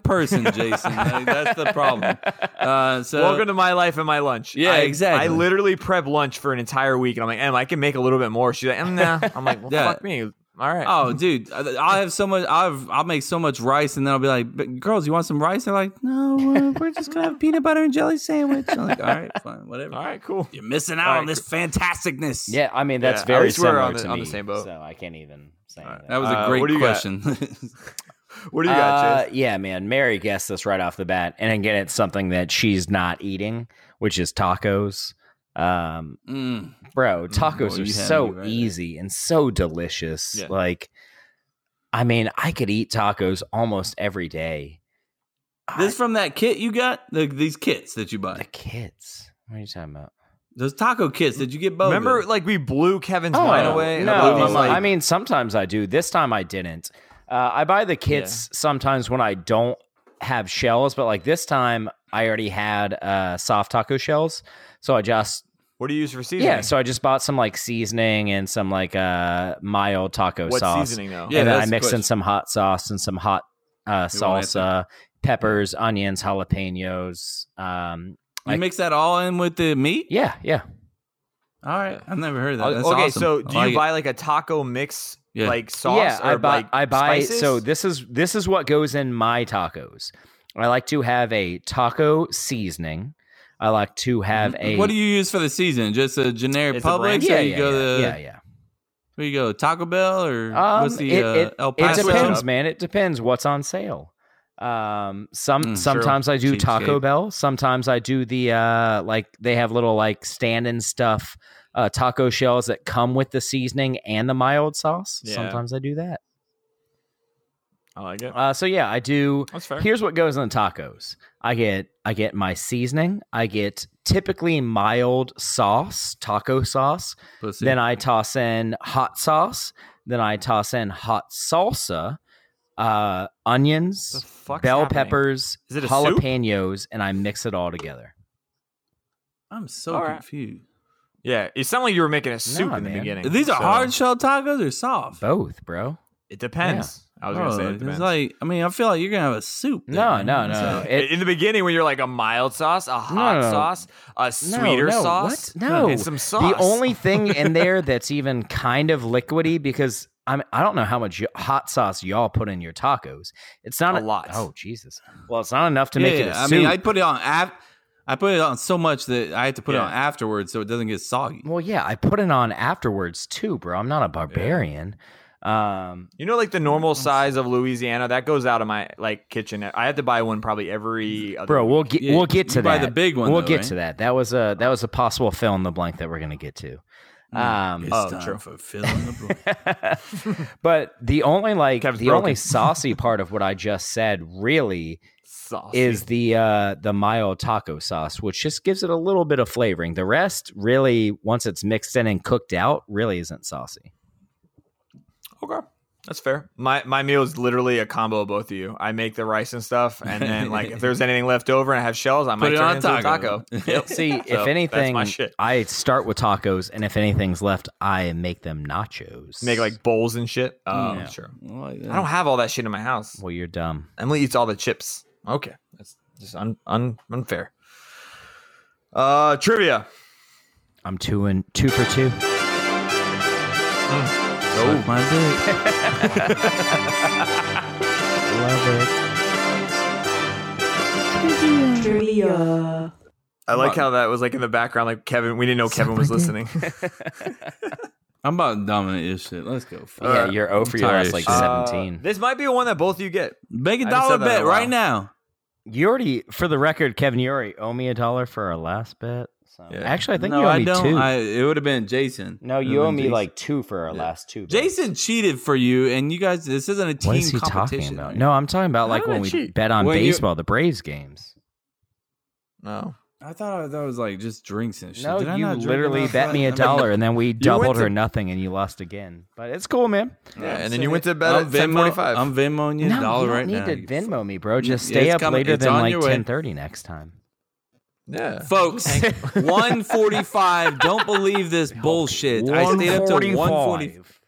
C: person, Jason. Like, that's the problem. Uh, so
A: Welcome to my life and my lunch.
C: Yeah,
A: I,
C: exactly.
A: I literally prep lunch for an entire week, and I'm like, Em, I can make a little bit more. She's like, Em, nah. I'm like, well,
C: Yeah.
A: fuck me. All right.
C: Oh, dude, I- I'll have so much. I've, I'll make so much rice, and then I'll be like, "But "Girls, you want some rice?" They're like, "No, uh, we're just gonna have peanut butter and jelly sandwich." I'm like, "All right, fine, whatever."
A: All right, cool.
C: You're missing out
A: All right,
C: on this fantasticness.
B: Yeah, I mean
A: Yeah,
B: that's
A: at
B: very
A: least we're
B: similar
A: on the-
B: to
A: on
B: me,
A: the same boat.
B: So I can't even say anything.
C: that was a
A: Uh,
C: great
A: what do you got?
C: question.
A: What do you got,
B: Uh, yeah, man. Mary guessed this right off the bat, and again, it's something that she's not eating, which is tacos. Um,
C: Mm.
B: bro, tacos
C: boy,
B: are
C: you had
B: so
C: me right there.
B: easy and so delicious.
C: Yeah.
B: Like, I mean, I could eat tacos almost every day.
C: This from that kit you got? The, these kits that you buy?
B: Kids, what are you talking about?
C: Those taco kits? Did you get both?
A: Remember, like we blew Kevin's wine away. and
B: Oh, No,
A: I blew his, like-
B: I mean sometimes I do. This time I didn't. Uh, I buy the kits sometimes when I don't have shells, but like this time I already had uh, soft taco shells, so I just
A: what do you use for seasoning?
B: yeah, so I just bought some like seasoning and some like uh, mild taco
A: what
B: sauce,
A: seasoning though?
C: Yeah,
B: and then I
C: that's the
B: mixed in
C: question.
B: some hot sauce and some hot uh,
C: You wanna answer?
B: salsa, peppers, onions, jalapenos. Um,
C: you
B: like-
C: mix that all in with the meat?
B: yeah, yeah.
C: All right, I've never heard of that.
A: Okay,
C: That's
A: okay,
C: awesome.
A: so
C: I
A: do
C: like
A: you
C: it.
A: buy like a taco mix
C: Yeah.
A: like sauce?
B: Yeah, I
A: or,
B: buy.
A: like,
B: I buy.
A: Spices?
B: So this is this is what goes in my tacos. I like to have a taco seasoning. I like to have a.
C: Mm-hmm. What do you use for the season? Just a generic
A: It's a
C: Publix?
A: brand.
B: Yeah,
C: or you
B: yeah,
C: go
B: yeah,
C: to
B: yeah, yeah.
C: where you go Taco Bell or
B: Um,
C: what's the
B: it,
C: uh,
B: it-
C: El
B: it
C: Paso?
B: depends, man. It depends what's on sale. Um, some
C: Mm,
B: sometimes I do Taco
C: Cheapskate.
B: Bell. Sometimes I do the uh, like they have little like stand-in stuff, uh, taco shells that come with the seasoning and the mild sauce.
A: Yeah.
B: Sometimes I do that.
A: I like it.
B: Uh, so yeah, I do.
A: That's fair.
B: Here's what goes on tacos. I get I get my seasoning. I get typically mild sauce, taco sauce.
C: Pussy.
B: Then I toss in hot sauce. Then I toss in hot salsa. uh, onions,
A: fuck's
B: bell
A: happening?
B: peppers,
A: Is it a soup?
B: jalapenos, and I mix it all together.
C: I'm so
A: All right.
C: confused.
A: Yeah, it sounded like you were making a soup in the
B: man.
A: beginning.
C: These are
A: so-
C: hard shell tacos or soft?
B: Both, bro.
A: It depends. I was gonna
C: Oh,
A: say it
C: it's
A: depends.
C: like I mean I feel like you're gonna have a soup.
B: No, no, no.
A: Uh,
B: It-
A: in the beginning, when you're like a mild sauce, a hot
B: No.
A: sauce, a sweeter
B: no,
A: sauce,
B: What? No,
A: and some sauce.
B: The only thing in there that's even kind of liquidy because I'm I don't know how much y- hot sauce y'all put in your tacos. It's not
A: A lot.
B: Oh Jesus! Well, it's not enough to make it. A
C: I
B: soup.
C: mean I put it on af- I put it on so much that I had to put it
B: Yeah.
C: on afterwards so it doesn't get soggy.
B: well, yeah, I put it on afterwards too, bro. I'm not a barbarian. Um,
A: you know, like the normal size of Louisiana that goes out of my like kitchen. I have to buy one probably every. Other
B: bro, we'll get
C: Yeah,
B: we'll get to
C: you buy
B: that.
C: the big one,
B: We'll
C: though,
B: get
C: right?
B: to that. That was a that was a possible fill in the blank that we're gonna get to.
C: Hmm.
B: Um,
C: It's
A: Oh,
C: time
A: true.
C: for filling the blank.
B: but the only like
A: Kevin's
B: the
A: broken.
B: only saucy part of what I just said really
A: sauce
B: is the uh the mayo taco sauce, which just gives it a little bit of flavoring. The rest really, once it's mixed in and cooked out, really isn't saucy.
A: Okay. That's fair. My my meal is literally a combo of both of you. I make the rice and stuff, and then like if there's anything left over and I have shells, I might
C: it
A: turn
C: on
A: it into
C: taco.
A: a taco. Yep.
B: See,
A: So, that's
B: if
A: my
B: anything,
A: shit.
B: I start with tacos, and if anything's left, I make them nachos.
A: Make like bowls and shit. Um,
C: Yeah.
A: sure.
C: I like
A: I don't have all that shit in my house.
B: well, you're dumb.
A: Emily eats all the chips. Okay, that's just un, un unfair. Uh, trivia.
B: I'm two and two for two. oh.
C: Suck my dick.
A: I like how that was like in the background. Like Kevin, we didn't know Kevin was listening.
C: I'm about to dominate this shit. Let's go. Fuck.
B: yeah, you're 0 for your
C: Uh, tired
B: last
C: of
B: like
C: shit.
A: Uh,
B: 17.
A: this might be one that both of you get.
C: Make
A: I
C: a
A: haven't
C: dollar
A: said that in
C: bet
A: a while.
C: right now.
B: You already, for the record, Kevin, you already owe me a dollar for our last bet. So.
C: Yeah.
B: Actually, I think
C: no,
B: you owe
C: I
B: me
C: don't.
B: two.
C: I, it would have been Jason.
B: no,
C: It
B: you
C: would've
B: owe
C: been
B: me
C: Jason.
B: like two for our last two. bets.
C: Jason cheated for you, and you guys. This isn't a team
B: What is he
C: competition.
B: talking about? No, I'm talking about like
A: did
B: when
A: I
B: we
A: cheat?
B: bet on
C: When you-
B: baseball, the Braves games.
A: No,
C: I thought I, that was like just drinks and shit.
B: No,
C: Did I
B: you
C: not drink
B: literally
C: enough?
B: bet me
C: I
B: a
C: mean,
B: dollar, and then we doubled
A: to-
B: or nothing, and you lost again. But it's cool, man.
A: yeah, and then you went to bed at
C: I'm
A: ten forty-five.
C: I'm Venmoing you a
B: no,
C: dollar
B: you don't
C: right
B: need
C: now.
B: to
C: you
B: Venmo me, bro. Just
C: Yeah,
B: stay
C: it's
B: up
C: coming-
B: later
C: it's
B: than
C: on
B: like
C: your way.
B: 10:30 next time.
A: yeah,
C: folks 145 don't believe this bullshit i stayed up till 145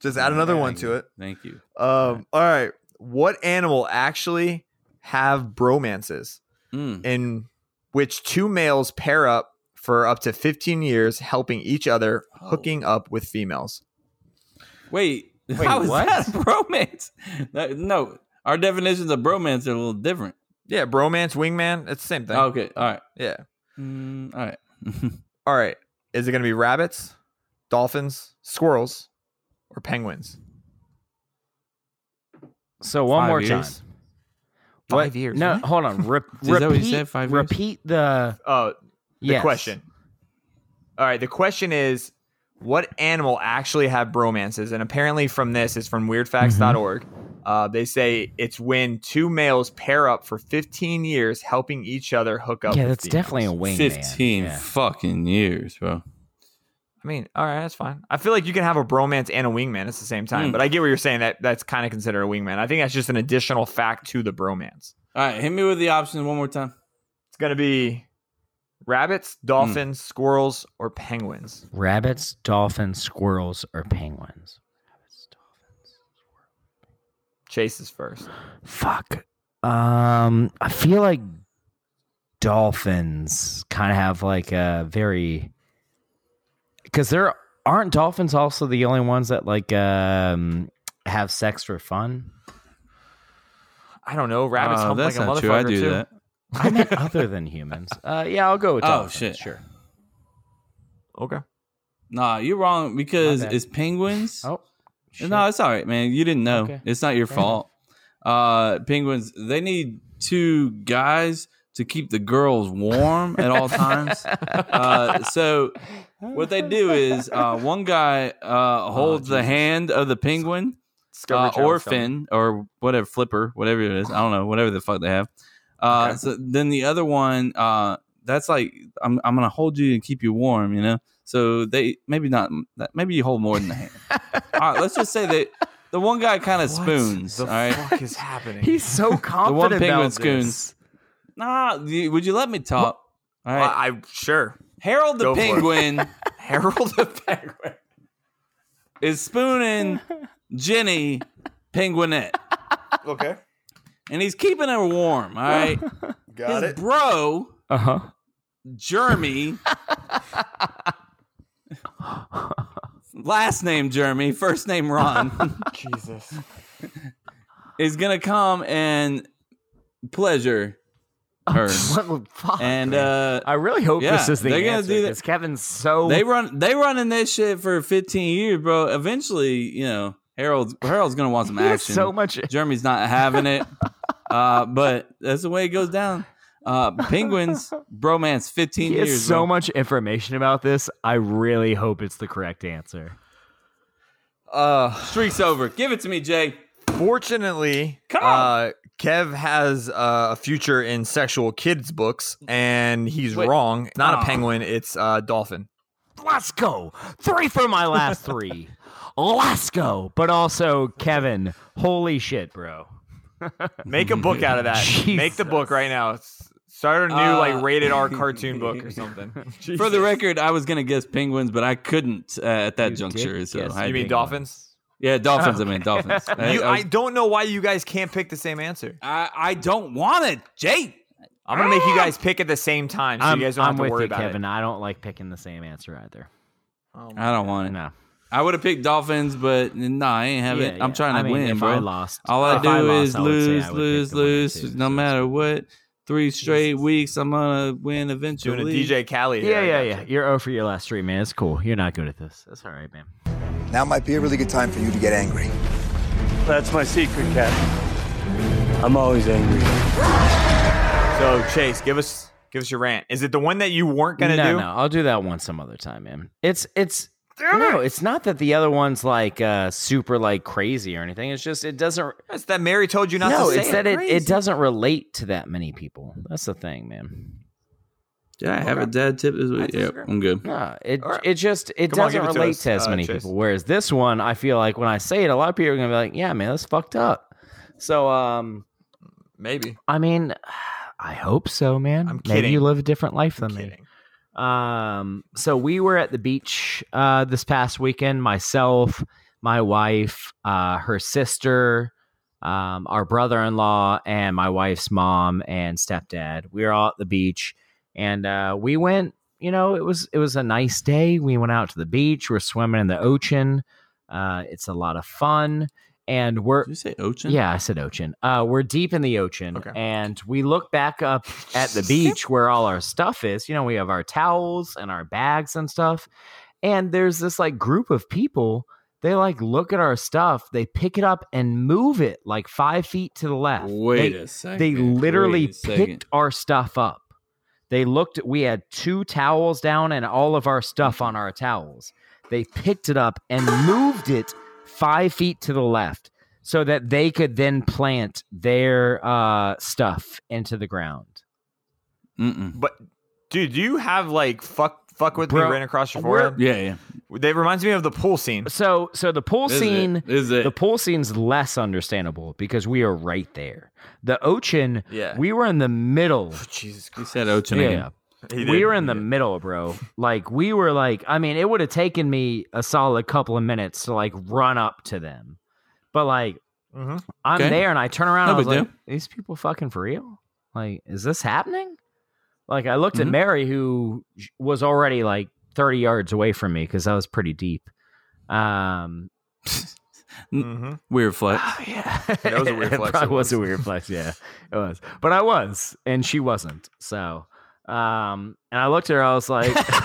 A: just add another one to it.
C: thank you
A: Um, all right. What animal actually have bromances
C: Mm.
A: in which two males pair up for up to 15 years, helping each other,
C: Hmm. Oh.
A: hooking up with females?
C: wait, how is that a bromance That- no our definitions of bromance are a little different Oh,
A: Yeah, bromance, wingman, it's the same thing.
C: okay all right
A: Yeah.
C: Mm, all right
A: All right. Is it going to be rabbits, dolphins, squirrels, or penguins?
B: So one
C: Five
B: more
C: years?
B: time.
A: Five years,
B: No,
A: what?
B: hold on. Re-
C: Is that what you
B: repeat.
C: said, five years?
B: repeat the.
A: Oh, the
B: yes.
A: question. All right, the question is what animal actually have bromances? And apparently from this is from
B: Mm-hmm.
A: weirdfacts.org. Uh, they say it's when two males pair up for 15 years helping each other hook up.
B: Yeah,
A: with
B: that's
A: females.
B: definitely a wingman.
C: 15
B: Yeah.
C: fucking years bro
A: I mean, all right, that's fine. I feel like you can have a bromance and a wingman at the same time,
C: Mm.
A: but I get what you're saying that that's kind of considered a wingman. I think that's just an additional fact to the bromance.
C: all right hit me with the options one more time
A: It's going to be rabbits, dolphins,
C: Hmm.
A: squirrels, or penguins.
B: Rabbits, dolphins, squirrels, or penguins.
A: Chase is first.
B: Fuck. Um, I feel like dolphins kind of have like a very because there aren't dolphins also the only ones that like um have sex for fun.
A: I don't know. Rabbits
C: Oh,
A: hump like
C: that's
A: a
C: not
A: motherfucker
C: true i do
A: too.
C: that
B: I meant other than humans. Uh, yeah, I'll go with
C: Oh,
B: dolphins.
C: shit.
B: sure.
A: Okay.
C: nah you're wrong because
B: My bad.
C: it's penguins
B: Oh, shit.
C: No, it's all right, man. You didn't know.
B: Okay.
C: It's not your
B: Fair
C: fault. Uh, penguins, they need two guys to keep the girls warm at all times. uh, so what they do is uh, one guy
B: Oh,
C: uh, holds the
A: Jesus.
C: hand of the penguin
A: Discovery
C: uh,
A: Channel's
C: or
A: coming.
C: fin or whatever flipper, whatever it is. I don't know, whatever the fuck they have. Uh,
A: Okay.
C: So then the other one, uh, that's like I'm I'm gonna hold you and keep you warm, you know. So they maybe not that maybe you hold more than the hand. All right, let's just say that The one guy kind of spoons.
A: the
C: all right,
A: fuck is happening?
B: He's so
C: the
B: confident
C: one
B: about
C: penguin
B: this.
C: spoons. Nah, you- would you let me talk? All right,
A: I, I- sure.
C: Harold the
A: Go for it.
C: penguin
A: Harold the penguin.
C: is spooning Jenny Penguinette,
A: Okay,
C: and he's keeping her warm. All right,
A: got
C: his
A: it.
C: bro
B: Uh huh.
C: Jeremy. Last name Jeremy, first name Ron.
A: Jesus.
C: is gonna come and pleasure her.
B: Well, fuck.
C: and uh
B: I really hope
C: yeah,
B: this is the
C: they're gonna
B: answer
C: do that.
B: because Kevin's so
C: they run they running this shit for 15 years, bro. Eventually, you know, Harold's Harold's gonna want some
B: he has
C: action.
B: so much.
C: Jeremy's not having it. uh, but that's the way it goes down. Uh, Penguins bromance 15
B: He
C: years.
B: has so
C: bro.
B: much information about this. I really hope it's the correct answer.
A: Uh,
C: Streak's over. Give it to me, Jay.
A: fortunately, uh, Kev has uh, a future in sexual kids books, and he's
C: Wait. Oh.
A: wrong. It's not
C: Aw.
A: a penguin; it's a dolphin.
B: Let's go. Three for my last three. Let's go. But also, Kevin, holy shit, bro.
A: Make a book out of that. Make the book right now. S- Start a new
C: Uh,
A: like rated R cartoon book or something.
C: For the record, I was gonna guess penguins, but I couldn't uh, at that juncture. So
B: guess. Oh,
C: I
A: you mean
C: think-
A: dolphins?
C: Yeah, dolphins. I mean dolphins.
A: You,
C: I,
A: I don't know why you guys can't pick the same answer.
C: I, I don't want it, Jake.
A: I'm gonna make you guys pick at the same time, so
B: I'm,
A: you guys don't
B: I'm
A: have to
B: with
A: worry
B: you,
A: about
B: Kevin.
A: it.
B: I don't like picking the same answer either. Oh
C: I don't want it.
B: No.
C: I would have picked dolphins, but no, I ain't have it.
B: Yeah,
C: I'm
B: yeah.
C: trying to
B: I mean,
C: win,
B: if
C: bro.
B: I lost-
C: All I
B: if
C: do
B: I lost,
C: is
B: I would say I
C: lose,
B: would pick
C: lose,
B: the winner,
C: lose.
B: too,
C: no
B: so-
C: matter what, three straight weeks, I'm gonna win eventually.
A: Doing a DJ Cali. here,
B: Yeah,
A: I
B: yeah,
A: got
B: yeah.
A: you.
B: You're over for your last three, man. It's cool. You're not good at this. That's all right, man.
P: Now might be a really good time for you to get angry.
Q: Uh, That's my secret, Captain. I'm always angry.
A: So Chase, give us give us your rant. Is it the one that you weren't gonna
B: no,
A: do?
B: no, I'll do that one some other time, man. It's it's no, it's not that the other one's like uh super like crazy or anything. It's just it doesn't.
A: It's that Mary told you not
B: no,
A: to say
B: it's
A: it.
B: that it, it doesn't relate to that many people. That's the thing, man.
C: Did I have a dad tip this week? Yeah, I'm good.
B: No, it
A: All right.
B: it just it
A: Come on,
B: doesn't
A: give it to
B: relate
A: us,
B: to as
A: uh,
B: many
A: Chase.
B: people. Whereas this one, I feel like when I say it, a lot of people are gonna be like, "Yeah, man, that's fucked up." So, um,
A: Maybe.
B: I mean, I hope so, man.
A: I'm
B: Maybe you
A: kidding.
B: live a different life than me.
A: Kidding.
B: Um, so we were at the beach uh, this past weekend. Myself, my wife, uh, her sister, um, our brother-in-law, and my wife's mom and stepdad. We were all at the beach, and uh, we went. You know, it was it was a nice day. We went out to the beach. We're swimming in the ocean. Uh, it's a lot of fun, and we're
C: Did you say ocean?
B: yeah, I said ocean. Uh, we're deep in the ocean,
A: Okay.
B: and we look back up at the beach where all our stuff is. You know, we have our towels and our bags and stuff. And there's this like group of people. They like look at our stuff. They pick it up and move it like five feet to the left.
C: Wait
B: they,
C: a second.
B: they literally
C: Wait a second.
B: picked our stuff up. They looked. We had two towels down and all of our stuff on our towels. They picked it up and moved it five feet to the left so that they could then plant their uh, stuff into the ground.
C: Mm-mm.
A: But dude, do you have like fuck fuck with
B: Bro,
A: me right across your
B: we're-
A: forehead?
C: Yeah, yeah.
A: That reminds me of the pool scene.
B: So, so the pool
C: This
B: scene.
C: Is it. This Is it?
B: The pool scene's less understandable because we are right there. The ocean,
C: Yeah.
B: we were in the middle.
A: Jesus
C: You
A: Christ.
C: said ocean again.
A: He
B: we
A: did.
B: were in the
A: He did.
B: middle, bro. Like we were like, I mean, it would have taken me a solid couple of minutes to like run up to them, but like
A: Mhm.
B: I'm
C: Okay.
B: there and I turn around. and
C: No
B: I was
C: big
B: like, these people fucking for real? Like, is this happening? Like, I looked
C: Mhm.
B: at Mary, who sh- was already like 30 yards away from me because I was pretty deep. Um,
A: Mhm.
C: Weird flex.
B: oh, yeah,
A: That was a weird
B: It
A: flex,
B: probably
A: it
B: was a
A: was.
B: weird flex. Yeah, it was. But I was, and she wasn't. So, um, and I looked at her. I was like,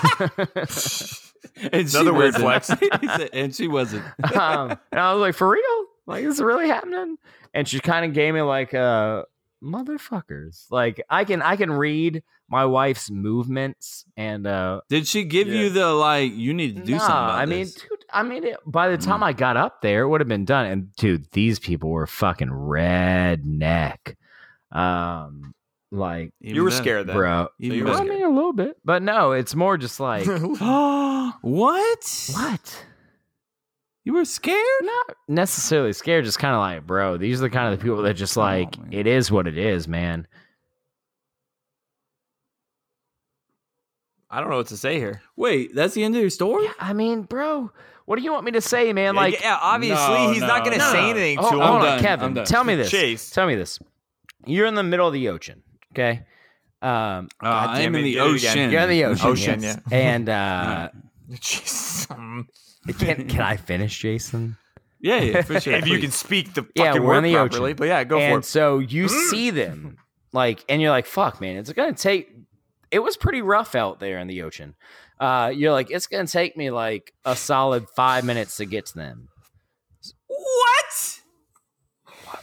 C: And she
A: Another weird
C: wasn't. He said- and she wasn't.
B: um, and I was like, for real? Like, is this really happening? And she kind of gave me like, uh, motherfuckers. Like, I can I can read my wife's movements and uh,
C: Did she give
A: Yeah.
C: you the like? You need to do
B: nah,
C: something. About
B: I mean,
C: this?
B: dude, I mean, it, by the
A: Hmm.
B: time I got up there, it would have been done. And dude, these people were fucking redneck. Um, like,
C: Even
A: You were
C: better.
A: scared then.
B: bro.
C: Even
A: you were
B: I
C: better.
B: mean, a little bit, but no, it's more just like
C: what?
B: what.
C: You were scared?
B: Not necessarily scared, just kind of like, bro, these are the kind of the people that just like, it is what it is, man.
A: I don't know what to say here.
C: Wait, that's the end of your story?
B: I mean, bro, what do you want me to say, man?
A: Yeah,
B: Like,
A: yeah, obviously, No, he's not no, gonna no. say anything
B: Hold-
A: to him.
B: hold
A: I'm
B: on,
A: done,
B: Kevin,
A: I'm done.
B: tell me this.
A: Chase.
B: tell me this. You're in the middle of the ocean, okay? Um,
C: I am
B: goddamn it,
C: Uh, in the
B: do it again.
C: ocean.
B: You're in the ocean.
C: Ocean,
B: yes.
C: yeah.
B: And uh,
A: Jesus.
B: can can I finish, Jason?
C: Yeah, yeah, for sure.
A: if you can
C: Please.
A: speak the fucking
B: yeah, we're
A: word
B: in the
A: properly,
B: ocean.
A: but yeah, go
B: and
A: for it. Mm.
B: so you see them, like, and you're like, "Fuck, man, it's gonna take." It was pretty rough out there in the ocean. Uh, you're like, "It's gonna take me like a solid five minutes to get to them."
C: What?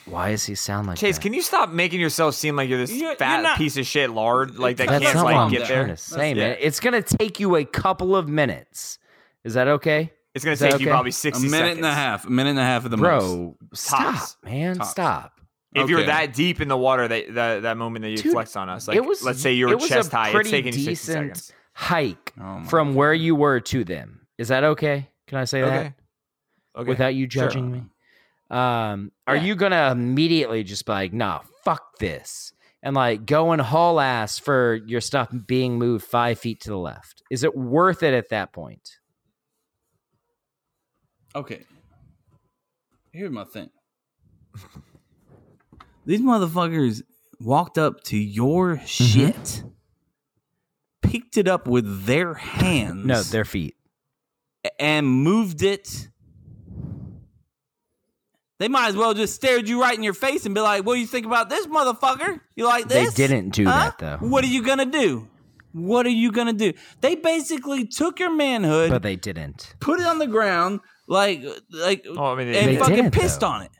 B: Why does he sound like
A: Chase, can you stop making yourself seem like you're this fat
B: not-
A: piece of shit lard like that
B: That's
A: can't
B: not
A: like
B: what I'm
A: get
B: trying
A: there?
B: to say,
A: Yeah.
B: man. It's gonna take you a couple of minutes. Is that okay?
A: It's gonna
B: Is that
A: take you
B: okay?
A: probably sixty
C: a minute
A: seconds.
C: and a half. A minute and a half of the
B: Bro,
C: most.
B: stop, man, stop.
A: If you're
C: Okay.
A: that deep in the water, that that, that moment that you
B: Dude,
A: flexed on us, like let's say you
B: it
A: were
B: was a
A: chest high, it's
B: pretty
A: taking you sixty
B: decent
A: seconds.
B: hike
C: Oh
A: Oh
B: from where you were to them. Is that okay? Can I say
A: Okay.
B: that?
A: Okay.
B: Without you
A: Sure.
B: judging me. Um, are you gonna immediately just be like, nah, fuck this, and like go and haul ass for your stuff being moved five feet to the left? Is it worth it at that point?
C: Okay. Here's my thing. These motherfuckers walked up to your
B: Mm-hmm.
C: shit, picked it up with their hands.
B: No, their feet.
C: and moved it. They might as well just stared you right in your face and be like, "What do you think about this motherfucker? You like
B: They
C: this?"
B: didn't do
C: Huh?
B: that though.
C: What are you gonna do? What are you gonna do? They basically took your manhood,
B: But they didn't.
C: put it on the ground, like like,
A: Oh, I mean,
C: and
A: they
C: fucking
A: didn't,
C: pissed
A: though.
C: on it.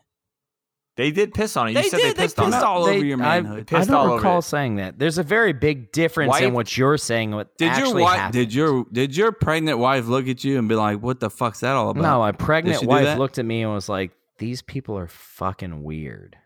A: They did piss on it. You
C: They
A: said
C: did.
A: they
C: They
A: pissed on
C: pissed
A: it.
C: all over your
B: I,
C: manhood.
B: I
A: Pissed all
B: don't
A: over
B: recall
A: it.
B: saying that. There's a very big difference in
C: Wife-
B: what you're saying. What
C: Did
B: actually
C: your wife?
B: happened.
C: Did your did your pregnant wife look at you and be like, "What the fuck's that all about?"
B: No, my
C: Did she
B: pregnant
C: do
B: wife
C: that?
B: looked at me and was like, "These people are fucking weird."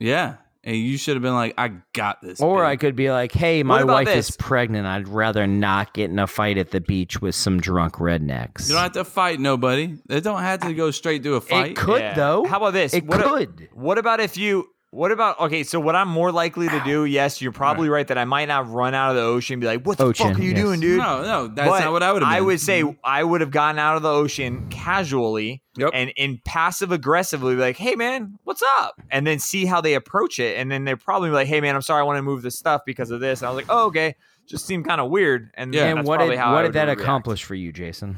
C: Yeah, and you should have been like, "I got this."
B: Or I could be like, "Hey, my
C: What about
B: wife
C: this?
B: is pregnant. I'd rather not get in a fight at the beach with some drunk rednecks."
C: You don't have to fight nobody. They don't have to go straight to a fight.
B: could,
A: Yeah.
B: though.
A: How about this?
B: It
A: a-
B: could.
A: what about if you? What about okay? So what I'm more likely to do? Yes, you're probably right. that I might not run out of the ocean and be like, "What the fuck
B: Ocean,
A: are you
B: yes.
A: doing, dude?"
C: No, no, that's not what I would've
A: I
C: been. Mm-hmm.
A: would say I would have gotten out of the ocean casually and in passive aggressively, be like, "Hey, man, what's up?" And then see how they approach it, and then they're probably like, "Hey, man, I'm sorry, I want to move this stuff because of this." And I was like, "Oh, okay." Just seemed kind of weird, and yeah.
B: And
A: that's
B: what
A: probably
B: did
A: how I
B: what
A: would
B: did that
A: react
B: accomplish for you, Jason?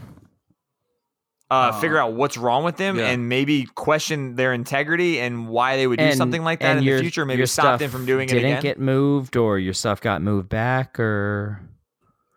A: uh, figure out what's wrong with them
B: Yeah.
A: and maybe question their integrity and why they would do
B: And-
A: something like that
B: and
A: in
B: your-
A: the future. Maybe
B: your
A: stop them
B: stuff
A: from doing it
B: Didn't
A: again.
B: get moved, or your stuff got moved back, or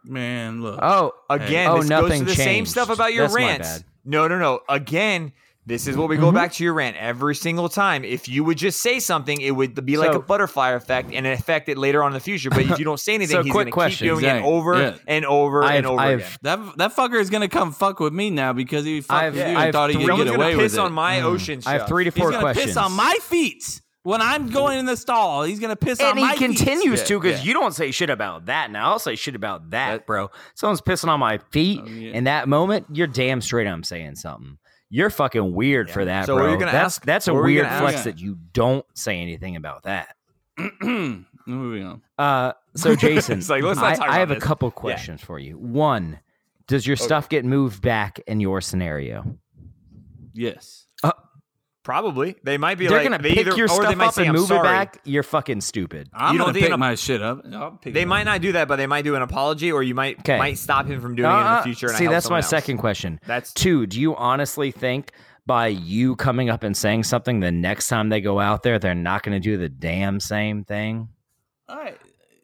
C: Man, look.
B: Oh,
A: again,
B: oh,
A: this goes
B: nothing
A: to the same
B: changed.
A: stuff about your
B: That's my
A: rants.
B: bad.
A: No, no, no. Again, this is what we go
B: Mhm.
A: back to your rant every single time. If you would just say something, it would be like
B: So-
A: a butterfly effect and affect it later on in the future. But if you don't say anything,
B: So
A: he's going
B: quick
A: to keep
B: question,
A: doing
B: Zach.
A: it over
B: Yeah.
A: and over and over again.
C: That that fucker is gonna come fuck with me now because he fucked
A: I've-
C: with you
A: I've
C: and thought he could
A: someone's
C: get
A: gonna
C: away with
A: piss
C: it.
A: on my Mm. ocean I have stuff. three to four
C: He's gonna
A: questions.
C: Piss on my feet when I'm going in the stall. He's gonna piss on
B: and
C: my
B: he
C: feet.
B: continues to because you don't say shit about that. Now I'll say shit about that, bro. Someone's pissing on my feet
A: Oh,
B: in that moment. You're damn straight. I'm saying something. You're fucking weird for that,
A: So what
B: bro.
A: are you gonna
B: that's
A: ask-
B: that's a
A: what were you
B: weird
A: gonna
B: flex
A: ask?
B: that you don't say anything about that.
C: you. Moving on.
B: Uh, so Jason,
C: It's like, let's not
B: I,
C: talk
B: I
C: about
B: have
C: this.
B: a couple
C: Yeah.
B: questions for you. One, does your
C: Okay.
B: stuff get moved back in your scenario?
C: Yes.
B: Uh,
A: Probably they might be
B: They're
A: like
B: gonna
A: they
B: pick
A: either,
B: your
A: or they
B: stuff
A: might
B: up
A: say,
B: and
A: "I'm
B: move it
A: sorry."
B: back. You're fucking stupid.
A: I'm You don't gonna think pick I'm-
C: my shit up.
A: They might not do that, but they might do an apology, or you might
B: 'Kay.
A: might stop him from doing it in
B: Uh,
A: the future. And I
B: see,
A: help
B: that's my
A: someone else.
B: second question.
A: That's
B: two. Do you honestly think by you coming up and saying something, the next time they go out there, they're not going to do the damn same thing?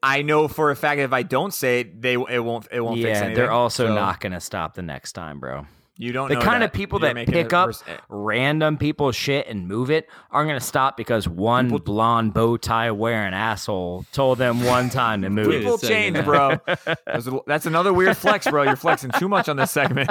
A: I know for a fact if I don't say it, they it won't it won't fix
B: yeah,
A: anything.
B: they're also
A: So,
B: not going to stop the next time, bro.
A: You don't
B: The
A: know
B: kind of
A: that.
B: people
A: You're
B: that
A: making
B: pick
A: it
B: up
A: worse. Eh.
B: random people's shit and move it aren't going to stop because one blonde bow tie wearing asshole told them one time to move. it.
A: People change, bro. That's, that's another weird flex, bro. You're flexing too much on this segment.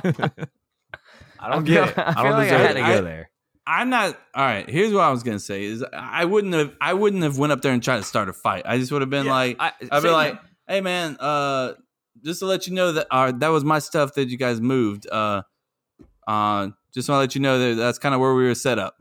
A: I don't get it.
B: I
A: I don't
B: feel like I
A: deserve
B: had
A: it.
B: to go there.
C: I'm not all right. Here's what I was gonna say is I wouldn't have I wouldn't have went up there and tried to start a fight. I just would have been like I, would be
A: same.
C: like, hey man, uh, just to let you know that uh, that was my stuff that you guys moved. Uh, Uh, just want to let you know that that's kind of where we were set up.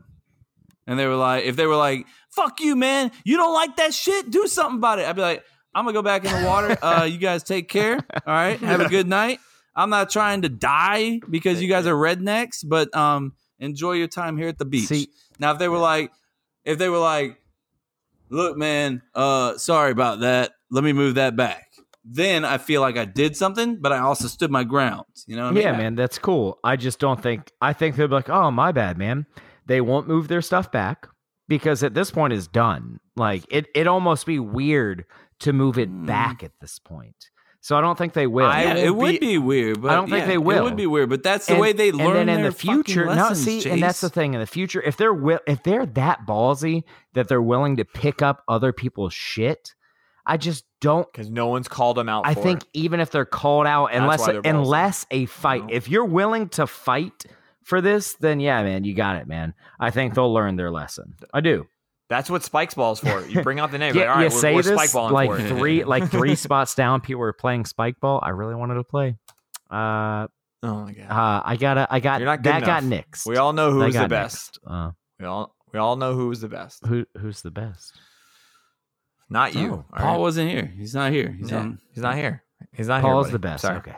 C: And they were like, if they were like, "Fuck you, man! You don't like that shit? Do something about it." I'd be like, "I'm gonna go back in the water. Uh, you guys take care. All right, have a good night. I'm not trying to die because you guys are rednecks, but um, enjoy your time here at the beach." now, if they were like, if they were like, "Look, man, uh, sorry about that. Let me move that back." Then I feel like I did something, but I also stood my ground. You know? What I mean?
B: yeah, man, that's cool. I just don't think I think they'll be like, oh, my bad, man. They won't move their stuff back because at this point it's done. Like it, it almost be weird to move it back at this point. So I don't think they will.
C: Mm. I- it would be weird, but
B: I don't think
C: yeah,
B: they will.
C: It would be weird, but that's the
B: And-
C: way they
B: and
C: learn.
B: then in
C: their
B: the future,
C: fucking
B: no,
C: lessons,
B: see, and that's
C: Chase.
B: the thing. In the future, if they're will, if they're that ballsy that they're willing to pick up other people's shit, I just don't
A: because no one's called them out.
B: I
A: for
B: think
A: it.
B: even if they're called out,
A: That's
B: unless
A: why they're ballsy.
B: unless a fight, if you're willing to fight for this, then yeah, man, you got it, man. I think they'll learn their lesson. I do.
A: that's what spikes balls for. You bring out the name.
B: yeah,
A: like, All right,
B: you
A: we're,
B: say
A: we're
B: this
A: spike balling
B: like
A: for it.
B: three like three spots down. People were playing spike ball. I really wanted to play. Uh,
A: oh my god.
B: Uh, I gotta. I got
A: You're not good
B: that got
A: enough.
B: nixed.
A: We all know who
B: That
A: was the
B: got
A: best.
B: nixed. Uh,
A: We all we all know who was the best.
B: who Oh, who's the best?
A: Not you. all
C: Paul
A: right?
C: wasn't here. He's not here. He's
A: Yeah,
C: on.
A: He's not here. He's not here.
B: Paul's
A: buddy.
B: the best.
A: Sorry.
B: Okay.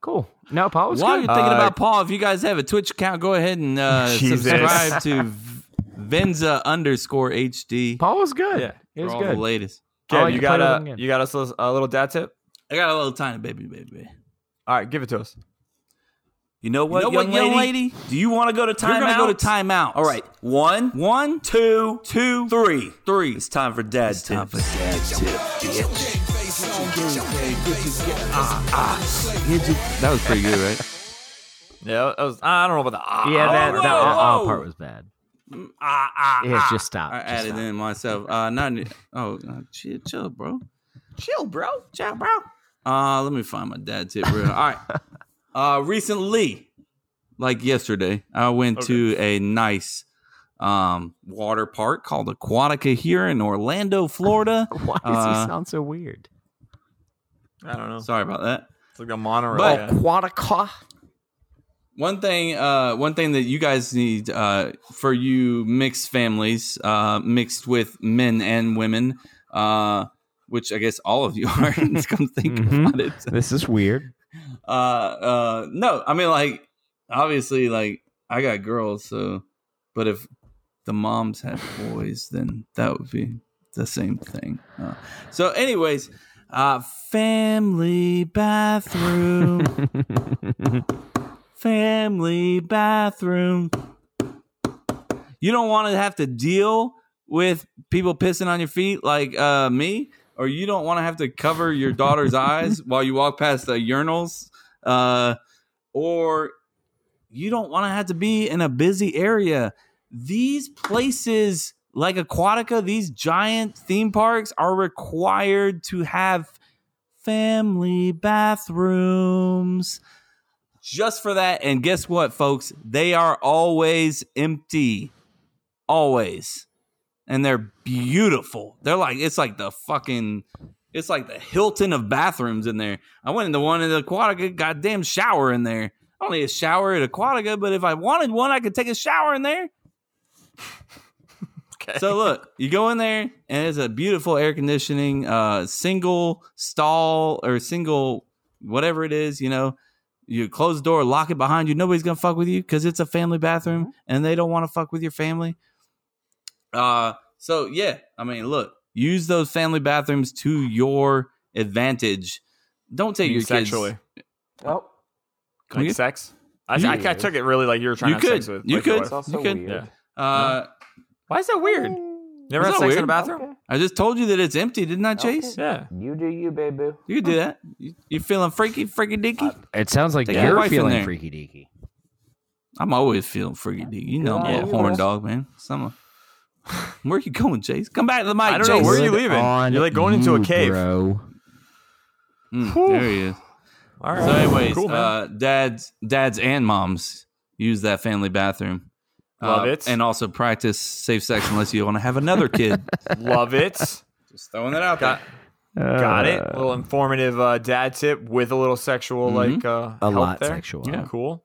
B: Cool. No, Paul was
C: While
B: good.
C: you're thinking
A: Uh,
C: about Paul, if you guys have a Twitch account, go ahead and uh,
A: Jesus.
C: subscribe to v- Venza underscore HD.
B: Paul was good.
C: Yeah,
B: He was
C: for all
B: good.
C: The latest.
A: Kev,
B: Oh,
A: you
B: you
A: got
B: played with him
A: a
B: again.
A: you got us a little- a little dad tip.
C: I got a little tiny baby, baby, baby.
A: All right, give it to us.
C: You know
A: what,
C: you know
A: young
C: what, young
A: lady?
C: lady?
M: Do you want to go to timeout?
C: You're gonna go to timeout.
M: All right. One, one, two, two, three, three. It's time for dad tips. Time for dad
C: That was pretty good, right?
A: Yeah, that was, I don't know about the ah.
B: Yeah, that,
A: part.
B: that uh, uh, part was bad.
A: Mm,
C: Ah, ah,
B: Yeah,
C: ah.
B: just stop.
C: I
B: Just
C: added in myself. Uh, not. Oh, uh, chill, chill, bro.
A: Chill, bro.
C: Chill, bro. Uh, let me find my dad tip real. All right. Uh, recently, like yesterday, I went to a nice um water park called Aquatica here in Orlando, Florida.
B: Why does
C: Uh,
B: he sound so weird?
A: I don't know.
C: Sorry about that.
A: It's like a monorail.
C: But-
B: Aquatica.
C: One thing, uh, one thing that you guys need uh, for you mixed families, uh, mixed with men and women, uh, which I guess all of you are. just come think about it.
B: This is weird.
C: Uh, uh, no, I mean like obviously like I got girls, so but if the moms had boys, then that would be the same thing. Uh, so, anyways, uh, family bathroom. family bathroom. You don't want to have to deal with people pissing on your feet like uh, me, or you don't want to have to cover your daughter's eyes while you walk past the urinals, uh, or you don't want to have to be in a busy area. These places like Aquatica, these giant theme parks are required to have family bathrooms just for that. And guess what, folks? They are always empty. Always. And they're beautiful. They're like, it's like the fucking, it's like the Hilton of bathrooms in there. I went into one in the Aquatica, goddamn shower in there. I don't need a shower at Aquatica, but if I wanted one, I could take a shower in there. So look, you go in there and it's a beautiful air conditioning, uh, single stall or single whatever it is. You know, you close the door, lock it behind you. Nobody's gonna fuck with you because it's a family bathroom and they don't want to fuck with your family. Uh, so yeah, I mean, look, use those family bathrooms to your advantage. Don't take
A: You
C: your
A: mean sexually?
C: kids.
B: Oh,
C: You
A: like
C: could-
A: sex. I,
C: You-
A: I, I took it really like you were trying
C: You
A: to have
C: could,
A: sex with.
C: you
A: like your
C: could,
A: wife.
C: That's also you could. weird.
A: Yeah.
C: Uh,
A: Why is that weird? Never
C: It's
A: had sex
C: not
A: in a
C: weird.
A: bathroom.
C: I just told you that it's empty, didn't I, Chase?
A: Yeah.
M: You do you, baby.
C: You could do that. You, you feeling freaky, freaky deaky?
B: It sounds like
C: Take your
B: you're
C: wife in
B: feeling
C: there.
B: freaky deaky.
C: I'm always feeling freaky deaky. You know, I'm
B: Yeah.
C: a horn dog, man. Summer. Where you going, Chase? Come back to the mic.
A: I don't know.
C: Chase.
A: Where are you leaving? You're like going into a
B: you,
A: cave.
B: bro.
C: Mm,
A: Whew.
C: there he is.
A: All right.
C: So, anyways,
A: Cool, man.
C: uh, dads, dads, and moms use that family bathroom. Uh,
A: Love it.
C: And also practice safe sex unless you want to have another kid.
A: uh, Love it.
C: Just throwing that out
A: got,
C: there.
A: Got it. A little informative uh, dad uh, tip with a little sexual,
C: Mhm.
A: like uh,
B: A
A: help
B: lot
A: there.
B: sexual.
A: Yeah. Cool.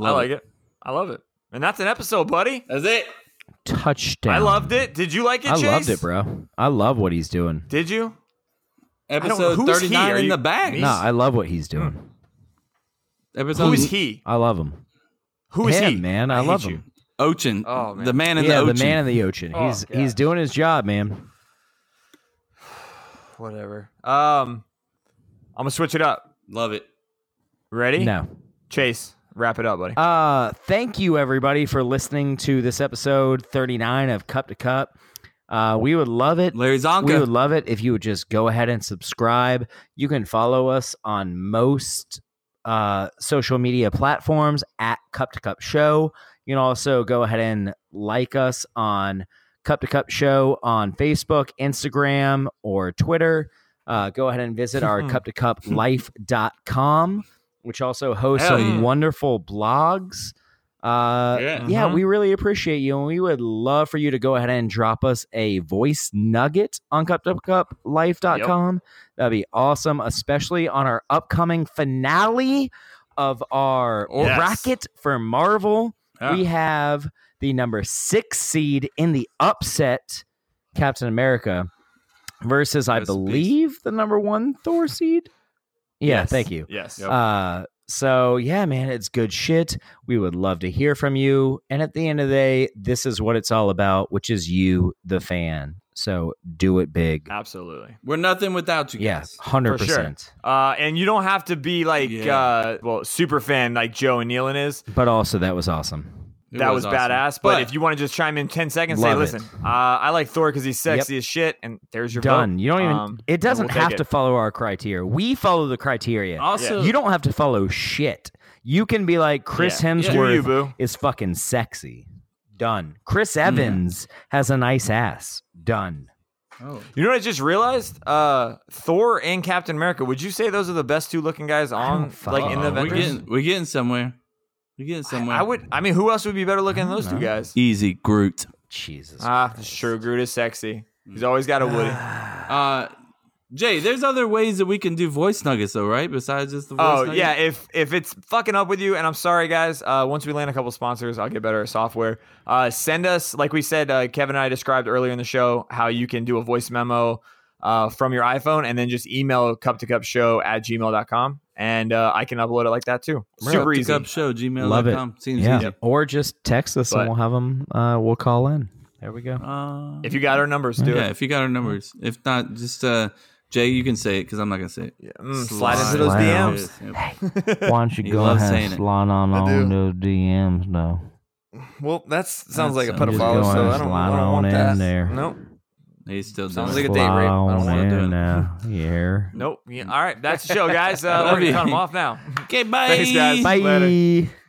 A: I like it. I love it. And that's an episode, buddy.
C: That's it.
B: Touchdown.
A: I loved it. Did you like it,
B: I
A: Chase?
B: loved it, bro. I love what he's doing.
A: Did you?
C: Episode
A: who's
C: 39
A: he? Are
C: in
A: you-
C: the back.
B: No, I love what he's doing.
C: Episode-
A: Who is he?
B: I love him.
A: Who is
B: Him,
A: he?
B: Man, I,
A: I
B: love
A: hate
B: him.
C: Ochin.
A: Oh, man.
C: The man in
B: yeah,
C: the
B: the
C: Ochin.
B: man in the ocean.
A: Oh,
B: he's he's doing his job, man.
A: Whatever. Um, I'm gonna switch it up.
C: Love it.
A: Ready?
B: No.
A: Chase, wrap it up, buddy.
B: Uh, thank you everybody for listening to this episode 39 of Cup to Cup. Uh, we would love it.
C: Larry Zonka.
B: We would love it if you would just go ahead and subscribe. You can follow us on most uh, social media platforms at Cup to Cup Show. You can also go ahead and like us on Cup to Cup Show on Facebook, Instagram, or Twitter. Uh, go ahead and visit our
G: Hmm.
B: cup to cup life.com, which also hosts
G: Hell
B: some
G: yeah.
B: wonderful blogs. Uh, yeah,
G: Yeah. Mhm.
B: we really appreciate you, and we would love for you to go ahead and drop us a voice nugget on cuptocuplife.com. That'd be awesome, especially on our upcoming finale of our
G: Yes. Ah.
B: bracket for Marvel.
G: Yeah.
B: We have the number six seed in the upset, Captain America, versus, I believe, the number one Thor seed. Yeah,
G: Yes.
B: thank you.
G: Yes. Yep.
B: Uh, so yeah, man, it's good shit. We would love to hear from you. And at the end of the day, this is what it's all about, which is you, the fan. So do it big.
A: Absolutely.
C: We're nothing without you
B: Yeah,
C: guys.
B: hundred
A: For sure.
B: percent.
A: Uh, and you don't have to be like
B: Yeah.
A: uh, well, super fan like Joe and Nealon is.
B: But also, that was awesome.
C: It
A: that was,
C: was awesome.
A: badass. But,
C: But-
A: if you want to just chime in ten seconds, say,
B: Love it.
A: "Listen, uh, I like Thor because he's sexy as shit," and there's your
B: Done.
A: vote.
B: You don't even.
A: Um, and
B: it doesn't
A: we'll take
B: have
A: it.
B: to follow our criteria. We follow the criteria.
A: Also-
B: you don't have to follow shit. You can be like Chris
A: Yeah. Yeah. Do you,
B: Hemsworth
A: boo. Mm.
B: is fucking sexy. Done. Chris Evans has a nice ass. Done.
A: You know what I just realized? Uh, Thor and Captain America. Would you say those are the best two looking guys on like in the
C: we're
A: Avengers?
C: getting, we're getting somewhere. We're getting somewhere.
A: I would. I mean, who else would be better looking than those two guys?
C: Easy Groot.
B: Jesus.
A: Ah, sure. Groot is sexy. He's always got a
B: Ah,
A: Woody.
C: Uh, Jay, there's other ways that we can do voice nuggets, though, right? Besides just the voice
A: Oh
C: nuggets?
A: yeah, if if it's fucking up with you, and I'm sorry guys. Uh, once we land a couple sponsors, I'll get better at software. Uh, send us, like we said, uh, Kevin and I described earlier in the show how you can do a voice memo uh, from your iPhone, and then just email cup to cup show at gmail.com, and uh, I can upload it like that too. Super easy.
C: Cup show, gmail.com.
B: Love it.
C: Seems
B: yeah.
C: easy.
B: Or just text us
A: But-
B: and we'll have them. Uh, we'll call in. There we go.
C: Uh,
A: If you got our numbers, do
C: yeah,
A: it.
C: if you got our numbers. If not, just uh, Jay, you can say it because I'm not gonna say it.
A: mm, slide into those DMs.
C: Yep.
D: Why don't you
C: He
D: go
C: loves
D: ahead
C: saying
D: and
C: it.
D: slide on
A: I do.
D: on those DMs though?
A: Well, that sounds
C: That
A: like a
C: sounds- Just
A: pedophile,
D: go
A: so
D: ahead,
A: I don't, I
D: slide
A: don't
D: on
A: want
D: in
A: that.
D: there.
A: Nope.
C: He's still
A: Sounds
C: doing
A: like a
C: it.
A: date rape. I don't
D: Slide
A: wanna do
D: on in now. Yeah.
A: Nope. Yeah, all right. That's the show, guys. Uh,
C: Love
A: we're going
C: you.
A: to cut them off now.
C: Okay, bye.
A: Thanks, guys. Later.
B: Bye.